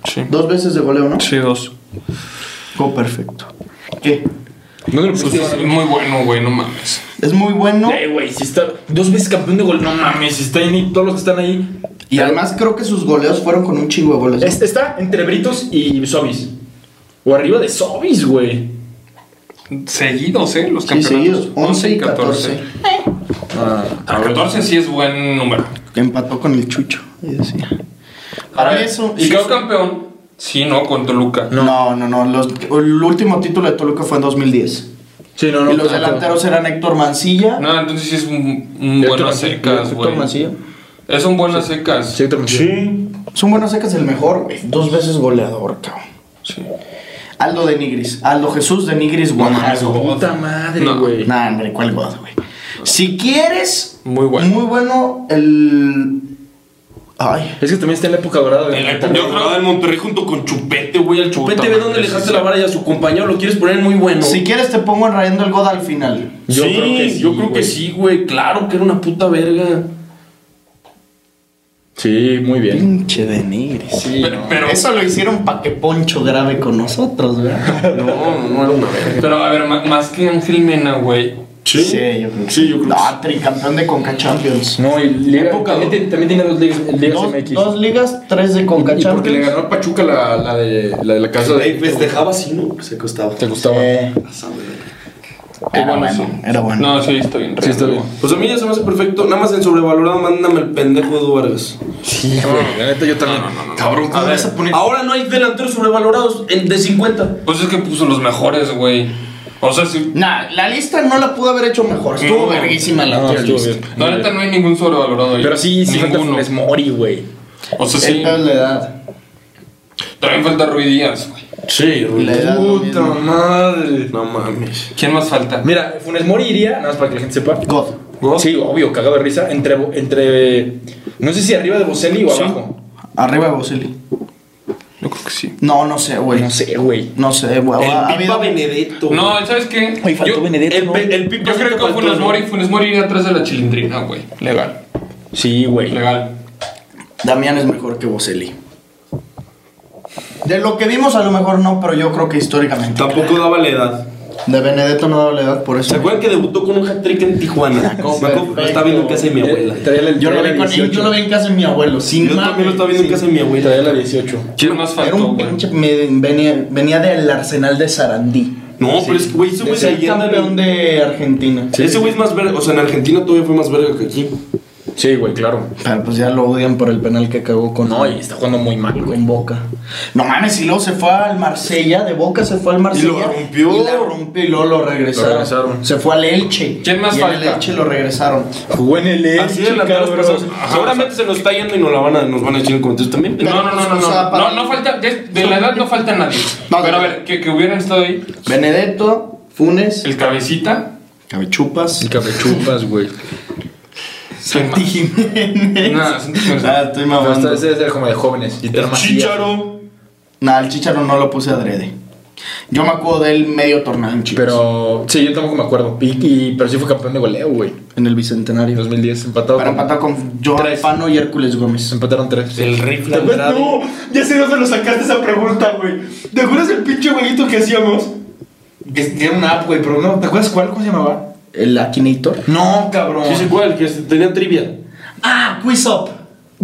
S2: Sí.
S1: Dos veces de goleo, ¿no?
S2: Sí, dos.
S1: Oh, perfecto. ¿Qué?
S4: No te lo
S2: Pues
S4: pusiste.
S2: es muy bueno, güey, no mames.
S1: Es muy bueno.
S4: Eh, güey, si está dos veces campeón de gol, no mames, si está ahí, todos los que están ahí.
S1: Y además creo que sus goleos fueron con un chingo de goles. ¿no?
S4: Es- está entre Britos y Sobis. O arriba de Sobis, güey.
S2: Seguidos, ¿eh? Los
S1: Sí,
S2: campeonatos.
S1: seguidos. 11 y 14.
S2: A 14 sí es buen número.
S1: Empató con el Chucho. ahí decía. Para mí eso.
S2: Si quedó campeón, sí, no, con Toluca.
S1: No, no, no. los- el último título de Toluca fue en 2010.
S4: Sí, no, no.
S1: y los
S4: claro.
S1: delanteros eran Héctor Mancilla.
S2: No, entonces sí es un, un
S4: Héctor
S2: buenas
S4: Mancilla,
S2: secas,
S1: Héctor
S2: güey.
S1: Mancilla.
S2: Es un buenas secas.
S4: Sí, Héctor Mancilla.
S5: Sí.
S1: Son buenas secas el mejor, güey. Dos veces goleador, cabrón.
S2: Sí.
S1: Aldo de Nigris. Aldo Jesús de Nigris Guanajuato.
S4: Ah, Puta madre,
S2: No.
S4: güey.
S1: Nah, hombre, ¿cuál God, güey? Si quieres.
S2: Muy bueno.
S1: Muy bueno el. Ay.
S4: Es que también está en la época dorada de
S5: En la época dorada en Monterrey junto con Chupete, güey, al Chupete.
S3: Vete, ve dónde le dejaste la vara y a su compañero lo quieres poner muy bueno.
S1: Si quieres, te pongo en rayando el God al final.
S5: Yo creo que sí,
S4: yo creo
S5: güey.
S4: que sí.
S3: sí, güey, claro que era una puta verga.
S4: Sí, muy bien.
S1: Pinche de Nigris.
S4: Sí,
S2: Pero,
S4: no.
S2: pero,
S1: Eso lo hicieron para que Poncho grabe con nosotros, ¿verdad?
S3: No,
S2: Oh,
S3: no, no era una verga.
S2: pero, a ver, ma- más que Ángel Mena, güey.
S1: Sí, yo creo. que
S4: Sí, yo creo que
S1: No, tricampeón de Conca Champions.
S4: No, y Liga, también, te- también tiene dos ligas, ligas
S1: Dos,
S4: MX.
S1: dos ligas, tres de Conca
S4: y porque le
S1: Champions.
S4: ganó a Pachuca la, la de, la de la casa
S5: Ahí
S4: de...
S5: festejaba así, ¿no? Se costaba.
S4: Te gustaba.
S1: Eh,
S2: Qué
S1: era
S2: bueno,
S1: bueno,
S2: sí.
S1: era bueno.
S2: No, sí, está bien.
S4: Sí, está bien.
S5: Pues a mí ya se me hace perfecto. Nada más en sobrevalorado, mándame el pendejo de Vargas.
S4: Sí, güey. La neta, yo también. Cabrón, ¿cómo vas a poner?
S3: Ahora no hay delanteros sobrevalorados en- de 50.
S2: Pues es que puso los mejores, güey. O sea, sí.
S1: Nah, la lista no la pudo haber hecho mejor. Estuvo
S2: No.
S1: verguísima la
S4: No,
S1: tier
S4: estuvo
S1: list.
S4: bien.
S2: La neta no hay ningún sobrevalorado ahí.
S4: Pero sí, sí falta
S2: ninguno.
S4: Funes Mori, güey.
S2: O sea,
S1: El
S2: sí.
S1: peor es la edad.
S2: También falta Rui Díaz, güey.
S4: Sí,
S1: La edad lo
S4: Puta
S1: mismo.
S4: madre.
S5: No mames.
S2: ¿Quién más falta?
S4: Mira, Funes Mori iría, nada más para que la gente sepa.
S1: God.
S4: Sí, obvio, cagado de risa. Entre, entre. No sé si arriba de Bocelli o abajo.
S1: Arriba de Bocelli.
S2: Yo creo que sí.
S1: No, no sé, güey.
S4: No sé, güey.
S1: No sé,
S4: Ah,
S1: güey.
S5: El
S1: Ha
S5: Pipa
S1: habido-
S5: Benedetto.
S2: No, ¿sabes qué?
S6: Ahí faltó
S2: yo,
S6: Benedetto,
S5: El,
S6: ¿no?
S5: pe- el Pipa
S2: yo creo que
S5: faltó,
S2: Funes
S5: ¿no?
S2: Mori, Funes Mori iría atrás de la chilindrina, güey. Legal.
S4: Sí, güey.
S2: Legal.
S1: Damián es mejor que Bocelli. De lo que vimos, a lo mejor no, pero yo creo que históricamente.
S5: Tampoco daba la edad.
S1: De Benedetto no daba la edad por eso.
S5: ¿Se acuerdan que debutó con un hat-trick en Tijuana? Me acuerdo,
S1: Perfecto.
S5: lo estaba viendo en casa de mi abuela.
S4: Eh, Traía la,
S1: Yo lo,
S4: traía
S1: vi
S4: la
S1: con,
S4: 18.
S1: yo lo vi en casa de mi abuelo, sin
S5: Yo también lo estaba viendo en casa de mi abuela.
S4: Traía la 18.
S2: ¿Quién más
S1: Era
S2: faltó,
S1: un
S2: güey?
S1: pinche. me- venía, venía del Arsenal de Sarandí.
S5: No, pero es que, güey, ese güey
S1: Es
S5: es
S1: el
S5: leyenda.
S1: campeón
S5: en-
S1: de Argentina.
S5: Ese güey es más verga. O sea, en Argentina todavía fue más verga que aquí.
S4: Sí, güey, claro.
S1: Pero pues ya lo odian por el penal que cagó con.
S4: No, y está jugando muy mal, güey.
S1: con Boca. No mames, y luego se fue al Marsella, de Boca se fue al Marsella.
S5: Y lo rompió.
S1: Y la rompió y luego lo regresaron.
S4: Lo regresaron.
S1: Se fue al Elche.
S2: ¿Quién más
S1: y en el
S2: falta?
S1: Elche lo regresaron.
S4: Jugó en el
S5: Así de delanteros pesados. Seguramente se nos está yendo y nos, la van a, nos van a echar en comentarios también.
S2: No, no, no, no,
S1: O sea,
S2: no.
S1: para-
S2: No, no falta, de, de la edad no falta nadie.
S1: No,
S2: Pero a
S1: de-
S2: ver, que, que hubieran estado ahí.
S1: Benedetto, Funes,
S2: El cabecita.
S1: Cabechupas,
S4: El capechupas, güey.
S1: Santi Jiménez.
S2: Nada, Santi Jiménez.
S1: Ah, estoy
S4: Pero
S1: mamando.
S4: esta vez es de- como de jóvenes. Y
S5: El Chicharo.
S1: Nah, el Chicharo no lo puse adrede. Yo me acuerdo de él medio torneo en Chivas.
S4: Pero. Sí, yo tampoco me acuerdo. Y, y- pero sí fue campeón de goleo, güey.
S1: en el
S4: En
S1: Bicentenario.
S4: 2010 empatado.
S1: Para
S4: con-
S1: empatar con Joan
S4: Tres.
S1: Fano y Hércules Gómez.
S4: Empataron tres.
S5: El rifle Andrade.
S4: ya sé dónde lo sacaste esa pregunta, güey. ¿Te acuerdas del pinche jueguito que hacíamos? Que era una app, güey, pero no. ¿Te acuerdas cuál? ¿Cómo se llamaba?
S1: El Akinator.
S4: No, cabrón.
S5: Sí, es igual, que tenía trivia.
S1: Ah, Quiz Up.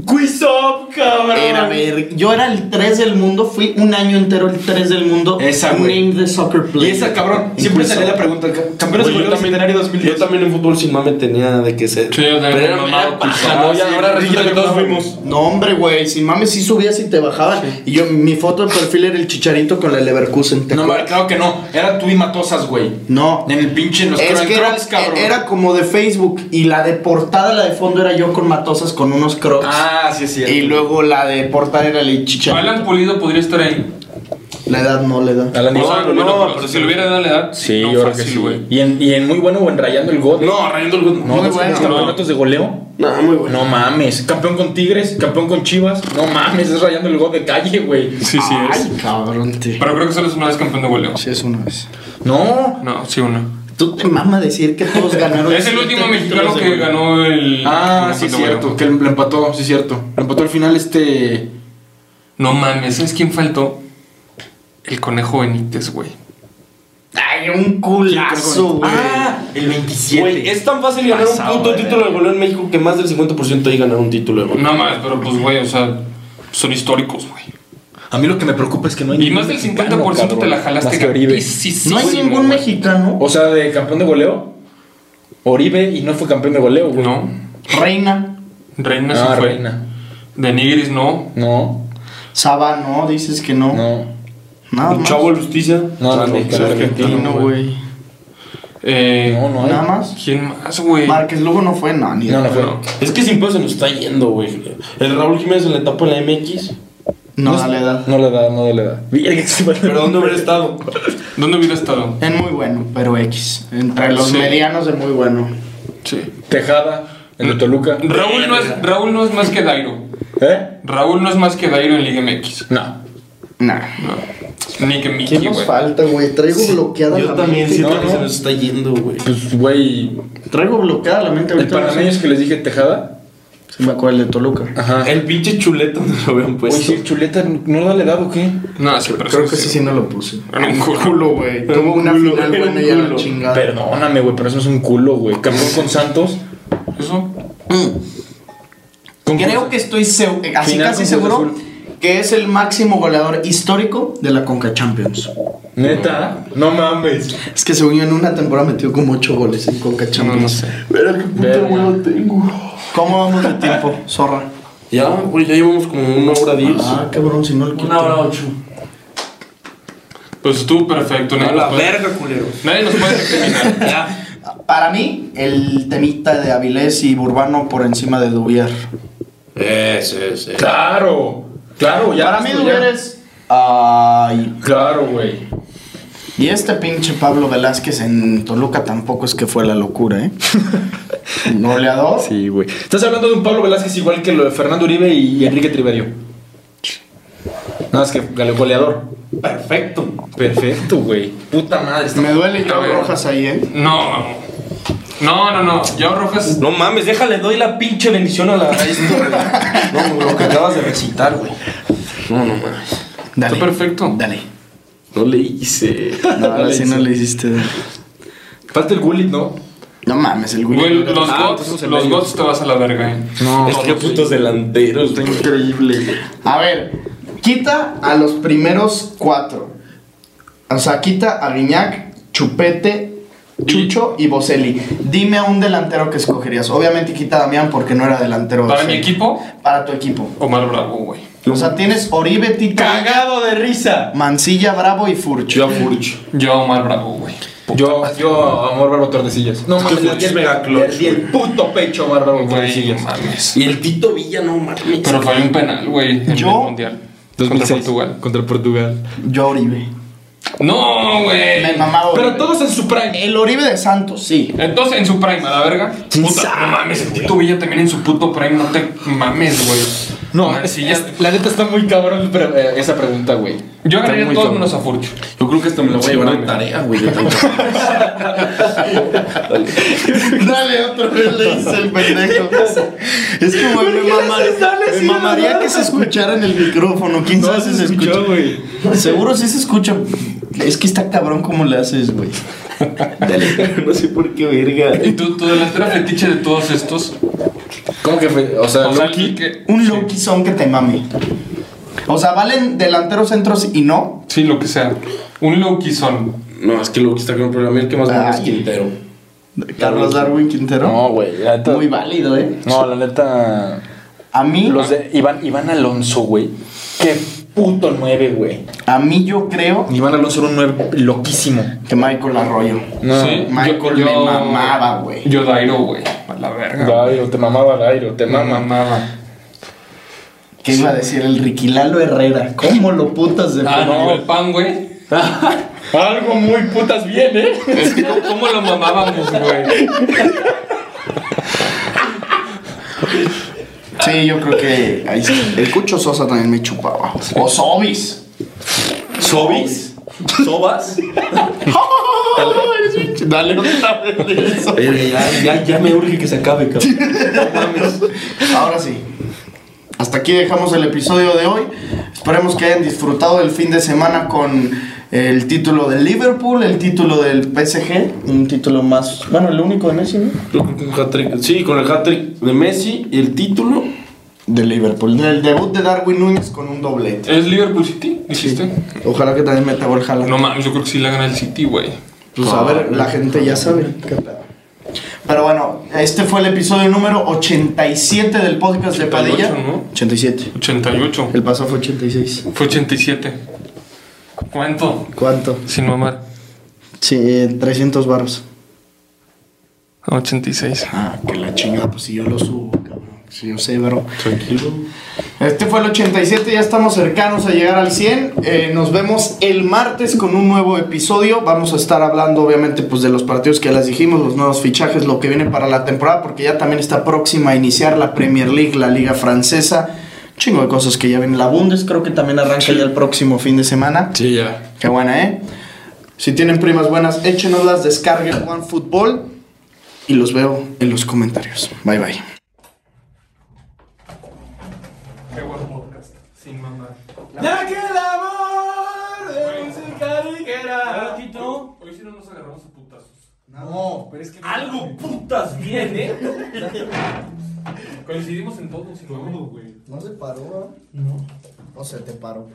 S4: Quiz up, cabrón.
S1: Era ver, yo era el 3 del mundo, fui un año entero el 3 del mundo.
S4: Esa, güey.
S1: Name the soccer
S4: Y
S1: player.
S4: esa, cabrón. Siempre
S1: Incluso-
S4: salía la pregunta. Campeones
S5: Güey,
S4: de
S5: yo
S4: goleo
S5: también-
S4: centenario 2010.
S5: Yo también en fútbol sin mame tenía de que ser.
S2: Sí, yo también
S5: Pero era
S2: me
S5: mamado,
S2: mamaba,
S5: pues,
S2: pues,
S5: no,
S2: sí,
S5: ya ahora
S2: sí,
S5: resulta
S2: yo
S5: que todos
S2: también.
S5: fuimos.
S1: No, hombre, güey. Sin mames, sí subías y te bajaban. Y yo, mi foto de perfil era el chicharito con la Leverkusen. ¿te
S4: No,
S1: acuerdas?
S4: ma, claro que no. Era tú y Matosas, güey.
S1: No.
S4: En el pinche, en los
S1: es
S4: cro-
S1: que era, e-,
S4: crocs, cabrón.
S1: era como de Facebook. Y la de portada, la de fondo, era yo con matosas con unos crocs.
S4: Ah, sí, es cierto.
S1: y luego la de portada era el chicharito.
S2: Alan Pulido podría estar ahí.
S1: La edad no le da.
S4: Alan "Ah,
S2: O
S4: Díaz.
S2: sea,
S5: no,
S2: bueno,
S5: no,
S2: pero
S5: pero
S2: si le hubiera dado la edad,
S4: Sí,
S2: no
S4: yo creo que
S2: fácil,
S4: sí.
S2: güey.
S4: Y en, y en muy bueno o en rayando el gol.
S5: No, rayando el
S4: no
S1: muy
S4: dos
S1: bueno.
S4: campeonatos de goleo.
S5: No, muy bueno.
S4: No mames, campeón con Tigres, campeón con Chivas. No mames, es rayando el gol de calle, güey.
S2: Sí, sí es.
S1: Ay, cabrón, tío.
S2: Pero creo que solo es una vez campeón de goleo.
S1: Sí, es una vez.
S4: No.
S2: No, sí, una.
S1: Tú te mama decir que todos ganaron.
S2: Es el
S1: siete
S2: último
S1: títulos
S2: mexicano
S1: de
S2: que
S1: goleo.
S2: ganó el.
S4: Ah,
S2: el
S4: sí,
S2: campeón de
S4: cierto.
S2: goleo.
S4: Que lo empató, sí, cierto. Lo empató al final este.
S2: No mames, ¿sabes quién faltó? El conejo Benítez, güey.
S1: Ay, un culazo, güey.
S4: Ah, el 27.
S5: Güey, es tan fácil ganar
S4: Pasado
S5: un puto
S4: de
S5: título de
S4: verga.
S5: goleo en México que más del 50% ahí ganar un título de goleo.
S2: No más, pero pues, güey, o sea, son históricos, güey.
S4: A mí lo que me preocupa es que no hay.
S2: Y más del 50% te la jalaste,
S4: que Oribe.
S1: no hay ningún
S2: mexicano.
S1: mexicano.
S4: O sea, de campeón de goleo, Oribe y no fue campeón de goleo, güey.
S2: No.
S1: Reina.
S2: Reina
S4: Ah,
S2: sí fue.
S4: Reina.
S2: De Nigris no.
S4: No,
S1: Saba, no, dices que no.
S4: no.
S1: Nada
S5: Un
S1: más.
S5: chavo de justicia.
S4: No, no, no,
S5: Es
S4: claro que
S5: argentino,
S1: argentino,
S5: güey.
S1: güey.
S2: Eh,
S4: No, no hay.
S1: Nada más.
S2: ¿Quién más, güey?
S1: Márquez Lugo no fue, no, ni
S4: No, no fue.
S2: No.
S5: Es que sin pedo se nos está yendo, güey. El Raúl Jiménez en la etapa de la MX.
S1: No, da la edad.
S4: No le da, no le da.
S5: ¿Pero dónde hubiera estado?
S2: ¿Dónde hubiera estado?
S1: En muy bueno, pero X. Entre los
S2: Sí.
S1: medianos de muy bueno.
S2: Sí.
S4: Tejada, en el Toluca.
S2: Raúl no, es, Raúl no es más que Dairo.
S4: ¿Eh?
S2: Raúl no es más que Dairo en Liga MX.
S4: No.
S1: Nah.
S2: No. Ni que
S1: ¿Qué
S2: Miki,
S1: nos
S2: güey.
S1: falta, güey? Traigo bloqueada
S5: Yo
S1: la
S5: también
S1: mente.
S5: siento
S4: No,
S5: que
S4: no.
S5: se nos está yendo, güey.
S4: Pues, güey.
S1: Traigo bloqueada la mente
S4: El
S1: ahorita. no sé.
S4: panameño es que les dije Tejada.
S1: Se me acuerda el de Toluca.
S4: Ajá.
S2: Eh,
S5: El pinche chuleta no lo habían
S4: Oye,
S2: pues
S5: puesto.
S4: sí, chuleta, ¿no le da la edad o qué?
S2: No, sí, pero
S1: Creo
S2: eso
S1: que
S2: sí.
S1: sí, sí no lo puse.
S2: Era un culo.
S1: güey. Tuvo una
S5: culo,
S1: final
S5: era un
S1: buena y a la
S5: culo.
S1: chingada.
S4: Perdóname, güey, pero eso es un culo, güey. Campeón con Santos.
S2: Eso.
S1: Mm.
S4: Con
S1: Creo que estoy seg- eh, así
S4: Final
S1: casi
S4: con Cruz
S1: seguro
S4: Azul.
S1: que es el máximo goleador histórico de la Conca Champions.
S4: Neta, no mames.
S1: Es que según yo en una temporada metió como 8 goles en Conca Champions.
S2: No, no sé.
S5: Mira qué puto
S4: Verga.
S5: huevo tengo.
S1: ¿Cómo vamos de tiempo, zorra?
S5: Ya, güey, ya llevamos como una hora diez.
S1: Ah, cabrón, si no el
S3: Una hora ocho.
S2: Pues estuvo perfecto.
S5: a
S2: Nadie,
S5: la
S2: nos puede,
S5: verga, culeros.
S2: nadie nos puede recriminar.
S5: Ya.
S1: Para mí, el temita de Avilés y Burbano por encima de Dubier.
S5: Ese, ese.
S4: Claro, claro, ya.
S1: Para mí,
S4: basta,
S1: Dubier
S4: ya.
S1: es. Ay.
S4: Claro, güey.
S1: Y este pinche Pablo Velázquez en Toluca tampoco es que fue la locura, ¿eh? Goleador.
S4: Sí, güey. Estás hablando de un Pablo Velázquez igual que lo de Fernando Uribe y Enrique Triverio. Nada, es que gale- goleador.
S5: Perfecto.
S4: Perfecto, güey. Puta madre. está-
S1: Me duele yo
S2: A ver.
S1: Rojas ahí, ¿eh?
S2: No. No, no, no. Ya Rojas.
S5: No mames, déjale, doy la pinche bendición a la a esto, güey. No, güey, lo que acabas de recitar, güey. No, no mames.
S1: Dale.
S2: Está perfecto.
S1: Dale.
S5: No le hice.
S1: No, ahora
S4: Dale,
S1: sí no le hiciste.
S4: Falta el Gullit, ¿no?
S1: No mames, el
S2: Güey,
S1: güey.
S2: los
S4: Ah,
S2: gots,
S4: entonces se
S2: los
S4: ve.
S2: gots te vas a la verga, eh.
S4: No.
S5: Es que putos delanteros, güey.
S1: A ver, quita a los primeros cuatro. O sea, quita a Guiñac, Chupete, Chucho y Boselli. Dime a un delantero que escogerías. Obviamente quita a Damián porque no era delantero.
S2: Para mi
S1: Bocelli.
S2: equipo,
S1: Para tu equipo.
S2: Omar Bravo, güey.
S1: O sea, tienes Oribe, Tito,
S4: Cagado de risa.
S1: Mancilla, Bravo y Furch.
S5: Yo a Furch.
S2: Yo Omar Bravo, güey.
S4: Yo, yo, amor Bárbaro Tordesillas. No mames,
S5: Furch
S4: le
S5: es
S4: di el,
S5: mega clutch,
S4: le di el puto pecho a Omar Bárbaro
S2: Güey,
S4: Tordesillas.
S2: mames.
S5: Y el Tito Villa, no mames.
S2: Pero falló un penal, güey, en el
S1: ¿Yo?
S2: Mundial. Contra Portugal.
S4: Contra Portugal.
S1: Yo Oribe.
S2: No, güey.
S1: Me mamaba Oribe.
S4: Pero todos en su prime.
S1: El Oribe de Santos, sí.
S2: Entonces, en su prime, a la verga. Puta, no mames, el Tito Villa también en su puto prime, no te mames, güey.
S4: No,
S2: Mames,
S4: es-
S2: si ya-
S4: es- la neta está muy cabrón pero, eh, esa pregunta, güey.
S2: Yo
S4: Está
S2: agarraría
S4: muy
S2: todos
S4: cabrón.
S2: menos a Furch.
S5: Yo creo que esto me lo voy a llevar
S2: Sí,
S5: de tarea, güey. yo tengo-
S1: Dale, otra vez le hice el pendejo. Es que, güey, me, mamaría- me mamaría que se escuchara en el micrófono. ¿Quién
S4: No
S1: sabe si
S4: se
S1: se escucha?
S4: escuchó, güey.
S1: Seguro sí se escucha. Es que está cabrón como le haces, güey.
S5: no sé por qué, verga.
S2: ¿Y tú, tu delantera fetiche de todos estos?
S4: ¿Cómo que fue? O sea,
S2: O sea,
S4: Loki.
S2: que-
S1: Un Loki son que te mame. O sea, valen delanteros centros y no.
S2: Sí, lo que sea. Un Loki son.
S5: No, es que luego está con un problema. El que más me gusta es
S1: Ay.
S5: Quintero.
S1: Carlos Darwin Quintero.
S4: No, güey. la neta-
S1: Muy válido, eh.
S4: No, la neta.
S1: A mí,
S4: Los de Iván, Iván Alonso, güey. Qué puto nueve, güey.
S1: a mí yo creo
S4: Iván Alonso era un nueve loquísimo.
S1: que Michael Arroyo.
S4: No.
S2: Sí,
S1: Michael me mamaba, güey.
S2: Yo Dairo, güey. A la verga.
S4: Dairo, te mamaba Dairo, te
S2: Me
S4: mamaba.
S2: mamaba.
S1: ¿Qué iba a decir el Riquilalo Herrera? ¿Cómo lo putas de
S2: Ah, no,
S1: poner?
S2: el pan, güey.
S4: Algo muy putas bien, ¿eh?
S2: Es que, ¿Cómo lo mamábamos, güey?
S1: Sí, yo creo que ahí sí. El Cucho Sosa también me chupaba. O Sobis.
S5: ¿Sobis? ¿Sobas?
S1: Dale.
S5: Verga, ya, ya, ya me urge que se acabe, cabrón.
S1: Ahora sí. Hasta aquí dejamos el episodio de hoy. Esperemos que hayan disfrutado el fin de semana con el título del Liverpool, el título del PSG, un título más, bueno, el único de Messi, ¿no?
S5: Yo creo que un hat-trick. Sí, con el hat-trick de Messi y el título.
S1: De Liverpool, del debut de Darwin Núñez con un doblete.
S2: ¿Es Liverpool City? ¿Dijiste?
S1: Ojalá que también meta gol Haaland.
S2: No mames, yo creo que sí la gana el City, güey.
S1: Pues a ver, la gente ya sabe qué pedo. Pero bueno, este fue el episodio número 87 del podcast de
S2: 88,
S1: Padilla.
S2: ¿no?
S1: 87.
S2: 88.
S1: El paso fue 86.
S2: Fue 87. ¿Cuánto?
S1: ¿Cuánto? eh,
S2: Sin mamar.
S1: Sí, 300 varos.
S2: 86.
S1: Ah, que la chingada, pues si yo lo subo, cabrón. Si yo sé, bro. Este fue el 87, ya estamos cercanos a llegar al 100. Eh, nos vemos el martes con un nuevo episodio. Vamos a estar hablando, obviamente, pues de los partidos que ya les dijimos, los nuevos fichajes, lo que viene para la temporada, porque ya también está próxima a iniciar la Premier League, la Liga Francesa. Un chingo de cosas que ya ven. La Bundes creo que también arranca ya el próximo fin de semana.
S4: Sí, ya.
S1: Qué buena, ¿eh? Si tienen primas buenas, échenoslas, descarguen OneFootball y los veo en los comentarios. Bye, bye.
S3: Ya que el amor de música ligera.
S2: Hoy si no nos agarramos a putazos.
S4: No, pero es que.
S5: Algo putas bien, ¿eh?
S2: Coincidimos en todo, sin mamá.
S1: No se paró, ¿no? No. O se te paró.